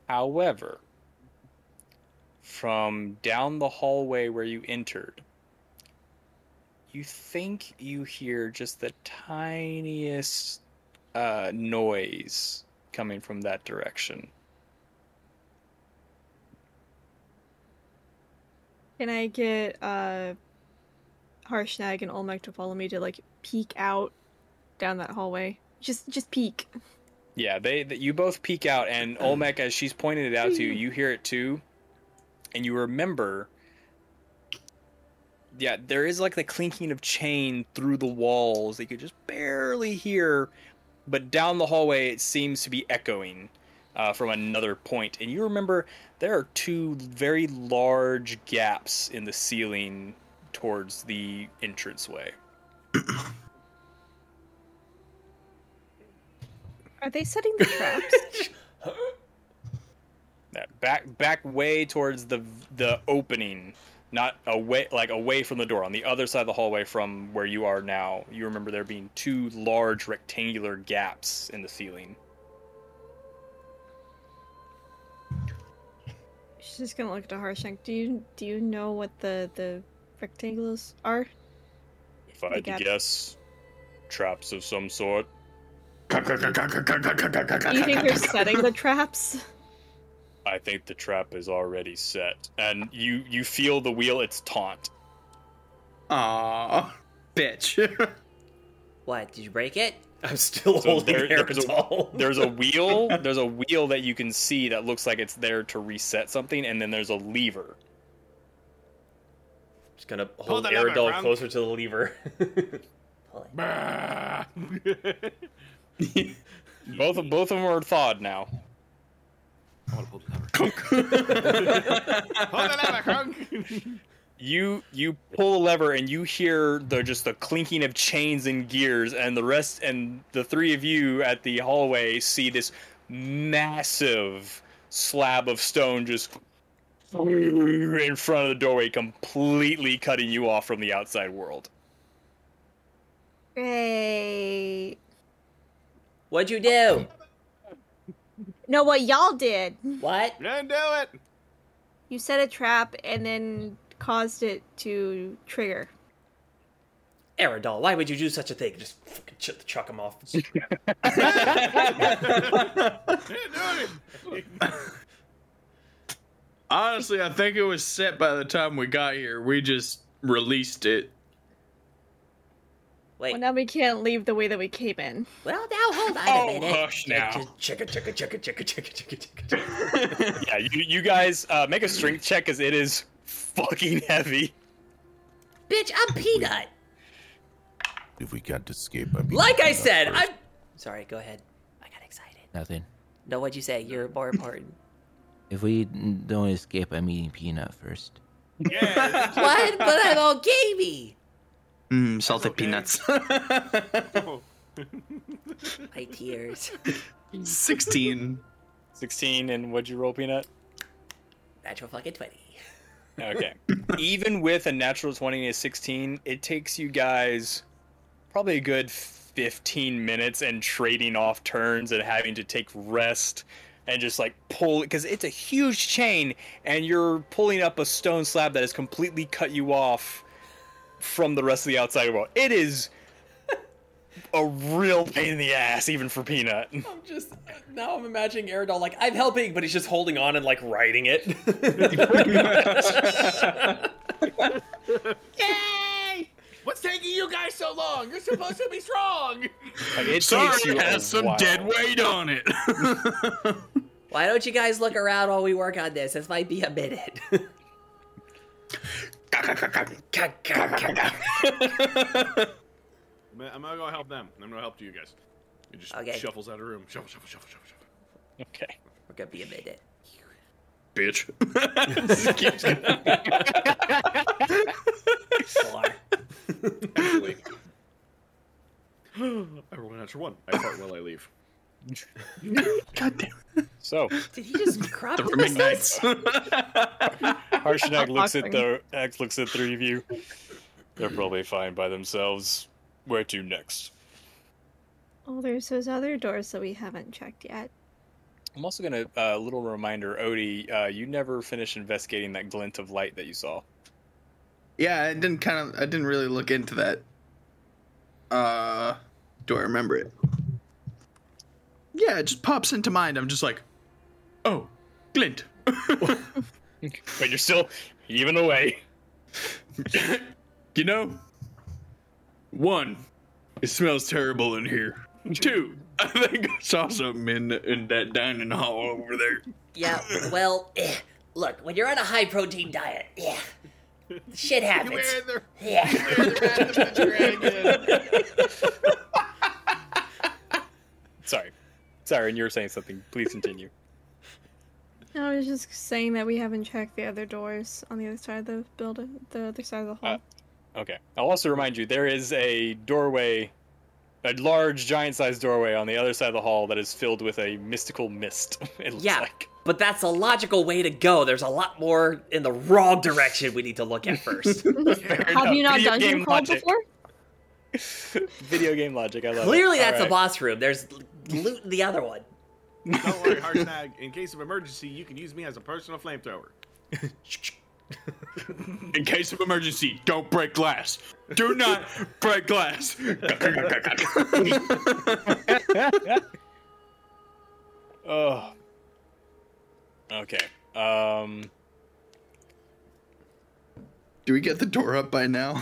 However, from down the hallway where you entered, you think you hear just the tiniest uh, noise coming from that direction.
Can I get uh, Harshnag and Olmec to follow me to like peek out down that hallway? Just, just peek.
Yeah, they that you both peek out, and Olmec, as she's pointing it out to you, you hear it too, and you remember. Yeah, there is like the clinking of chain through the walls that you could just barely hear, but down the hallway it seems to be echoing uh, from another point. And you remember there are two very large gaps in the ceiling towards the entranceway.
Are they setting the traps? (laughs)
that back back way towards the the opening not away like away from the door on the other side of the hallway from where you are now you remember there being two large rectangular gaps in the ceiling
She's just gonna look to Harshnag. Do you do you know what the the rectangles are?
if i
The
had to
gaps.
guess traps of some sort
Do you think they're
(laughs)
setting the traps?
i think the trap is already set and you you feel the wheel it's taunt
Aw, bitch. (laughs)
What? Did you break it?
I'm still
So
holding
there-
there,
there's a- there's a wheel there's a wheel that you can see that looks like it's there to reset something and then there's a lever
just gonna hold
the lever,
Aerodol
(laughs)
Grum.
closer to the lever. (laughs)
Pull it.
both of both of them are thawed now
(laughs)
you you pull a lever and you hear the just the clinking of chains and gears and the rest and the three of you at the hallway see this massive slab of stone just in front of the doorway completely cutting you off from the outside world
Great.
What'd you do?
No, what y'all did.
What?
Don't do it.
You set a trap and then caused it to trigger.
Aerodol, why would you do such a thing? Just fucking ch- chuck him off.
Honestly, I think it was set by the time we got here. We just released it.
Wait.
Well, now we can't leave the way that we came in.
Well, now hold on a minute.
now.
Chicka chicka chicka chicka chicka chicka chicka.
yeah you, you guys uh, make a strength check because it is fucking heavy
Bitch, I'm Peanut.
If we can't escape, I'm being
Like I
kidnapped
said,
first.
I'm. Sorry, go ahead. I got excited.
Nothing.
No, what'd you say? You're more important.
If we don't escape, I'm eating peanut first.
(laughs)
what? But I'm all gamey.
Mm, salted peanuts. (laughs)
My tears. (laughs)
16.
16 and what'd you roll peanut
Natural fucking 20.
Okay. Even with a natural 20 and a 16, it takes you guys probably a good 15 minutes and trading off turns and having to take rest and just like pull because it's a huge chain and you're pulling up a stone slab that has completely cut you off from the rest of the outside world. It is a real pain in the ass, even for Peanut. (laughs)
I'm just now I'm imagining Aerodol like I'm helping, but he's just holding on and like riding (laughs) it.
What's taking you guys so long? You're supposed to be strong.
Like, it takes
Sorry,
you
it
a
has some
while.
dead weight on it. (laughs)
Why don't you guys look around while we work on this? This might be a minute. (laughs)
I'm I'm gonna go help them. I'm gonna help you guys. It just
Okay.
shuffles out of the room. Shuffle, shuffle, shuffle, shuffle, shuffle.
Okay.
We're gonna be a minute.
Bitch.
Four.
Actually. (laughs) I roll a natural one. I fart while I leave.
God damn.
So
Did he just crop
The
dust us?
rooming nights.
(laughs)
Harshnag looks at the Axe looks at three of you. They're probably fine by themselves. Where to next?
Oh, there's those other doors that we haven't checked yet.
I'm also gonna uh, little reminder, Odie. Uh, you never finished investigating that glint of light that you saw.
Yeah, I didn't kind of. I didn't really look into that. Uh, do I remember it? Yeah, it just pops into mind. I'm just like, oh, glint. (laughs)
But you're still even away.
you know, one, it smells terrible in here. Two, I think I saw something in in that dining hall over there.
Yeah, well, eh, look, when you're on a high protein diet, yeah, shit happens.
(laughs)
Yeah.
Sorry, sorry. And you were saying something. Please continue.
No, I was just saying that we haven't checked the other doors on the other side of the building, the other side of the hall.
Uh, Okay. I'll also remind you there is a doorway, a large, giant sized doorway on the other side of the hall that is filled with a mystical mist, (laughs) it looks
Yeah.
like.
But that's a logical way to go. There's a lot more in the wrong direction we need to look at
(laughs)
first.
Have you not
Video
dungeon
game
crawled
logic.
before?
Video game logic. I love it.
Clearly, that's a
All right.
boss room. There's l- loot in the other one.
Don't worry, Harshnag. In case of emergency, you can use me as a personal flamethrower.
In case of emergency, don't break glass. Do not break (laughs) glass.
Ugh. Okay. Um,
Do we get the door up by now?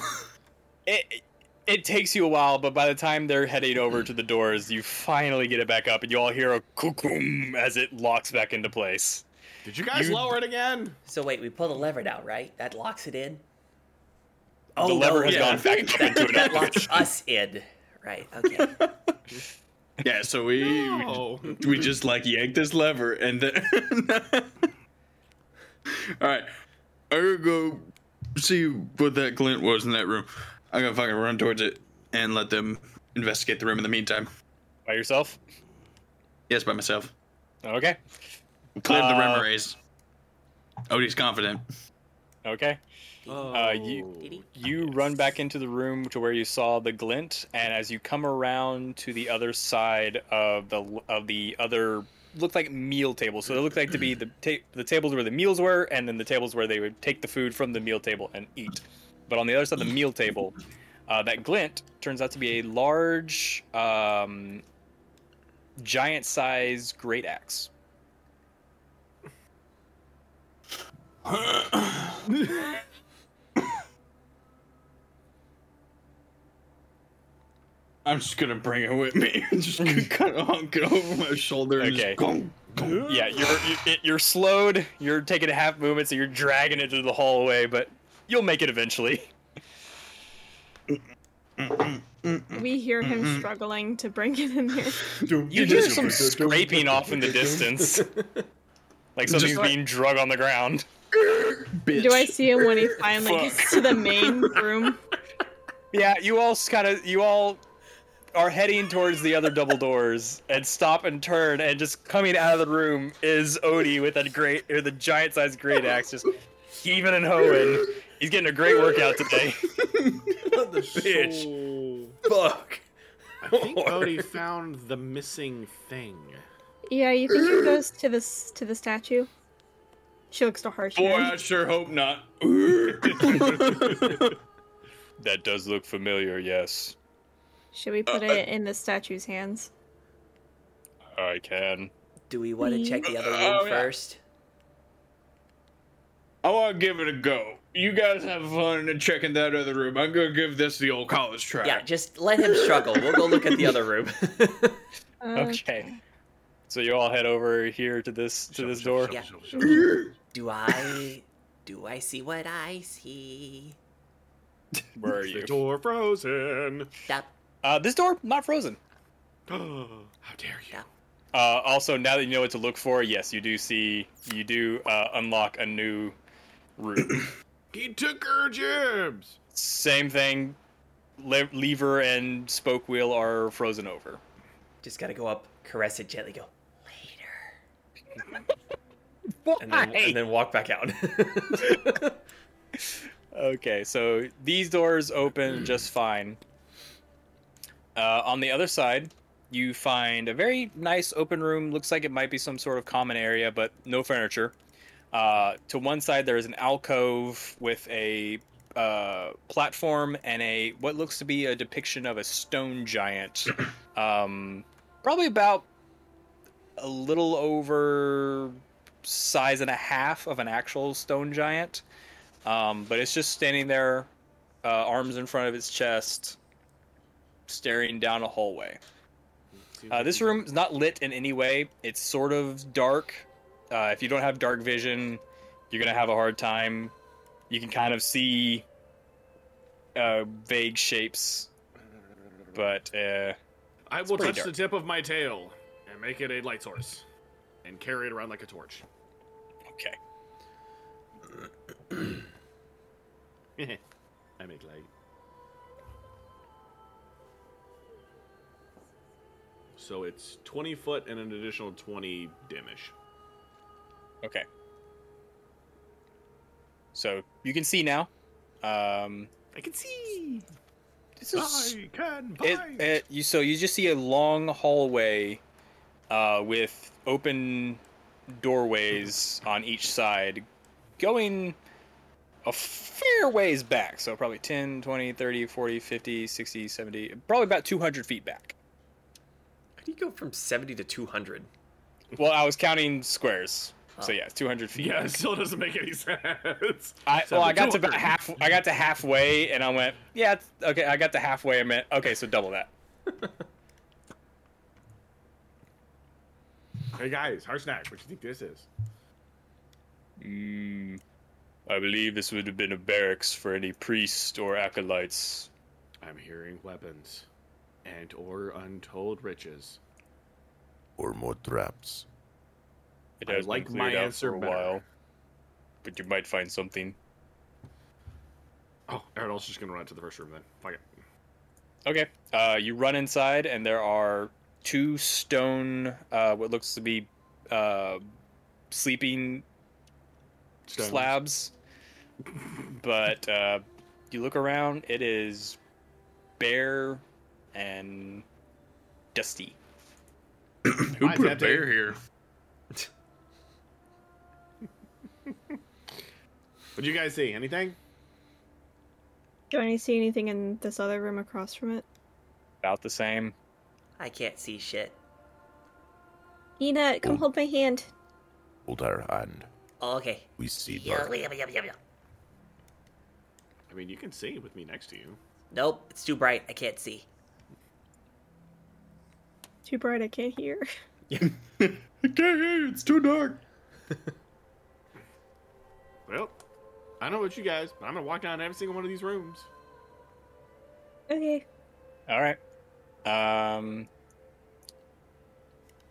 it, it takes you a while, but by the time they're heading over to the doors, you finally get it back up and you all hear a cuckoo as it locks back into place.
Did you guys
You-
lower it again?
So wait, we pull the lever now, right? That locks it in. Oh,
the lever
no,
has
yeah.
gone back up into
(laughs) That
another.
locks us in. Right. Okay.
Yeah, so we
Oh.
we just like yank this lever and then. (laughs) All right, I gotta go see what that glint was in that room. I'm gonna fucking run towards it and let them investigate the room in the meantime.
By yourself?
Yes, by myself.
Okay.
Cleared the
Uh,
rim arrays. Odie's confident.
Okay. Uh, you you run back into the room to where you saw the glint, and as you come around to the other side of the of the other looked like meal tables. So they looked like to be the ta- the tables where the meals were, and then the tables where they would take the food from the meal table and eat. But on the other side of the meal table, uh, that glint turns out to be a large, um, giant size great axe.
(coughs) I'm just gonna bring it with me. (laughs) just kind of honk it over my shoulder and
Okay.
just gong, gong.
Yeah, you're you're- you're slowed. You're taking a half movement, so you're dragging it through the hallway, but you'll make it eventually. (laughs)
we hear
Mm-hmm.
him struggling to bring it in there.
You hear some (laughs) scraping off in the distance, like something's
like-
being drug on the ground.
Bitch.
Do I see him when he finally gets to the main room?
(laughs) Yeah, you all kind of you all are heading towards the other double doors and stop and turn, and just coming out of the room is Odie with a great with a giant sized great axe, just heaving and hoeing. He's getting a great workout (laughs) today.
Bitch.
Fuck.
I think Odie found the missing thing.
Yeah, you think he goes to this to the statue? She looks to harsh.
Boy, I sure hope
(laughs)
not.
That does look familiar. Yes,
Should we put it in the statue's hands?
I can.
Do we want to
Me?
check the other room
Oh, yeah.
first?
I want to give it a go. You guys have fun in checking that other room. I'm gonna give this the old college try.
Yeah, just let him struggle. We'll go look at the other
(laughs)
room. (laughs)
Uh,
Okay. So you all head over here to this to this door.
Yeah. Do I do I see what I see?
Where are
The
you?
door frozen.
(gasps)
Stop.
Uh, this door not frozen.
How dare you?
Uh, also, now that you know what to look for, yes, you do see you do uh, unlock a new room.
He took her gems.
Same thing. Le- lever and spoke wheel are frozen over.
Just gotta go up, caress it gently, go,
and then, and then walk back out. (laughs)
Okay, so these doors open just fine. Uh, on the other side, you find a very nice open room. Looks like it might be some sort of common area, but no furniture. Uh, to one side, there is an alcove with a uh, platform and a what looks to be a depiction of a stone giant. um, probably about a little over size and a half of an actual stone giant um, but it's just standing there, uh, arms in front of its chest, staring down a hallway. Uh, this room is not lit in any way. It's sort of dark. Uh, if you don't have dark vision, you're gonna have a hard time. You can kind of see uh, vague shapes, but uh,
I will
pretty
touch
dark.
the tip of my tail and make it a light source, and carry it around like a torch. (laughs)
okay.
I make light. So it's 20 foot and an additional 20 dimish.
Okay. So you can see now. Um,
I can see.
this is
can
it, it you so you just see a long hallway uh, with open doorways on each side going a fair ways back so probably 10 20 30 40 50 60 70 probably about 200 feet back
How do you go from 70 to 200?
well i was counting squares so yeah 200 feet
Yeah,
back.
it still doesn't make any (laughs) sense.
I,
So
well, I
the
got to about
200.
half. I got to halfway, and I went, "Yeah, it's- okay." I got to halfway. I meant, "Okay, so double that."
Hey guys, hard snack. What you think this is?
Mm, I believe this would have been a barracks for any priest or acolytes.
I'm hearing weapons and or untold riches.
Or more traps.
It
I
has been
like
cleared
my
out
answer
for a
better.
while, but you might find something.
Oh, Aerodol's just gonna run to the first room then. Fuck it.
Okay. Uh, you run inside, and there are two stone, uh, what looks to be uh, sleeping
Stones.
slabs. But uh, you look around, it is bare and dusty.
Who
Mine's
put a
empty.
bear here?
(laughs) What'd you guys see? Anything?
Do I see anything in this other room across from it?
About the same.
I can't see shit.
Ina, come hold my hand.
Hold our hand.
Oh, okay.
We see
Yeah,
dark.
yeah, yeah, yeah, yeah.
I mean, you can see with me next to you.
Nope, it's too bright. I can't see.
Too bright, I can't hear.
(laughs) I can't hear. It's too dark.
Well, I don't know about you guys, but I'm gonna walk down every single one of these rooms.
(laughs) Okay.
All right. Um,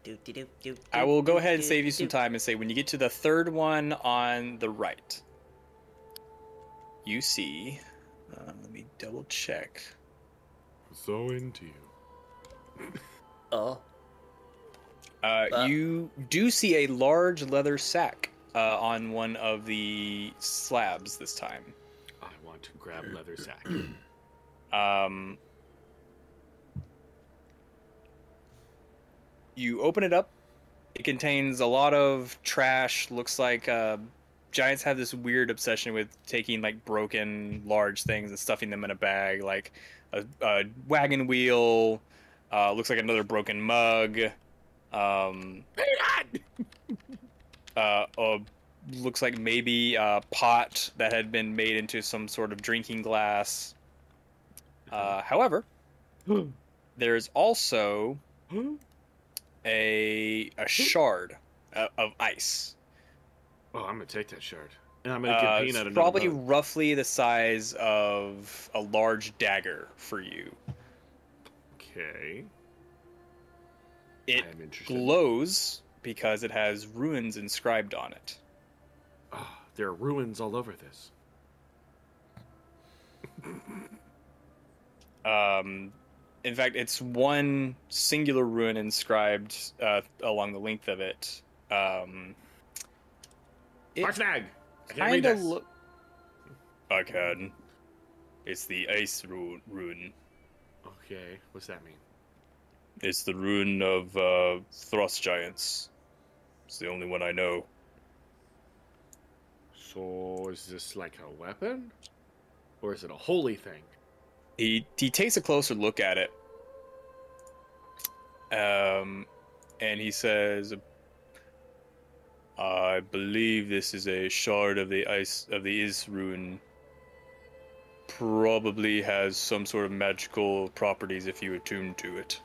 Do, do, do, do,
I
do,
will go
do,
ahead and
do,
save you some
do.
time and say when you get to the third one on the right, you see. Uh, let me double check.
So into you.
Oh,
Uh,
Uh.
you do see a large leather sack uh, on one of the slabs this time.
I want to grab leather sack. (clears throat)
Um, you open it up. It contains a lot of trash. Looks like uh, giants have this weird obsession with taking like broken large things and stuffing them in a bag, like a, a wagon wheel. Uh, looks like another broken mug. Um, uh, a looks like maybe a pot that had been made into some sort of drinking glass. Uh, however, there is also a a shard uh, of ice.
Oh, I'm gonna take that shard, and I'm gonna
Uh,
give
it's
Peanut another.
probably
vote.
roughly the size of a large dagger for you.
okay.
It
I am interested.
glows because it has ruins inscribed on it.
Ah, there are ruins all over this.
Um, in fact, it's one singular ruin inscribed uh, along the length of it. Um, it
Marfnag! I can't read
kind of
this.
look. I can. It's the ice ru- ruin.
Okay, what's that mean?
It's the ruin of uh, Thrust Giants. It's the only one I know.
So is this like a weapon, or is it a holy thing?
He he takes a closer look at it. Um, and he says, "I believe this is a shard of the ice of the Is rune. Probably has some sort of magical properties if you attune to it.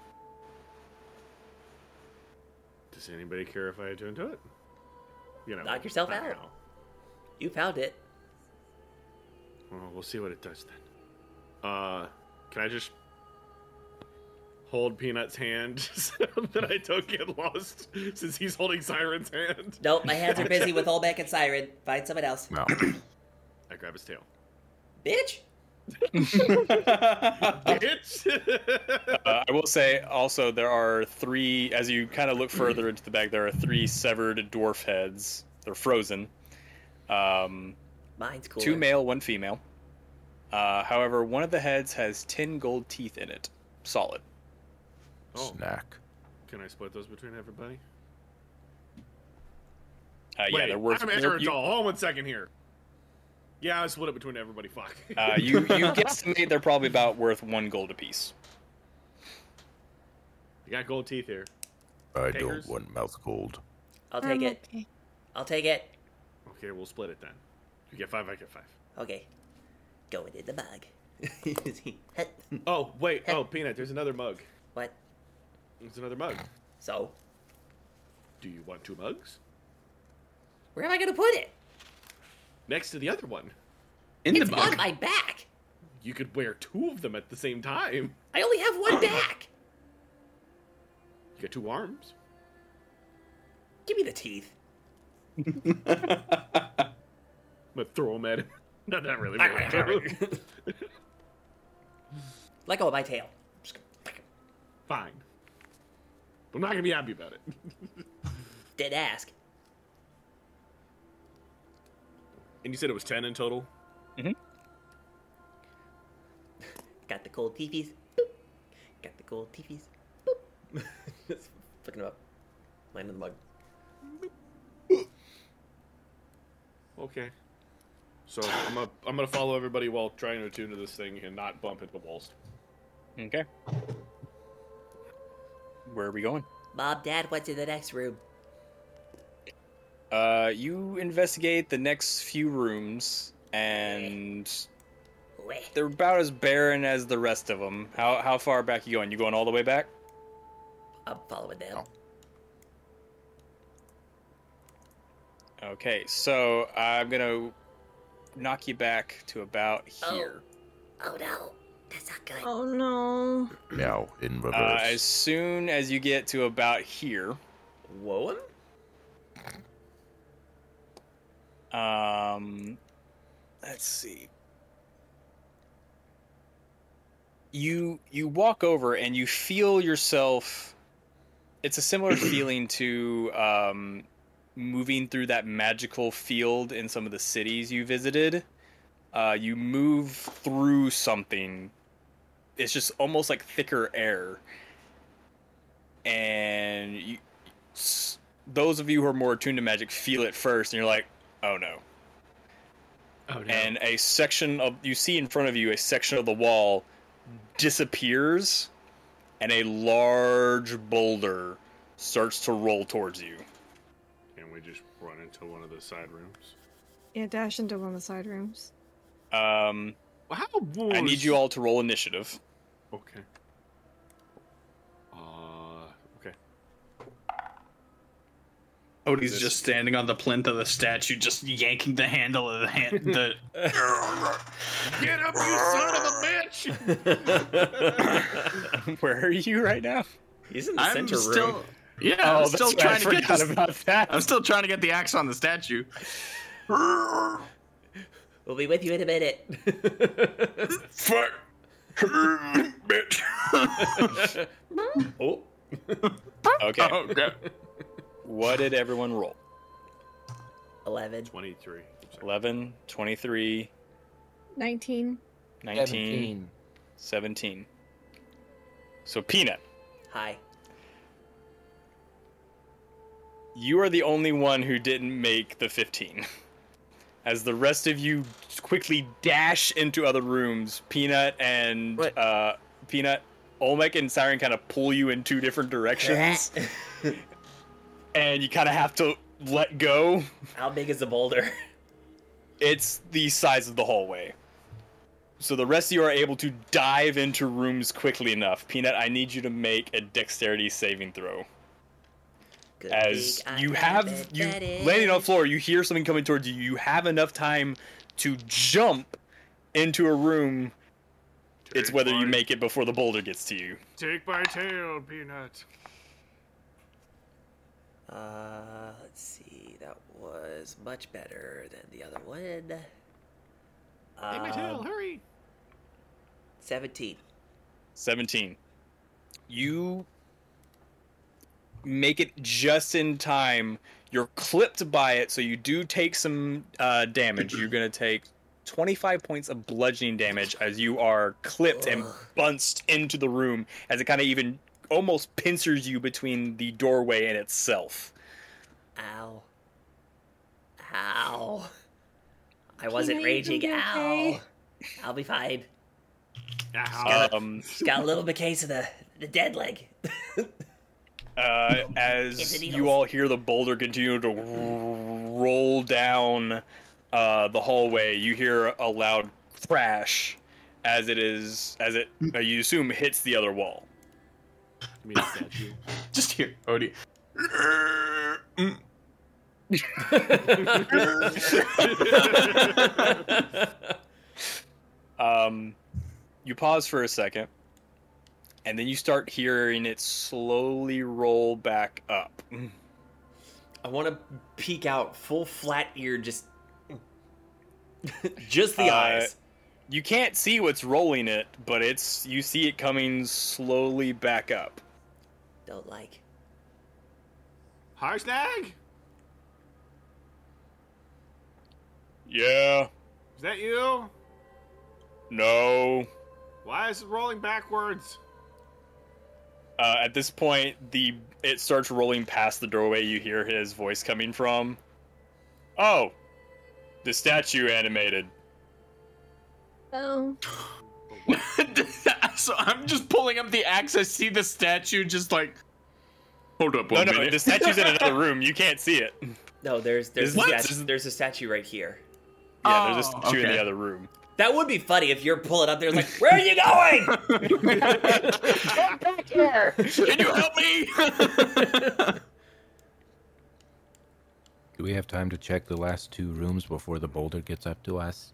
Does anybody care if I attune to it? You know,
Knock yourself
not
out.
now.
You found it.
Well, we'll see what it does then. Uh, can I just hold Peanut's hand (laughs) so that I don't get lost since he's holding Siren's hand?
Nope, my hands are
(laughs)
busy with Olbeck and Siren. Find someone else.
No.
I grab his tail.
Bitch!
Bitch! (laughs)
Uh, I will say also there are three. As you kind of look further into the bag, there are three severed dwarf heads. They're frozen. Um,
Mine's cool.
Two male, one female. Uh, however, one of the heads has ten gold teeth in it, solid.
oh,
Snack.
can I split those between everybody?
Uh, yeah, they're worth.
I'm
they're-
Ezra
you,
Doll. Hold on one second here. Yeah, I split it between everybody. Fuck. (laughs)
uh, you you (laughs) guesstimate they're probably about worth one gold apiece.
I got gold teeth here.
I
Takers?
don't want mouth cold.
I'll take it.
Okay.
I'll take it.
Okay, we'll split it then. You get five, I get five.
Okay. Going in the bag.
(laughs)
Oh, wait. Oh, Peanut, there's another mug.
what?
There's another mug.
So,
Do you want two mugs?
where am I going to put it?
Next to the other one.
In
It's
the
on
mug.
my back.
You could wear two of them at the same time.
I only have one back.
You got two arms.
Give me the teeth.
I'm gonna throw them at him. (laughs) no, not
(laughs)
really. really.
Let go of my tail. Just go-
Fine. I'm not gonna be happy about it.
Did ask.
And you said it was ten in total.
Got the cold teepees. Got the cold teepees.
(laughs)
Just fucking him up. Land in the mug.
Okay. So I'm gonna I'm gonna follow everybody while trying to attune to this thing and not bump into walls.
Okay. Where are we going?
Mom, Dad, what's in the next room?
Uh, you investigate the next few rooms, and
Wait.
they're about as barren as the rest of them. How how far back you going? You going all the way back?
I'm following them.
Oh.
Okay, so I'm gonna knock you back to about
Oh.
here.
Oh no, that's not good.
Oh no.
Meow in reverse.
Uh, as soon as you get to about here,
Whoa.
um, let's see. You you walk over and you feel yourself. It's a similar feeling to um, moving through that magical field in some of the cities you visited. Uh, you move through something. It's just almost like thicker air, and you, s- those of you who are more attuned to magic feel it first, and you're like, "Oh no!"
Oh no.
And a section of you see in front of you a section of the wall disappears, and a large boulder starts to roll towards you.
Can we just run into one of the side rooms?
Yeah, dash into one of the side rooms.
Um,
Wow.
I need you all to roll initiative. (laughs)
Okay. Uh. Okay.
Odie's just standing on the plinth of the statue, just yanking the handle of the
(laughs)
hand. The
Get up, you son of a bitch!
Where are you right now?
He's in the
I'm
center
still.
room.
Yeah,
Oh,
I'm still
that's right,
trying to
I
get
forgot
this. (laughs)
about that.
I'm still trying to get the axe on the statue.
We'll be with you in a minute.
(laughs) Fuck, (laughs) bitch.
Oh,
Okay.
oh god.
What did everyone roll?
11.
23.
11, 23,
19.
19, 17. So, Peanut,
Hi.
you are the only one who didn't make the 15. (laughs) As the rest of you quickly dash into other rooms, Peanut and
What?
uh, Peanut, Olmec, and Siren kind of pull you in two different directions, and you kind of have to let go.
How big is the boulder?
It's the size of the hallway. So the rest of you are able to dive into rooms quickly enough. Peanut, I need you to make a dexterity saving throw.
Good
As
big, I
you
bet
have
that
you
that is-
landing on the floor, you hear something coming towards you. You have enough time to jump into a room. It's whether you make it before the boulder gets to you.
Take my tail, Peanut.
Uh, let's see. That was much better than the other one.
Take my tail,
Um,
hurry.
17.
17. You make it just in time. You're clipped by it, so you do take some uh, damage. You're going to take 25 points of bludgeoning damage as you are clipped and bunched into the room, as it kind of even almost pincers you between the doorway and itself.
Ow. Ow. I wasn't
Peanut, you
raging.
gonna be okay?
Ow. I'll be fine.
Um,
Just got a little bit case of the, the dead leg.
uh,
It's
as
the
you
needles.
all hear the boulder continue to roll down uh, the hallway, you hear a loud crash as it is as it uh, you assume hits the other wall.
I mean, statue.
Just here, Odie. (laughs)
Um, you pause for a second, and then you start hearing it slowly roll back up.
I want to peek out, full flat ear, just, (laughs) just the
Uh,
eyes.
You can't see what's rolling it, but it's you see it coming slowly back up.
Don't like.
Harsnag? Is
Yeah,
that you?
no,
Why is it rolling backwards?
Uh, at this point, the it starts rolling past the doorway you hear his voice coming from. Oh, the statue animated.
Oh.
so I'm just pulling up the axe. I see the statue, just like. Hold up
No,
one
no,
minute.
the
(laughs)
statue's in (laughs) another room. You can't see it. Yeah,
No, there's there's a
What?
statue, there's a statue right here.
there's a
Oh,
statue in
okay.
the other room.
That would be funny if you're pulling up there like, where are you
(laughs)
going?
Can you
(laughs)
help me?
Do we have time to check the last two rooms before the boulder gets up to us?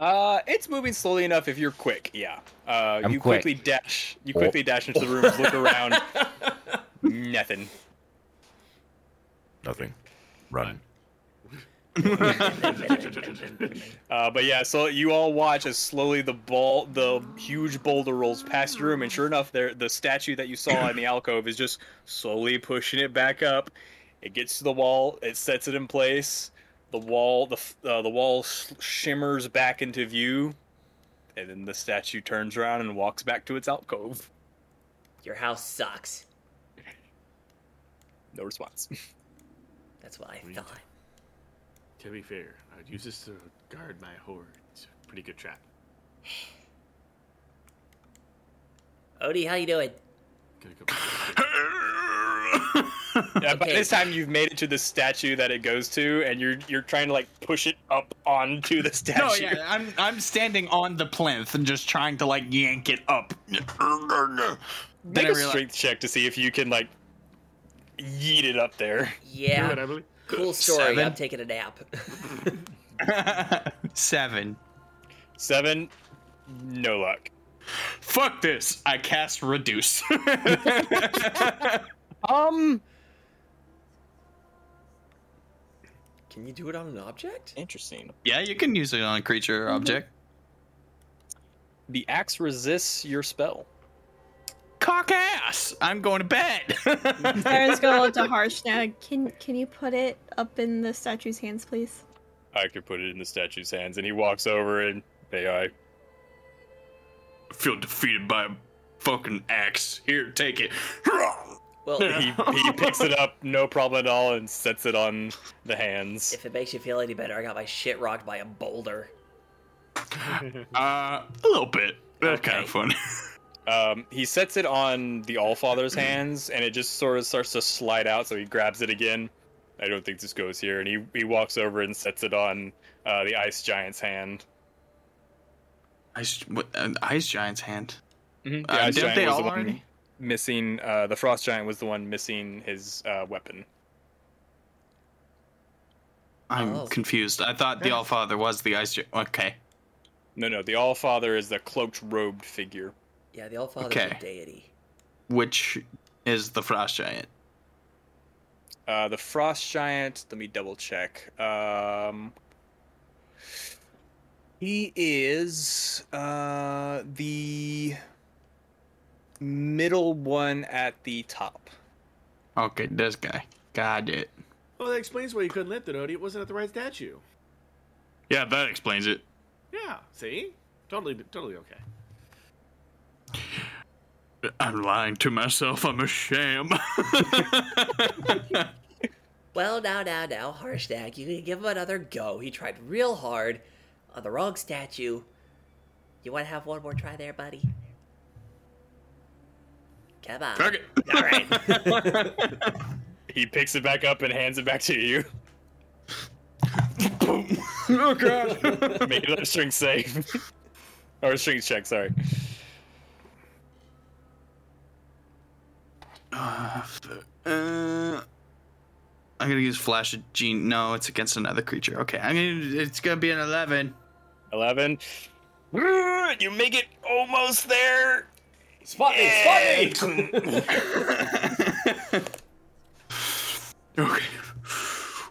Uh, it's moving slowly enough if you're quick. Yeah. Uh,
I'm
you
quick.
quickly dash. You
Oh.
quickly dash into the rooms, look around.
(laughs)
Nothing.
Nothing. Run.
(laughs) Uh, but yeah, so you all watch as slowly the ball, the huge boulder rolls past your room, and sure enough, there the statue that you saw in the alcove is just slowly pushing it back up. It gets to the wall, it sets it in place. The wall, the f- uh, the wall s- shimmers back into view, and then the statue turns around and walks back to its alcove.
Your house sucks.
No response. (laughs)
That's what I thought.
To be fair, I'd use this to guard my hoard. It's a pretty good trap.
Odie, how you doing?
Gonna (laughs) go back.
Yeah, By
Okay.
this time, you've made it to the statue that it goes to, and you're you're trying to like push it up onto the (laughs) statue.
no, yeah, I'm I'm standing on the plinth and just trying to like yank it
(laughs)
up.
Make
I
a
realize-
strength check to see if you can like yeet it up there.
Do it,
Yeah,
I believe.
cool story.
Seven.
I'm taking a nap. (laughs)
(laughs) Seven.
Seven, no luck.
Fuck this! I cast
(laughs)
reduce.
Um,
Can you do it on an object?
interesting.
yeah, you can use it on a creature or
Mm-hmm.
object.
The axe resists your spell.
Cock ass! I'm going to bed. (laughs)
Tyron's gonna look to Harsh now. Can can you put it up in the statue's hands, please?
I could put it in the statue's hands, and he walks over and AI.
Feel defeated by a fucking axe. Here, take it.
Well,
He, he picks it up, no problem at all, and sets it on the hands.
if it makes you feel any better, I got my shit rocked by a boulder.
Uh, a little bit. That's kind
Okay.
of funny. (laughs)
Um, he sets it on the Allfather's hands, and it just sort of starts to slide out. So he grabs it again. I don't think this goes here, and he he walks over and sets it on uh, the Ice Giant's hand.
Ice, what, an ice giant's hand.
Mm-hmm.
Uh, didn't they all already?
missing. Uh, the Frost Giant was the one missing his uh, weapon.
I'm
Oh.
confused. I thought the All Father was the ice giant. Okay.
No, no, the Allfather is the cloaked, robed figure.
Yeah, the Allfather's
Okay.
a deity.
Which is the frost giant?
Uh, the Frost Giant. Let me double check. Um, he is uh, the middle one at the top.
Okay, this guy. Got it.
Well, that explains why you couldn't lift it, Odie. It wasn't at the right statue.
Yeah, that explains it.
Yeah, see? Totally, totally okay.
I'm lying to myself. I'm a sham. (laughs)
Well, now, now, now, Harshnag, you can give him another go. He tried real hard on the wrong statue. You want to have one more try there, buddy? Come on.
Fuck it.
All right.
He picks it back up and hands it back to you. (laughs)
oh (laughs) god.
Make another strength save. (laughs) or a strength check, sorry.
Uh, I'm gonna use flash of gene. No, it's against another creature. Okay, I'm gonna. It's gonna be an eleven.
11. (laughs) You make it almost there.
Spot me! Spot me!
Okay.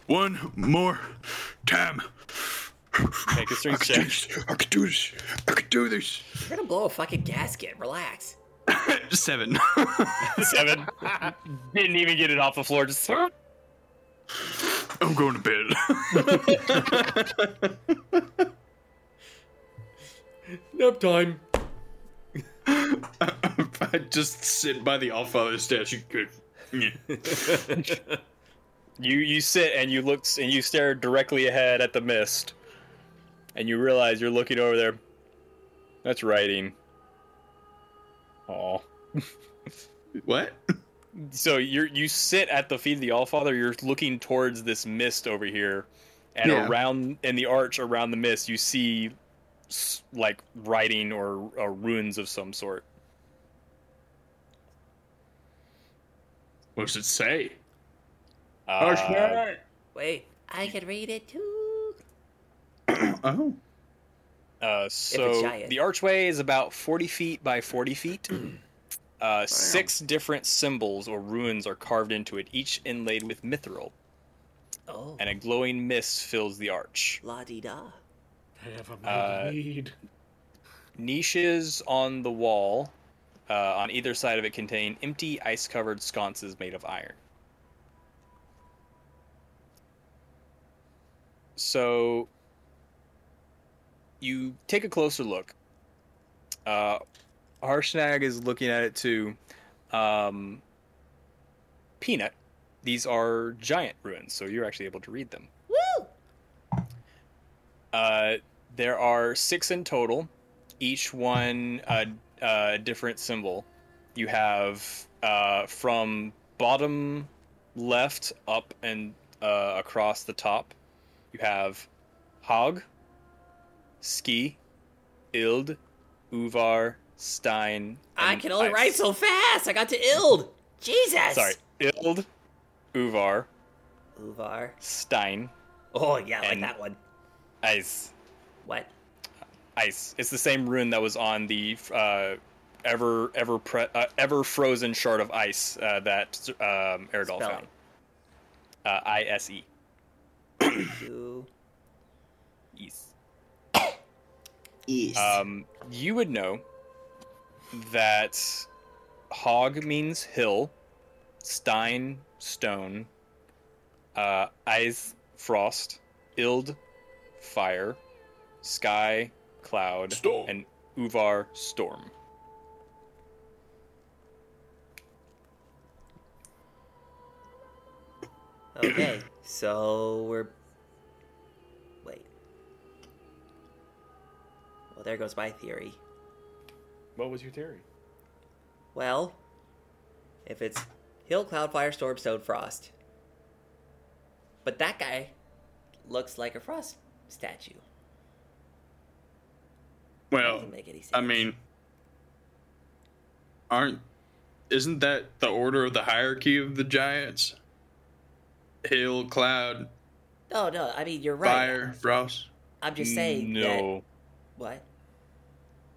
One more time.
Make a strength (laughs) check.
I can do this. I can do this.
You're going to blow a fucking gasket. Relax.
(laughs)
Seven.
Seven. Didn't even get it off the floor. Just
I'm going to bed.
Nap time.
(laughs) I just sit by the All Father statue.
you you sit and you look s- and you stare directly ahead at the mist, and you realize you're looking over there. That's writing. Oh.
What?
So you you sit at the feet of the Allfather. You're looking towards this mist over here, and
Yeah.
around in the arch around the mist, you see s- like writing or uh, ruins of some sort.
What's it say?
Uh,
Wait, I can read it too.
oh.
uh, so
giant.
the archway is about forty feet by forty feet. Uh, six different symbols or runes are carved into it, each inlaid with mithril,
Oh,
and a glowing mist fills the arch.
la di da.
I have a
Uh,
need.
Niches on the wall uh, on either side of it contain empty ice covered sconces made of iron. So you take a closer look. Uh, Harshnag is looking at it too. Um, Peanut, these are giant ruins, so you're actually able to read them.
Woo!
Uh, there are six in total, each one a, a different symbol. You have uh, from bottom left up and uh, across the top, you have Hog, Ski, Ild, Uvar, Stein.
I
and
can only
Ice.
write so fast. I got to Ild. Jesus.
Sorry, Ild, Uvar,
Uvar.
Stein,
Oh, yeah, I like
And-
that one.
Ice.
What?
ice. It's the same rune that was on the uh, ever ever pre- uh, ever frozen shard of ice uh, that um, Aerodol
Spelling.
found. Uh, I S E.
(clears throat) Two.
Yes.
East.
Um, you would know that hog means hill, stein, stone, uh, ice, frost, ild, fire, sky, cloud,
Storm.
and uvar, storm.
okay, so we're. Wait. Well, there goes my theory.
What was your theory?
Well, if it's hill, cloud, fire, storm, stone, frost. But that guy looks like a frost statue. That
Well,
doesn't make any sense.
Oh, I mean, aren't isn't that the order of the hierarchy of the giants? Hill, cloud,
no, Oh, no. I mean, you're right.
fire, frost.
I'm just saying that.
No,
What?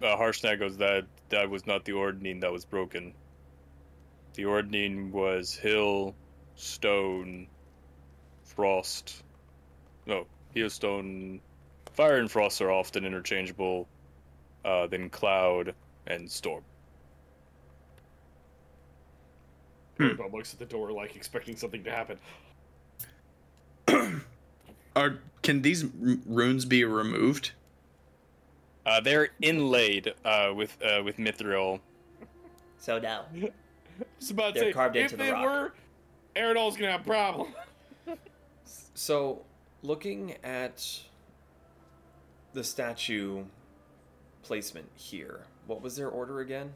uh, Harshnag goes that that was not the ordning that was broken. The ordning was hill, stone, frost. No, hill, stone, fire, and frost are often interchangeable. Uh, then cloud and storm.
Everybody looks at the door like expecting something to happen.
Are can these r- runes be removed?
Uh, they're inlaid uh, with uh, with mithril.
So no.
Just about to
They're
say,
carved
if
into the
they
rock.
were, Aerodol's gonna have a problem.
So, looking at the statue placement here, what was their order again?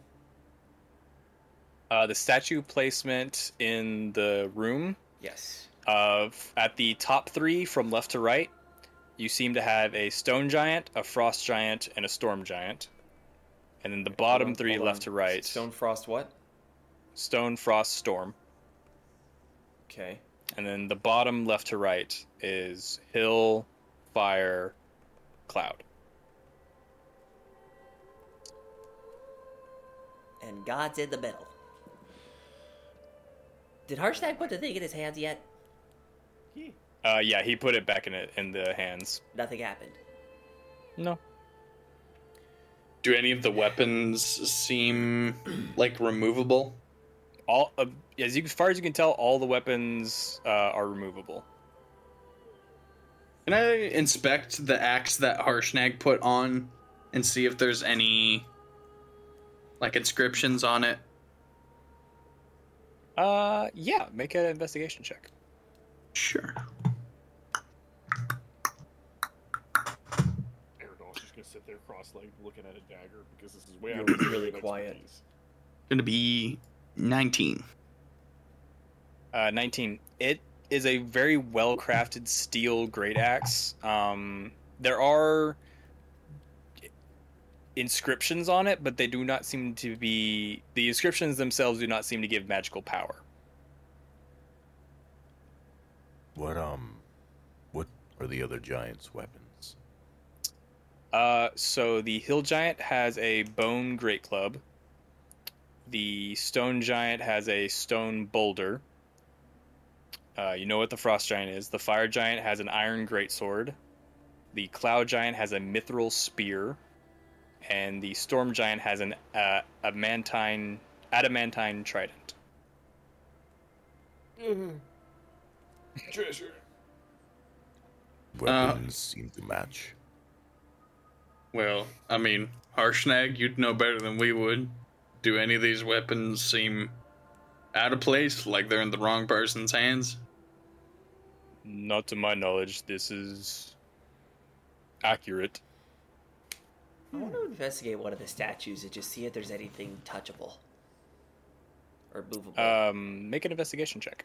Uh, the statue placement in the room
Yes.
of at the top three from left to right you seem to have a stone giant a frost giant and a storm giant and then the bottom
Hold on,
three
hold
left
on.
to right
Stone Frost what?
stone frost storm
Okay.
and then the bottom left to right is hill fire cloud
And God's in the middle. Did Harshnag put the thing in his hands yet?
uh yeah he put it back in it in the hands
Nothing happened.
no
Do any of the weapons seem like removable?
all uh, as, you, as far as you can tell all the weapons uh, are removable
Can I inspect the axe that Harshnag put on and see if there's any like inscriptions on it?
uh yeah make an investigation check
Sure.
Aerodol's just gonna sit there cross-legged, looking at a dagger because this is way out
You're
of his
really
area of
quiet.
expertise.
Gonna be 19.
Uh, 19. It is a very well crafted steel great axe. Um, there are inscriptions on it, but they do not seem to be. The inscriptions themselves do not seem to give magical power.
What um, what are the other giants' weapons?
Uh, so the hill giant has a bone great club. The stone giant has a stone boulder. Uh, you know what the frost giant is. The fire giant has an iron greatsword. The cloud giant has a mithril spear, and the storm giant has an uh, adamantine adamantine trident.
Treasure.
Uh,
Weapons seem to match.
Well, I mean, Harshnag, you'd know better than we would. Do any of these weapons seem out of place, like they're in the wrong person's hands?
Not to my knowledge, this is accurate.
I want to investigate one of the statues and just see if there's anything touchable or movable.
Um, make an investigation check.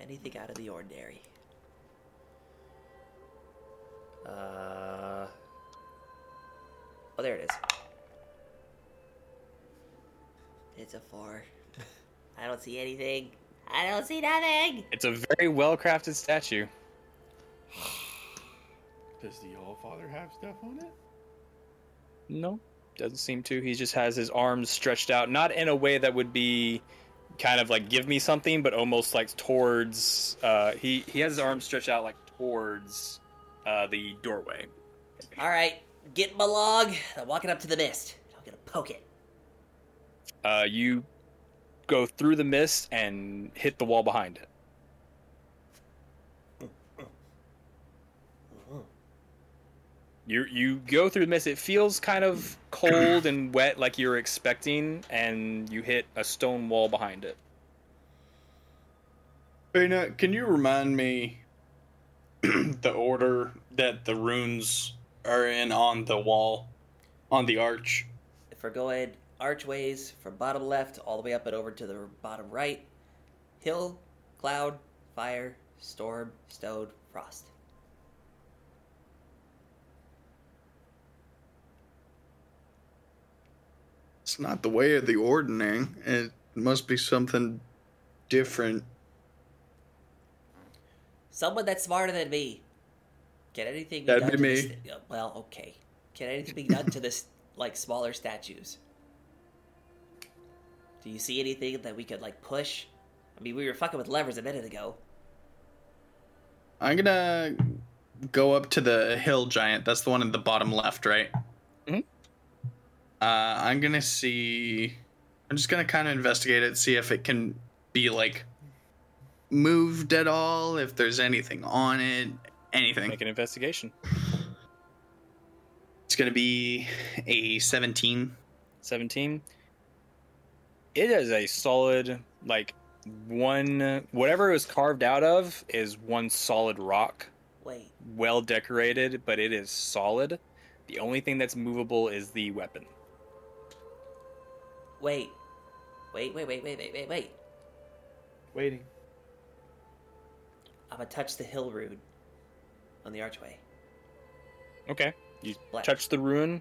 anything out of the ordinary. Uh. Oh, there it is. It's a four. (laughs) I don't see anything. I don't see nothing.
It's a very well crafted statue.
Does the All Father have stuff on it?
No, doesn't seem to. He just has his arms stretched out, not in a way that would be kind of like give me something, but almost like towards. Uh, he he has his arms stretched out like towards uh, the doorway.
All right, get my log. I'm walking up to the mist. I'm gonna poke it.
Uh, you go through the mist and hit the wall behind it. You you go through the mist. It feels kind of cold and wet, like you were expecting, and you hit a stone wall behind it.
Bina, can you remind me (clears throat) the order that the runes are in on the wall, on the arch?
If we're going archways from bottom left all the way up and over to the bottom right, hill, cloud, fire, storm, stone, frost.
It's not the way of the ordering. It must be something different.
Someone that's smarter than me. Can anything be
That'd
done
be
to this-
me.
yeah, well, okay. Can anything be done to this (laughs) like smaller statues? Do you see anything that we could like push? I mean, we were fucking with levers a minute ago.
I'm gonna go up to the hill giant. That's the one in the bottom left, right?
Mhm.
Uh, I'm gonna see. I'm just gonna kind of investigate it, see if it can be like moved at all, if there's anything on it, anything.
Make an investigation.
It's gonna be a 17.
17 it is a solid like one whatever it was carved out of is one solid rock
Wait,
well decorated but it is solid the only thing that's movable is the weapon
wait, wait, wait, wait, wait, wait, wait, wait.
Waiting.
I'm gonna touch the hill rune on the archway.
okay you
Black.
touch the rune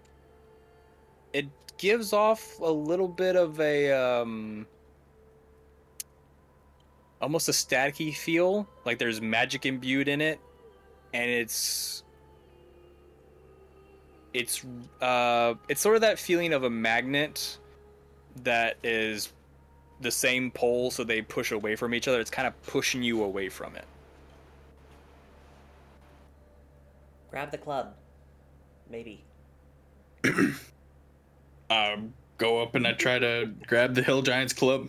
it gives off a little bit of a um almost a staticky feel like there's magic imbued in it and it's it's uh it's sort of that feeling of a magnet that is the same pole so they push away from each other it's kind of pushing you away from it
Grab the club. Maybe.
Um, go up and I try to grab the hill giant's club.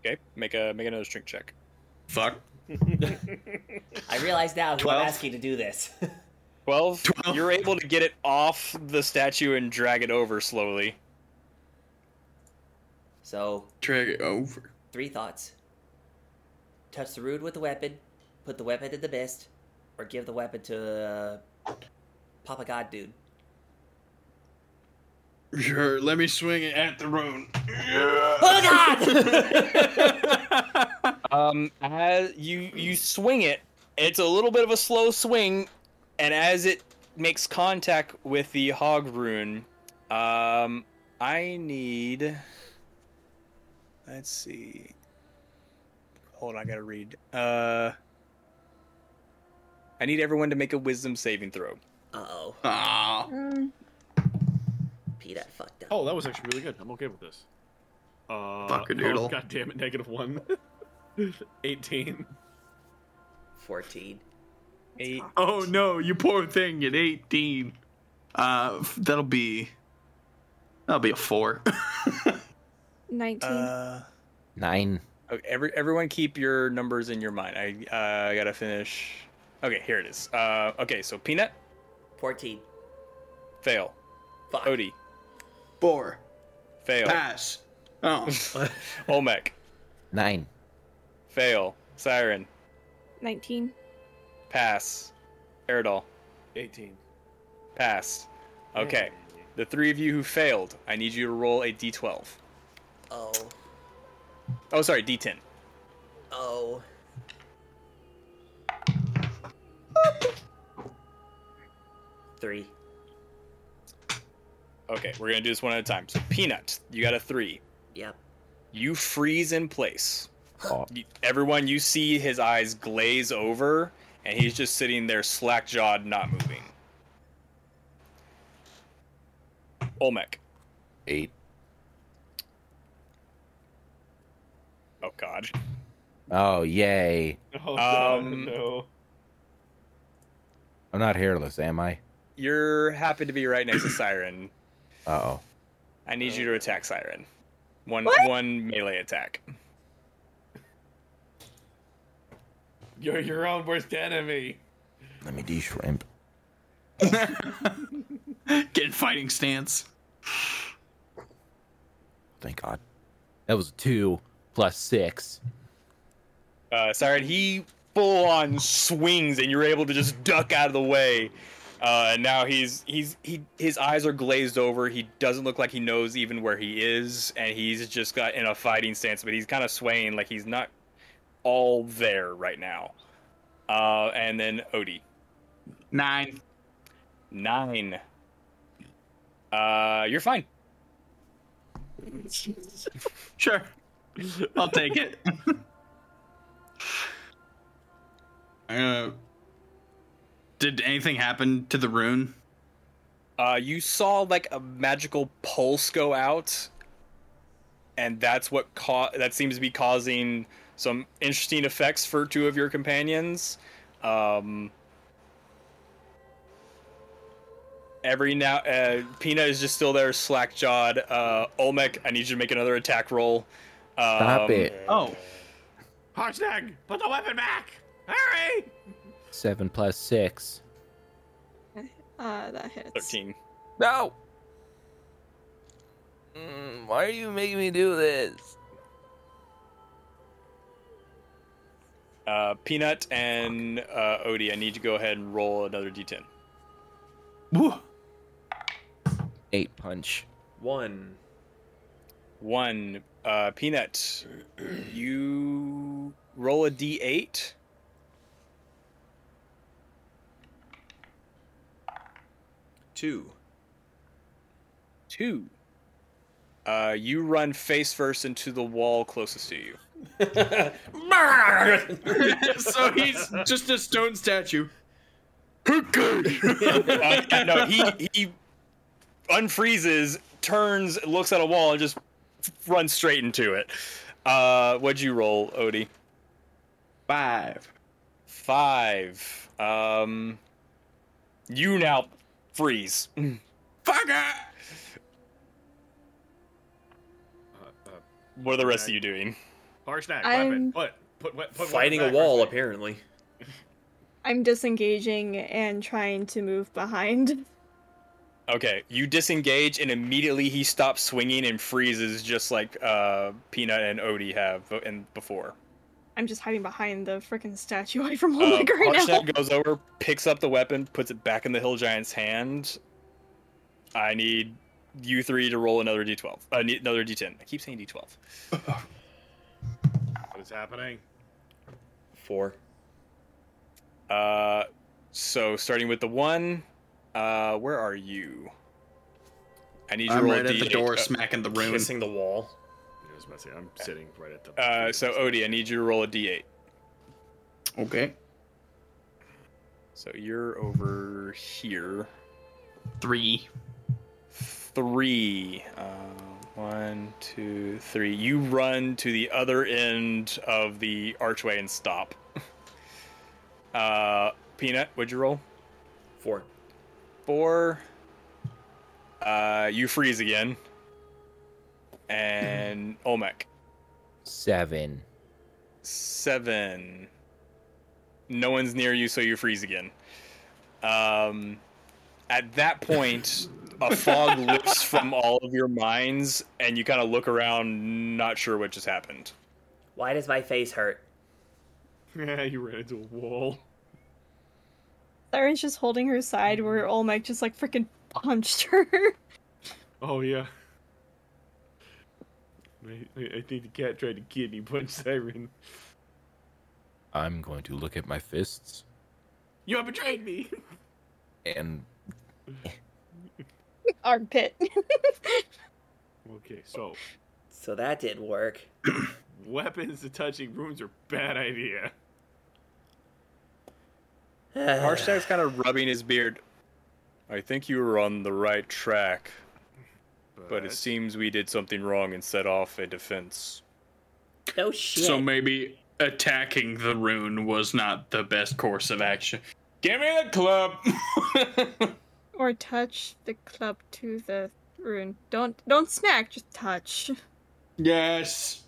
okay make a make another strength check
Fuck.
I realize now who I'm
Twelve.
asking to do this. (laughs)
12, you're able to get it off the statue and drag it over slowly
so,
Drag it over.
three thoughts. Touch the rune with the weapon, put the weapon in the mist, or give the weapon to uh, Papa God Dude.
Sure, let me swing it at the rune.
Papa God!
um as you you swing it it's a little bit of a slow swing and as it makes contact with the hog rune um i need let's see hold on i gotta read uh i need everyone to make a wisdom saving throw
uh oh.
Ah.
Mm,
Peanut fucked up.
Oh, that was actually really good. I'm okay with this. Uh,
Fuckadoodle.
Oh, God damn it, negative one. (laughs) 18.
14.
eight
Oh no, you poor thing at 18. Uh, f- that'll be. That'll be a four. (laughs)
19.
uh
Nine.
Okay, every, everyone keep your numbers in your mind. I uh, I gotta finish. Okay, here it is. Uh, okay, so Peanut,
14.
fail.
Fuck.
Odie,
four.
fail.
Pass. Oh.
Olmec,
Nine.
fail. Siren,
19.
pass. Eridol,
18.
pass. Okay, the three of you who failed, I need you to roll a d12.
Oh.
Oh, sorry, d10.
Oh. Three.
Okay, we're gonna do this one at a time. So Peanut, you got a three.
Yep.
You freeze in place.
Oh.
You- Everyone, you see his eyes glaze over, and he's just sitting there slack jawed, not moving. Olmec.
Eight.
Oh God.
Oh, yay.
(laughs) Oh,
Um,
no.
I'm not hairless, am I?
You're happy to be right next to Siren.
Uh oh.
I need you to attack Siren. One
What?
one melee attack.
You're your own worst enemy.
Let me de shrimp.
Get in fighting stance.
Thank God. That was two plus six.
Uh, Siren, he full on swings, and you're able to just duck out of the way. Uh, and now he's he's he his eyes are glazed over. He doesn't look like he knows even where he is, and he's just got in a fighting stance, but he's kind of swaying, like he's not all there right now. Uh, and then Odie.
Nine.
Nine. Uh, you're fine.
Sure. I'll take it. (laughs) uh, did anything happen to the rune?
Uh, you saw like a magical pulse go out, and that's what ca- that seems to be causing some interesting effects for two of your companions. Um, every now, uh, Pina is just still there, slack jawed. Uh, Olmec, I need you to make another attack roll. Um,
Stop it.
Oh,
Harshnag, put the weapon back! Hurry!
Seven plus six.
Uh, that hits.
Thirteen.
No! Mm, why are you making me do this?
Uh, Peanut and uh, Odie, I need you to go ahead and roll another d10.
woo.
Eight punch.
One.
One, uh, Peanut, you roll a d8.
Two.
Two. Uh, you run face first into the wall closest to you.
so he's just a stone statue.
Uh, yeah, no, he, he unfreezes, turns, looks at a wall, and just runs straight into it. Uh, what'd you roll, Odie?
Five.
Five. Um, you now freeze.
Fucker.
What are the rest of you doing?
Harshnag,
I'm-
weapon. Put, put, put, put
Fighting a
weapon back,
wall,
Harshnag.
apparently.
I'm disengaging and trying to move behind. (laughs)
Okay, you disengage and immediately he stops swinging and freezes, just like uh, Peanut and Odie have b- and before.
I'm just hiding behind the freaking statue (laughs) from
Uh,
Olmec right now.
Harshnag goes over, picks up the weapon, puts it back in the hill giant's hand. I need you three to roll another d12, uh, ne- another d10. I keep saying d12.
What is happening?
Four.
Uh, so starting with the one, uh, where are you? I need you to
I'm
roll
right
a
at the
D8.
door,
Uh,
smacking the rune.
Missing the wall.
I was about to say, I'm sitting right at the.
Uh, so Odie, I need you to roll a d8.
Okay.
So you're over here.
Three.
three. Uh, one, two, three. You run to the other end of the archway and stop. (laughs) Uh, Peanut, would you roll?
Four.
Four. Uh, you freeze again. And Olmec,
Seven.
seven. No one's near you, so you freeze again. Um, at that point, a fog lifts from all of your minds, and you kind of look around, not sure what just happened.
Why does my face hurt?
(laughs) yeah, you ran into a wall.
(laughs) Siren's just holding her side where Olmec just like freaking punched her. (laughs)
Oh, yeah. I, I- I think the cat tried to kidney punch Siren.
I'm going to look at my fists
You have betrayed me!
and
Armpit. (laughs)
Okay, so
So that didn't work.
weapons to touching rooms are bad idea.
Harshtag's kind of rubbing his beard. I think you were on the right track. But it seems we did something wrong and set off a defense.
No shit.
So maybe attacking the rune was not the best course of action. Give me the club.
Or touch the club to the rune. Don't don't smack, just touch.
(laughs)
(laughs)
yes.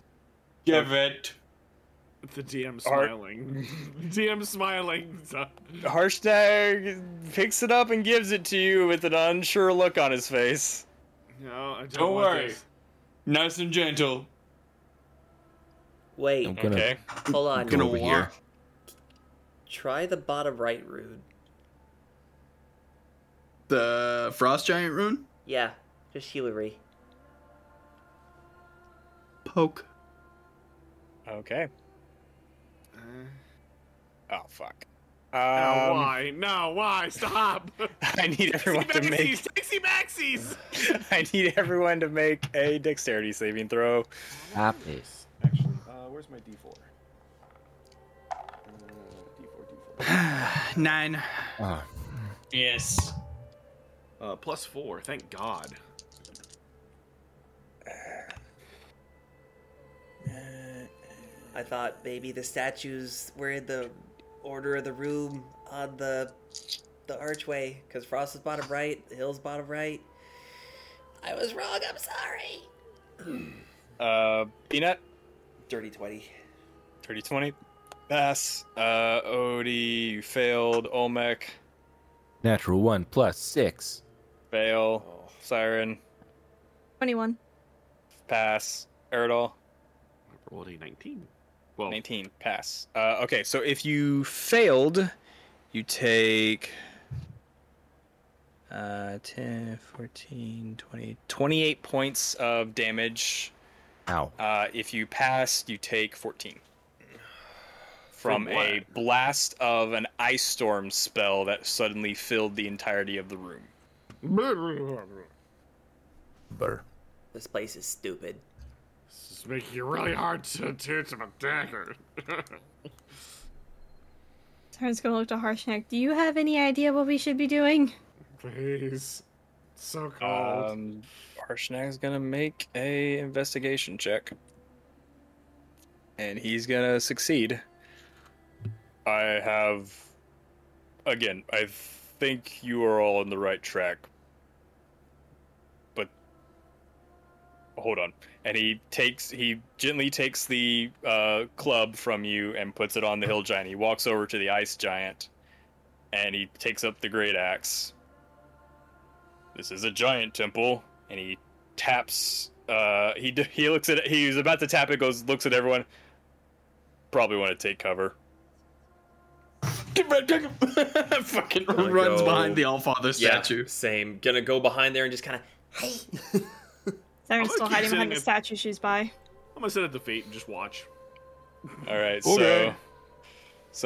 Give it.
The DM smiling. (laughs) DM smiling.
Harshnag picks it up and gives it to you with an unsure look on his face.
No, I don't,
Don't
want
worry.
this.
Nice and gentle.
Wait,
I'm gonna
Okay.
hold on.
Gonna
over here.
walk.
Try the bottom right rune.
The frost giant rune.
Yeah, just Hillary.
Poke.
Okay. Oh fuck.
Uh, Now,
Um,
why? No, why? Stop.
(laughs) I need everyone to make.
Maxies, Taxi Maxies.
(laughs) I need everyone to make a dexterity saving throw.
Stop it.
(laughs) Actually, uh, where's my D4? Uh, D4, D4.
Nine.
Ah,
Yes.
Uh, plus four. Thank God.
I thought maybe the statues were in the order of the room on the the archway because Frost is bottom right, the hill's bottom right. I was wrong. I'm sorry.
Uh, Peanut,
Dirty twenty.
dirty twenty. Pass. Uh, Odie, you failed. Olmec,
natural one plus six.
fail. Siren,
Twenty-one.
pass. Erdal,
I rolled a nineteen.
Oh.
Well,
19 pass uh, okay so if you failed you take uh, 10 14 20 28 points of damage
Ow.
uh, if you pass you take 14 from
From
a
what?
blast of an ice storm spell that suddenly filled the entirety of the room
Burr.
This place is stupid.
this is making it really hard to to to my dagger.
Tarn's gonna look to Harshnag. Do you have any idea what we should be doing?
Please.
(laughs)
So cold.
um, Harshnag's gonna make a investigation check, and he's gonna succeed. I have, again, I think you are all on the right track, but hold on. And he takes, he gently takes the uh, club from you and puts it on the hill giant. He walks over to the ice giant, and he takes up the great axe this is a giant temple and he taps uh he d- he looks at he's about to tap it goes looks at everyone probably want to take cover
Fucking runs
go.
behind the Allfather
Yeah,
statue.
same. Gonna go behind there and just kind of.
Hey.
Siren's
gonna
still hiding
keep
behind
sitting
the
in-
statue she's by.
I'm gonna sit at the feet and just watch.
all right so
Okay.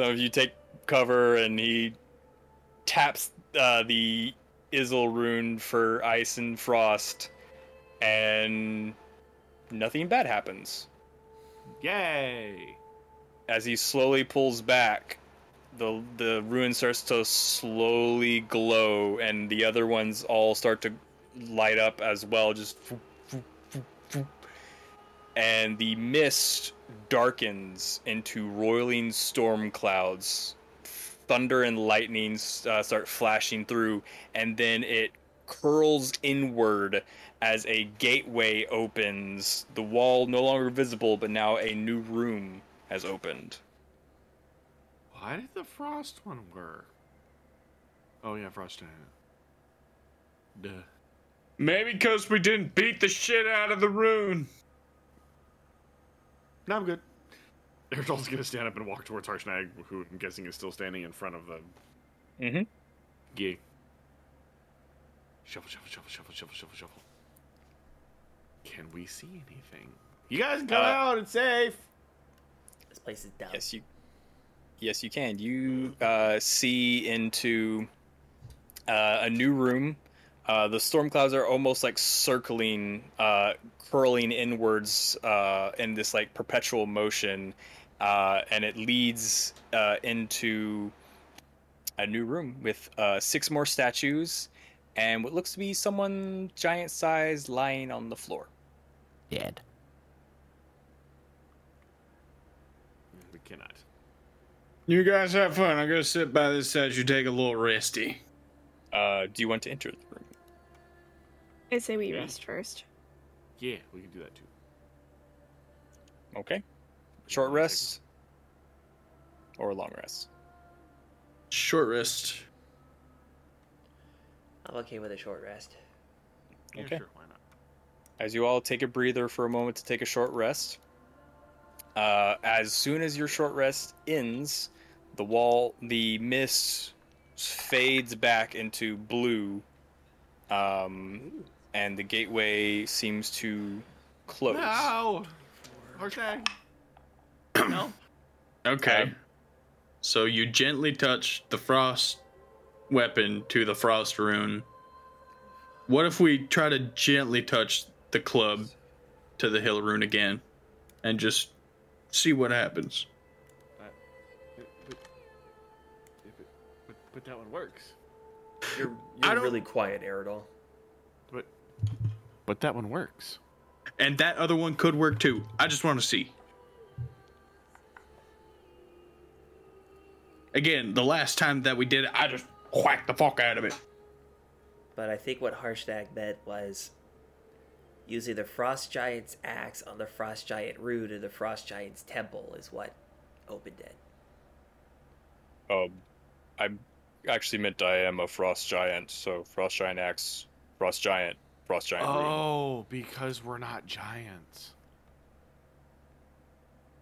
some of you take cover and he taps uh the Izzle rune for ice and frost and nothing bad happens
Yay!
as he slowly pulls back, the the ruin starts to slowly glow, and the other ones all start to light up as well. Just foop, foop, foop, foop. and the mist darkens into roiling storm clouds. Thunder and lightning uh, start flashing through, and then it curls inward as a gateway opens. The wall no longer visible, but now a new room has opened.
Why did the frost one work? Oh yeah, frost giant. Duh.
Maybe because we didn't beat the shit out of the rune.
No, I'm good. Erdol's gonna stand up and walk towards Harshnag, who I'm guessing is still standing in front of the
Mm-hmm.
gee. Shuffle, shuffle, shuffle, shuffle, shuffle, shuffle, shuffle. Can we see anything? You guys go
Uh,
out. It's safe.
This place is dumb.
Yes, you. Yes, you can. You uh, see into uh, a new room. Uh, the storm clouds are almost like circling, uh, curling inwards uh, in this like perpetual motion, uh, and it leads uh, into a new room with uh, six more statues and what looks to be someone giant size lying on the floor.
Dead.
We cannot.
You guys have fun. I'm gonna sit by this as you take a little resty.
Uh, do you want to enter the room?
I say we rest first.
Yeah, we can do that too.
Okay. Short rest or long rest?
Short rest.
I'm okay with a short rest.
Yeah,
Okay.
sure, why not?
As you all take a breather for a moment to take a short rest, uh, as soon as your short rest ends, the wall, the mist fades back into blue, um, and the gateway seems to close.
No! Harshnag! no?
Okay. so you gently touch the frost weapon to the frost rune. What if we try to gently touch the club to the hill rune again and just see what happens?
But, but, but, but, but that one works.
You're,
I
you're
don't-
really quiet, Aerodol.
But, but that one works.
And that other one could work too. I just want to see. Again, the last time that we did it, I just whacked the fuck out of it.
But I think what Harshtag meant was using the Frost Giant's axe on the Frost Giant root of the Frost Giant's temple is what opened it.
Um, I actually meant I am a frost giant, so frost giant axe, frost giant, frost giant. root.
Oh, because we're not giants.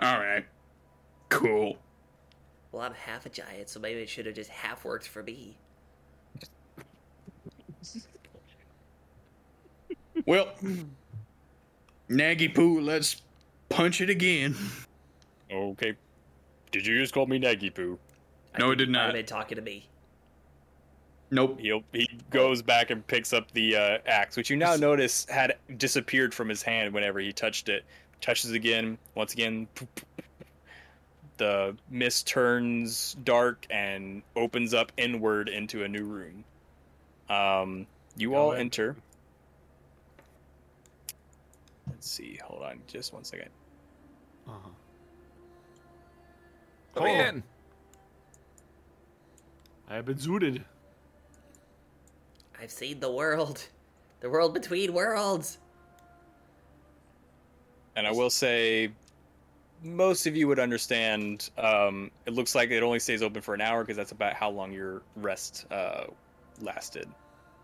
All right. Cool.
Well, I'm half a giant, so maybe it should have just half worked for me.
Well, Naggy Poo, let's punch it again.
Okay. Did you just call me Naggy Poo?
I
No,
think
it did
you might have
not.
been talking to me.
Nope.
He he goes back and picks up the uh, axe, which you now notice had disappeared from his hand whenever he touched it. Touches again, once again. The mist turns dark and opens up inward into a new room. Um, you all
ahead.
enter. Let's see. Hold on, just one second.
Uh-huh.
Come in.
I have been zooted.
I've seen the world. The world between worlds.
and I will say most of you would understand. Um, it looks like it only stays open for an hour because that's about how long your rest uh, lasted.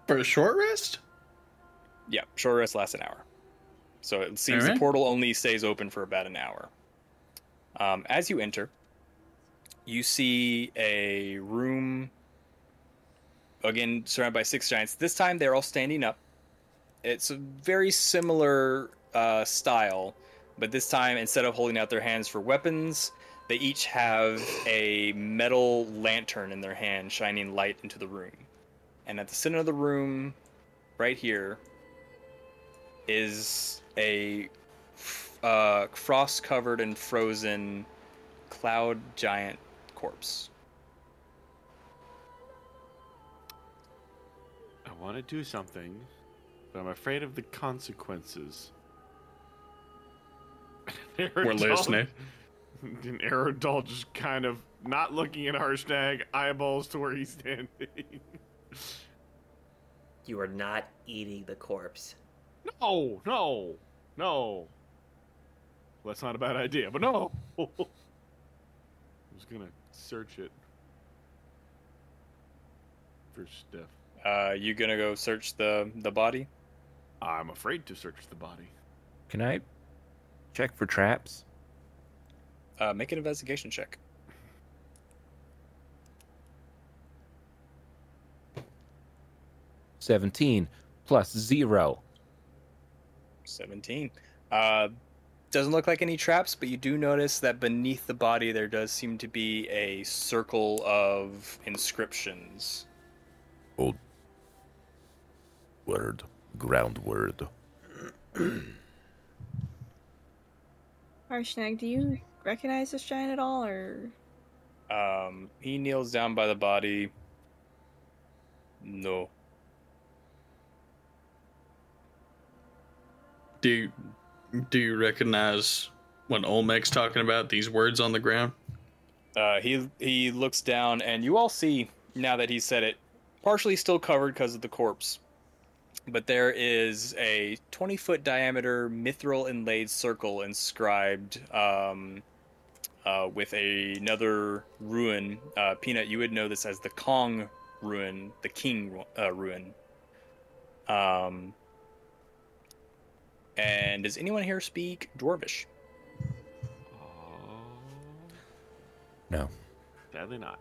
For a short rest?
Yeah, short rest lasts an hour. So it seems the
Alright.
portal only stays open for about an hour. Um, as you enter, you see a room again surrounded by six giants. This time they're all standing up. It's a very similar uh, style, but this time instead of holding out their hands for weapons, they each have a metal lantern in their hand, shining light into the room. And at the center of the room, right here, is a f- uh, frost covered and frozen cloud giant corpse.
I want to do something, but I'm afraid of the consequences. (laughs) We're (laughs)
listening.
And Aerodol just kind of not looking at Harshnag, eyeballs to where he's standing. (laughs)
You are not eating the corpse.
(laughs) no, no, no. Well, that's not a bad idea, but no. (laughs) I was gonna search it for stuff.
Uh, you gonna go search the the body?
I'm afraid to search the body.
Can I check for traps?
Uh, make an investigation check.
Seventeen plus zero.
Seventeen. Uh, doesn't look like any traps, but you do notice that beneath the body there does seem to be a circle of inscriptions.
Old word, ground word.
Harshnag, do you recognize this giant at all, or
Um, he kneels down by the body. No.
Do you, do you recognize what Olmec's talking about? These words on the ground.
Uh, he he looks down, and you all see now that he said it, partially still covered because of the corpse, but there is a twenty foot diameter mithril inlaid circle inscribed um, uh, with a, another ruin. Uh, Peanut, you would know this as the Kong ruin, the King ru- uh, ruin. Um, and does anyone here speak Dwarvish?
No.
Sadly not.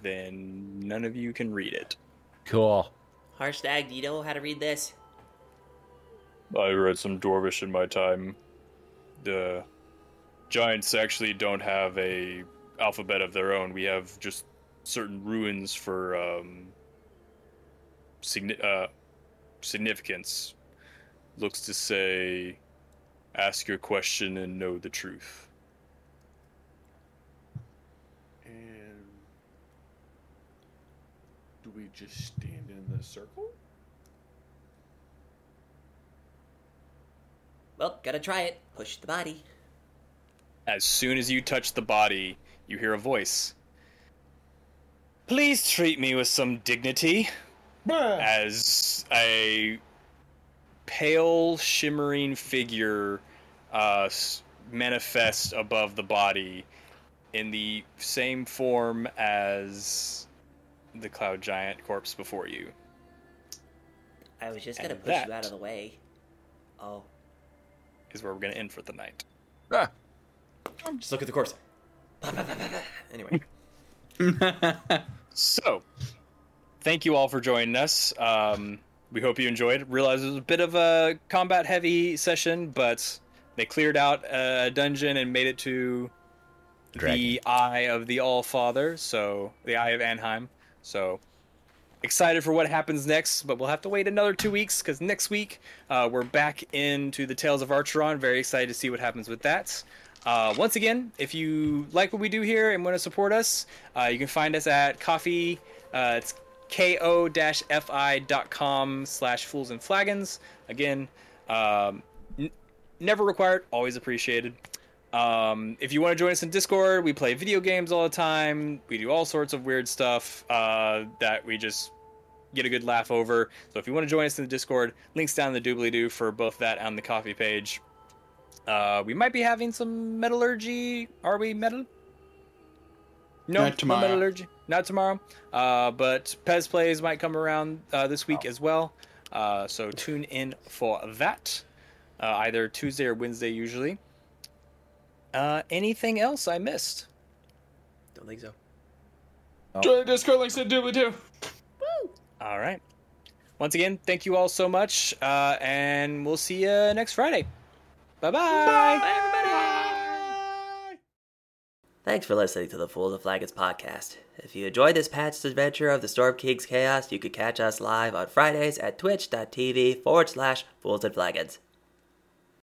Then none of you can read it.
Cool.
Harshtag, do you know how to read this?
I read some Dwarvish in my time. The giants actually don't have a alphabet of their own. We have just certain ruins for um, signi- uh, significance. Looks to say, ask your question and know the truth.
And do we just stand in the circle?
Well, gotta try it. Push the body.
As soon as you touch the body, you hear a voice. Please treat me with some dignity. As a pale, shimmering figure uh, s- manifests above the body in the same form as the cloud giant corpse before you.
I was just gonna
And
push
that-
you out of the way. Oh,
Is where we're going to end for the night.
Ah,
Just look at the corpse. Anyway,
So, thank you all for joining us. Um, we hope you enjoyed. Realize it was a bit of a combat heavy session, but they cleared out a dungeon and made it to
Dragon.
the Eye of the All Father, so the Eye of Anaheim. So, excited for what happens next, but we'll have to wait another two weeks because next week uh, we're back into the Tales of Archeron. Very excited to see what happens with that. Uh, once again, if you like what we do here and want to support us, uh, you can find us at coffee. Uh, it's ko-fi.com slash fools and flagons. Again, um, n- never required, always appreciated. Um, if you want to join us in Discord, we play video games all the time. We do all sorts of weird stuff uh, that we just get a good laugh over. So if you want to join us in the Discord, links down in the doobly doo for both that and the coffee page. Uh, we might be having some metallurgy. Are we metal? No,
Not tomorrow.
No metallurgy. Not tomorrow. Uh, but Pez plays might come around uh, this week as well. Uh, so tune in for that. Uh, either Tuesday or Wednesday usually. Uh, anything else I missed?
don't think so.
Join Discord links in doobly doo.
All right. Once again, thank you all so much, uh, and we'll see you next Friday. Bye-bye. Bye, everybody.
Thanks for listening to the Fools of Flagons podcast. If you enjoyed this patched adventure of the Storm King's Chaos, you can catch us live on Fridays at twitch.tv forward slash fools and flagons.